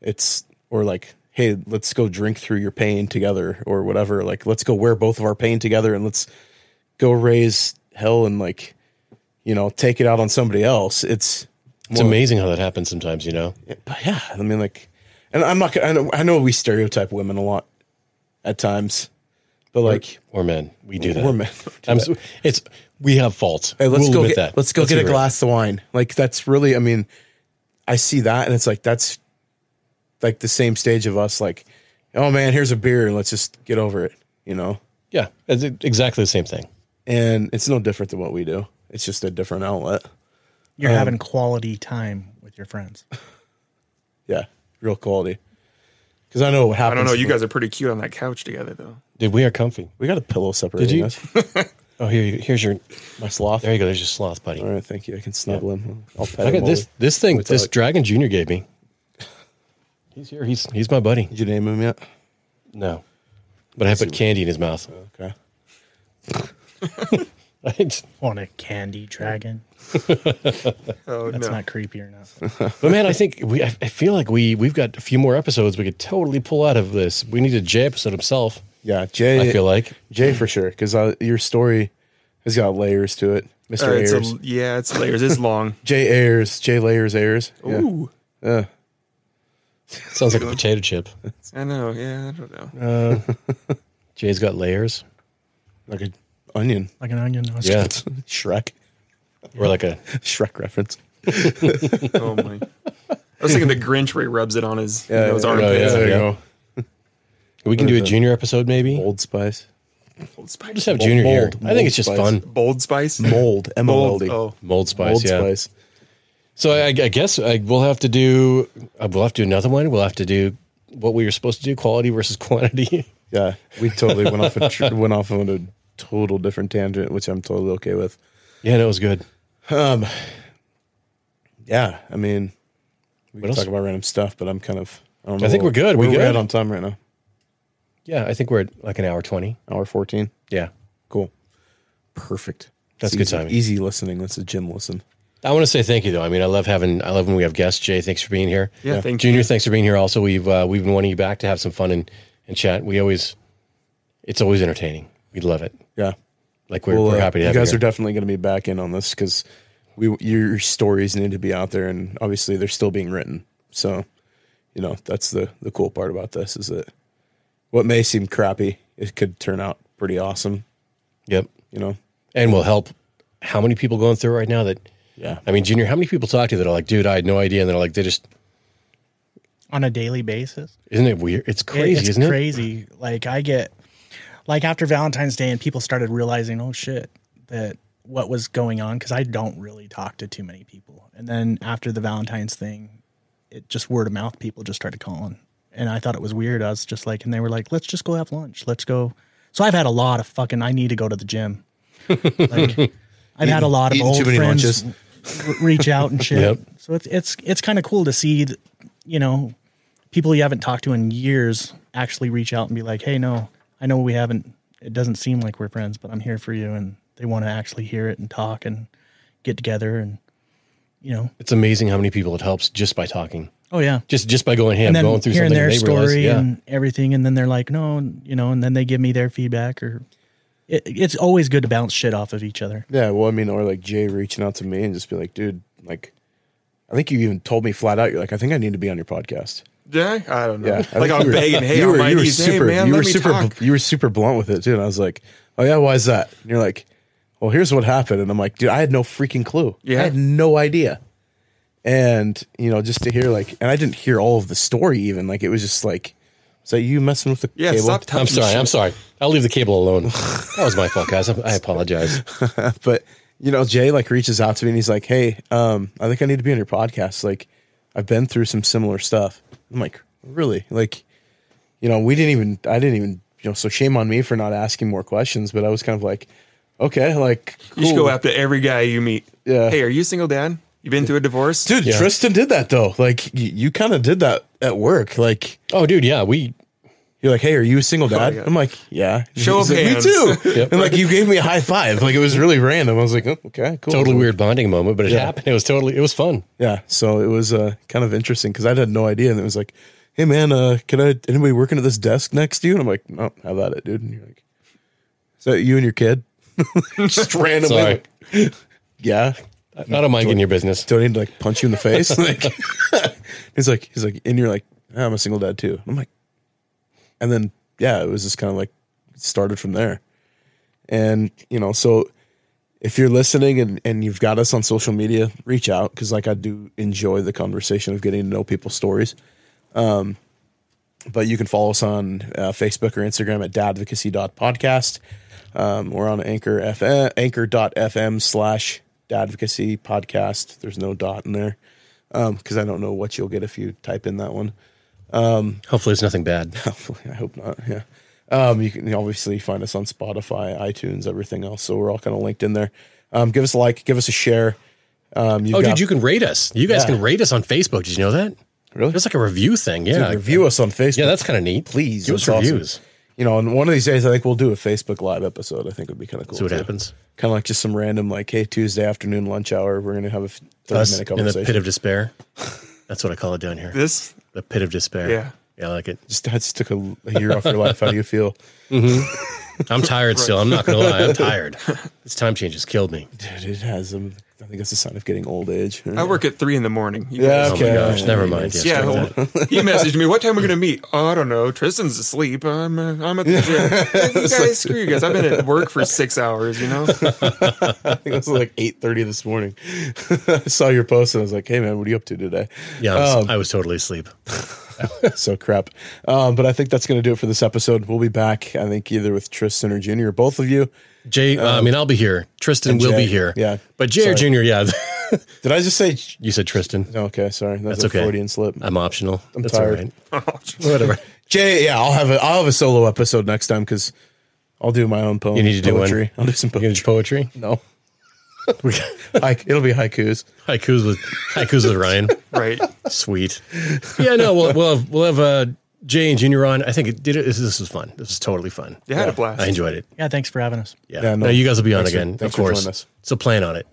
Speaker 2: it's or like hey let's go drink through your pain together or whatever like let's go wear both of our pain together and let's go raise hell and like you know take it out on somebody else it's
Speaker 3: It's
Speaker 2: more-
Speaker 3: amazing how that happens sometimes, you know?
Speaker 2: but yeah, I mean, like, and I'm not. gonna- I know, I know we stereotype women a lot at times, but like,
Speaker 3: Or men. We do that.
Speaker 2: we're men.
Speaker 3: I'm s- it's we have faults.
Speaker 2: Hey, let's
Speaker 3: We'll
Speaker 2: go
Speaker 3: admit
Speaker 2: get
Speaker 3: that.
Speaker 2: let's go get
Speaker 3: be
Speaker 2: a
Speaker 3: real.
Speaker 2: glass of wine. Like that's really. I mean, I see that, and it's like that's like the same stage of us. Like, oh man, here's a beer, and let's just get over it. You know,
Speaker 3: Yeah, it's e, exactly the same thing.
Speaker 2: and it's no different than what we do. It's just a different outlet.
Speaker 5: You're having quality time with your friends.
Speaker 2: Yeah, real quality. Because I know what
Speaker 4: I
Speaker 2: happens.
Speaker 4: don't know. You
Speaker 2: when-
Speaker 4: guys are pretty cute on that couch together, though.
Speaker 3: Dude, we are comfy.
Speaker 2: we got a pillow separating
Speaker 3: you-
Speaker 2: us.
Speaker 3: Oh, here, you- here's your.
Speaker 2: My sloth.
Speaker 3: There you go. There's your sloth, buddy.
Speaker 2: All right, thank you. I can snuggle him. I'll pet
Speaker 3: Look
Speaker 2: him.
Speaker 3: at this.
Speaker 2: while we-
Speaker 3: This thing.
Speaker 2: we
Speaker 3: This
Speaker 2: talk.
Speaker 3: Dragon Junior gave me. He's here. He's he's my buddy.
Speaker 2: Did you name him yet?
Speaker 3: No, but I put candy in his mouth.
Speaker 2: Okay. Uh,
Speaker 3: but
Speaker 5: Want a candy dragon?
Speaker 4: Oh
Speaker 5: That's
Speaker 4: no,
Speaker 5: not creepy or nothing.
Speaker 3: man, I think we. I I feel like we we've got a few more episodes we could totally pull out of this. We need a J episode himself.
Speaker 2: Yeah, Jay.
Speaker 3: I feel like
Speaker 2: Jay for sure because your story has got layers to it. Mister
Speaker 4: Uh, it's a-
Speaker 2: Ayers,
Speaker 4: yeah, it's layers. It's long.
Speaker 2: Jay Ayers, Jay Layers Ayers. Yeah.
Speaker 4: Ooh,
Speaker 3: sounds like a potato chip.
Speaker 4: I know. Yeah, I don't know.
Speaker 2: Uh,
Speaker 3: Jay's got layers.
Speaker 2: like an onion.
Speaker 5: Like an onion. No, it's-
Speaker 3: Yeah,
Speaker 2: Shrek,
Speaker 3: or like a
Speaker 2: Shrek reference.
Speaker 4: Oh my. I was thinking the Grinch where he rubs it on his, you know, his
Speaker 2: Oh, yeah,
Speaker 4: armpit.
Speaker 3: yeah,
Speaker 2: There
Speaker 3: yeah.
Speaker 2: you go.
Speaker 3: we can do a junior episode maybe. We'll
Speaker 2: Old Spice.
Speaker 4: Bold
Speaker 3: just
Speaker 4: spice.
Speaker 3: have junior
Speaker 2: Mold.
Speaker 3: here. I think
Speaker 2: Mold
Speaker 3: it's just
Speaker 2: spice.
Speaker 3: fun.
Speaker 4: Bold spice.
Speaker 2: Mold. M O L
Speaker 4: Bold.
Speaker 2: D.
Speaker 4: Oh,
Speaker 3: Mold spice.
Speaker 2: Old
Speaker 3: yeah.
Speaker 2: Spice.
Speaker 3: So I, I guess I, we'll have to do. Uh, we'll have to do another one. We'll have to do what we were supposed to do: quality versus quantity.
Speaker 2: Yeah, we totally went off a tr- went off on a total different tangent, which I'm totally okay with. Um,
Speaker 3: yeah, that was good.
Speaker 2: Yeah, I mean, we can
Speaker 3: else?
Speaker 2: talk about random stuff, but I'm kind of. I, don't know
Speaker 3: I think
Speaker 2: what-
Speaker 3: we're good. We
Speaker 2: Where we're
Speaker 3: good?
Speaker 2: at on time right now.
Speaker 3: Yeah, I think we're at like an hour twenty.
Speaker 2: Hour fourteen.
Speaker 3: Yeah,
Speaker 2: Cool. Perfect.
Speaker 3: That's
Speaker 2: It's
Speaker 3: good
Speaker 2: easy,
Speaker 3: timing.
Speaker 2: Easy listening. That's a gym listen.
Speaker 3: I want to say thank you though. I mean, I love having. I love when we have guests. Jay, thanks for being here.
Speaker 4: Yeah, Yeah. thank you.
Speaker 3: Junior, thanks for being here. Also, we've uh, we've been wanting you back to have some fun and and chat. We always, it's always entertaining. We love it.
Speaker 2: Yeah.
Speaker 3: Like we're,
Speaker 2: Well,
Speaker 3: we're
Speaker 2: uh,
Speaker 3: happy to have
Speaker 2: you guys
Speaker 3: here.
Speaker 2: are definitely going to be back in on this because we your stories need to be out there, and obviously they're still being written. So, you know, that's the the cool part about this is that what may seem crappy, it could turn out pretty awesome.
Speaker 3: yep,
Speaker 2: You know.
Speaker 3: and we'll help. How many people going through it right now that
Speaker 2: Yeah.
Speaker 3: I mean, Junior, how many people talk to you that are like, dude, I had no idea, and they're like, they just
Speaker 5: on a daily basis.
Speaker 3: isn't it weird? It's
Speaker 5: It-
Speaker 3: crazy,
Speaker 5: it's
Speaker 3: isn't it?
Speaker 5: crazy. Like I get like after Valentine's Day and people started realizing, oh shit, that what was going on because I don't really talk to too many people. And then after the Valentine's thing, it just word of mouth people just started calling. And I thought it was weird. I was just like, and they were like, let's just go have lunch. Let's go. So I've had a lot of fucking. I need to go to the gym. like, I've had a lot of
Speaker 2: eating
Speaker 5: old
Speaker 2: too many
Speaker 5: friends
Speaker 2: lunches.
Speaker 5: r- reach out and shit.
Speaker 3: Yep.
Speaker 5: So it's it's it's kind of cool to see, th- you know, people you haven't talked to in years actually reach out and be like, "Hey, no, I know we haven't. It doesn't seem like we're friends, but I'm here for you." And they want to actually hear it and talk and get together and, you know,
Speaker 3: It's amazing how many people it helps just by talking,
Speaker 5: oh yeah,
Speaker 3: just just by going, hey, I'm
Speaker 5: and then
Speaker 3: going through
Speaker 5: hearing
Speaker 3: something.
Speaker 5: their
Speaker 3: and they
Speaker 5: story
Speaker 3: realize, yeah,
Speaker 5: and everything, and then they're like, "No," and, you know, and then they give me their feedback or. It, it's always good to bounce shit off of each other.
Speaker 2: Yeah, well, I mean, or like Jay reaching out to me and just be like, dude, like, I think you even told me flat out, you're like, I think I need to be on your podcast.
Speaker 4: Did I? I don't know.
Speaker 2: Yeah, I
Speaker 4: like
Speaker 2: think
Speaker 4: I'm
Speaker 2: you were-
Speaker 4: begging. Hey,
Speaker 2: you were,
Speaker 4: Almighty,
Speaker 2: you were
Speaker 4: hey,
Speaker 2: super,
Speaker 4: man,
Speaker 2: you
Speaker 4: let
Speaker 2: were
Speaker 4: me
Speaker 2: super,
Speaker 4: talk.
Speaker 2: you were super blunt with it too. And I was like, oh yeah, why is that? And you're like, well, here's what happened. And I'm like, dude, I had no freaking clue.
Speaker 4: Yeah.
Speaker 2: I had no idea. And you know, just to hear like, and I didn't hear all of the story even. Like, it was just like, is that you messing with the
Speaker 4: Yeah,
Speaker 2: cable?
Speaker 4: stop touching.
Speaker 3: I'm sorry,
Speaker 4: shit.
Speaker 3: I'm sorry. I'll leave the cable alone. that was my fault, guys. I, I apologize.
Speaker 2: but you know, Jay like reaches out to me and he's like, "Hey, um, I think I need to be on your podcast. Like, I've been through some similar stuff." I'm like, "Really?" Like, you know, we didn't even. I didn't even. You know, so shame on me for not asking more questions. But I was kind of like, "Okay, like,
Speaker 4: You should go
Speaker 2: cool.
Speaker 4: after every guy you meet.
Speaker 2: Yeah.
Speaker 4: Hey, are you a single dad? You been through a divorce?
Speaker 2: dude."
Speaker 3: Yeah.
Speaker 2: Tristan did that though. Like, y- you kind of did that at work. Like,
Speaker 3: Oh, dude, yeah, we
Speaker 2: you're like, "Hey, are you a single dad?"
Speaker 4: yeah.
Speaker 2: I'm like, "Yeah."
Speaker 4: Oh Show
Speaker 2: He's
Speaker 4: of
Speaker 2: like,
Speaker 4: hands.
Speaker 2: Me too.
Speaker 3: Yep.
Speaker 2: And like, you gave me a high five. Like, it was really random. I was like, oh, "Okay, cool."
Speaker 3: totally weird bonding moment, but it
Speaker 2: Yeah.
Speaker 3: happened. It was totally, it was fun.
Speaker 2: Yeah, so it was uh, kind of interesting because I had no idea, and it was like, "Hey man, uh, can I anybody working at this desk next to you?" And I'm like, "No, how about it, dude?" And you're like, "Is that you and your kid?" Just randomly,
Speaker 3: Sorry,
Speaker 2: yeah.
Speaker 3: I don't mind getting your business.
Speaker 2: Do I need to like punch you in the face? like, he's like, he's like, and you're like, "Ah, I'm a single dad too. I'm like, and then yeah, it was just kind of like started from there, and you know, so if you're listening and, and you've got us on social media, reach out because like I do enjoy the conversation of getting to know people's stories. Um, but you can follow us on uh, Facebook or Instagram at dadvocacy.podcast. Um, we're on anchor FM, anchor.fm slash dadvocacy podcast. There's no dot in there because I don't know what you'll get if you type in that one.
Speaker 3: Hopefully, it's nothing bad.
Speaker 2: Hopefully, I hope not. Yeah. Um, you can obviously find us on Spotify, iTunes, everything else. So we're all kind of linked in there. Um, give us a like, give us a share. Um, you've
Speaker 3: Oh,
Speaker 2: got-
Speaker 3: dude, you can rate us. You guys
Speaker 2: Yeah.
Speaker 3: can rate us on Facebook. Did you know that?
Speaker 2: Really?
Speaker 3: There's like a review thing. Yeah,
Speaker 2: Dude, review us on Facebook.
Speaker 3: Yeah, that's kind of neat.
Speaker 2: please.
Speaker 3: give us
Speaker 2: that's awesome.
Speaker 3: reviews.
Speaker 2: You know, and one of these days, I think we'll do a Facebook Live episode. I think would be kind of cool.
Speaker 3: See what happens.
Speaker 2: Kind of like just some random, like, hey, Tuesday afternoon lunch hour, we're gonna have a
Speaker 3: Us
Speaker 2: thirty-minute
Speaker 3: in the
Speaker 2: conversation.
Speaker 3: pit of despair. That's what I call it down here.
Speaker 4: This
Speaker 3: The pit of despair.
Speaker 4: Yeah.
Speaker 3: yeah, I like it.
Speaker 2: just that just took a, a year off your life. How do you feel?
Speaker 3: I'm tired still. I'm not gonna lie. I'm tired. This time change has killed me.
Speaker 2: Dude, it has. Um, I think that's a sign of getting old age.
Speaker 4: I work at three in the morning. You guys-
Speaker 2: Yeah,
Speaker 3: Oh
Speaker 2: Okay.
Speaker 3: my gosh. Never mind. Yeah,
Speaker 4: Yeah,
Speaker 3: strike that.
Speaker 4: well, he messaged me. What time are we gonna meet? Oh, I don't know. Tristan's asleep. I'm uh, I'm at the gym. you guys, screw you guys. I've been at work for six hours. You know,
Speaker 2: I think it was like eight thirty this morning. I saw your post and I was like, "Hey man, what are you up to today?" Um,
Speaker 3: yeah. I was, I was totally asleep.
Speaker 2: so crap. Um, but I think that's going to do it for this episode. We'll be back. I think either with Tristan or Junior, or both of you.
Speaker 3: Jay, uh, I mean, I'll be here. Tristan
Speaker 2: and
Speaker 3: will be
Speaker 2: Jay.
Speaker 3: here.
Speaker 2: Yeah.
Speaker 3: but Jay or
Speaker 2: Sorry.
Speaker 3: Junior, yeah.
Speaker 2: Did I just say?
Speaker 3: you said Tristan.
Speaker 2: Okay, sorry. That's,
Speaker 3: That's
Speaker 2: a
Speaker 3: okay. Um,
Speaker 2: Freudian slip.
Speaker 3: I'm optional. I'm That's
Speaker 2: tired.
Speaker 3: all right. Whatever.
Speaker 2: Jay, yeah, I'll have a I'll have a solo episode next time because I'll do my own poem.
Speaker 3: You need to do one.
Speaker 2: poetry. I'll do some
Speaker 3: You gonna
Speaker 2: poetry.
Speaker 3: do poetry?
Speaker 2: no, Haik- it'll be haikus.
Speaker 3: Haikus with haikus with Ryan.
Speaker 4: right?
Speaker 3: Sweet. Yeah, no, we'll we'll have, we'll have uh, Jay and Junior on. I think it did. It, this, this was fun. This was totally fun.
Speaker 4: You had a blast.
Speaker 3: I enjoyed it.
Speaker 5: Yeah, thanks for having us.
Speaker 3: Yeah.
Speaker 2: Yeah, no,
Speaker 3: no, you guys will be on
Speaker 2: thanks for-
Speaker 3: again,
Speaker 2: thanks
Speaker 3: of
Speaker 2: for
Speaker 3: course.
Speaker 2: joining us.
Speaker 3: So plan on it.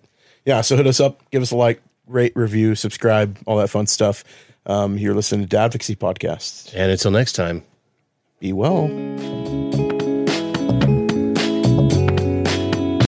Speaker 2: yeah, so hit us up, give us a like, rate, review, subscribe, all that fun stuff. Um, you're listening to Dadvocacy Podcast.
Speaker 3: And until next time.
Speaker 2: Be well.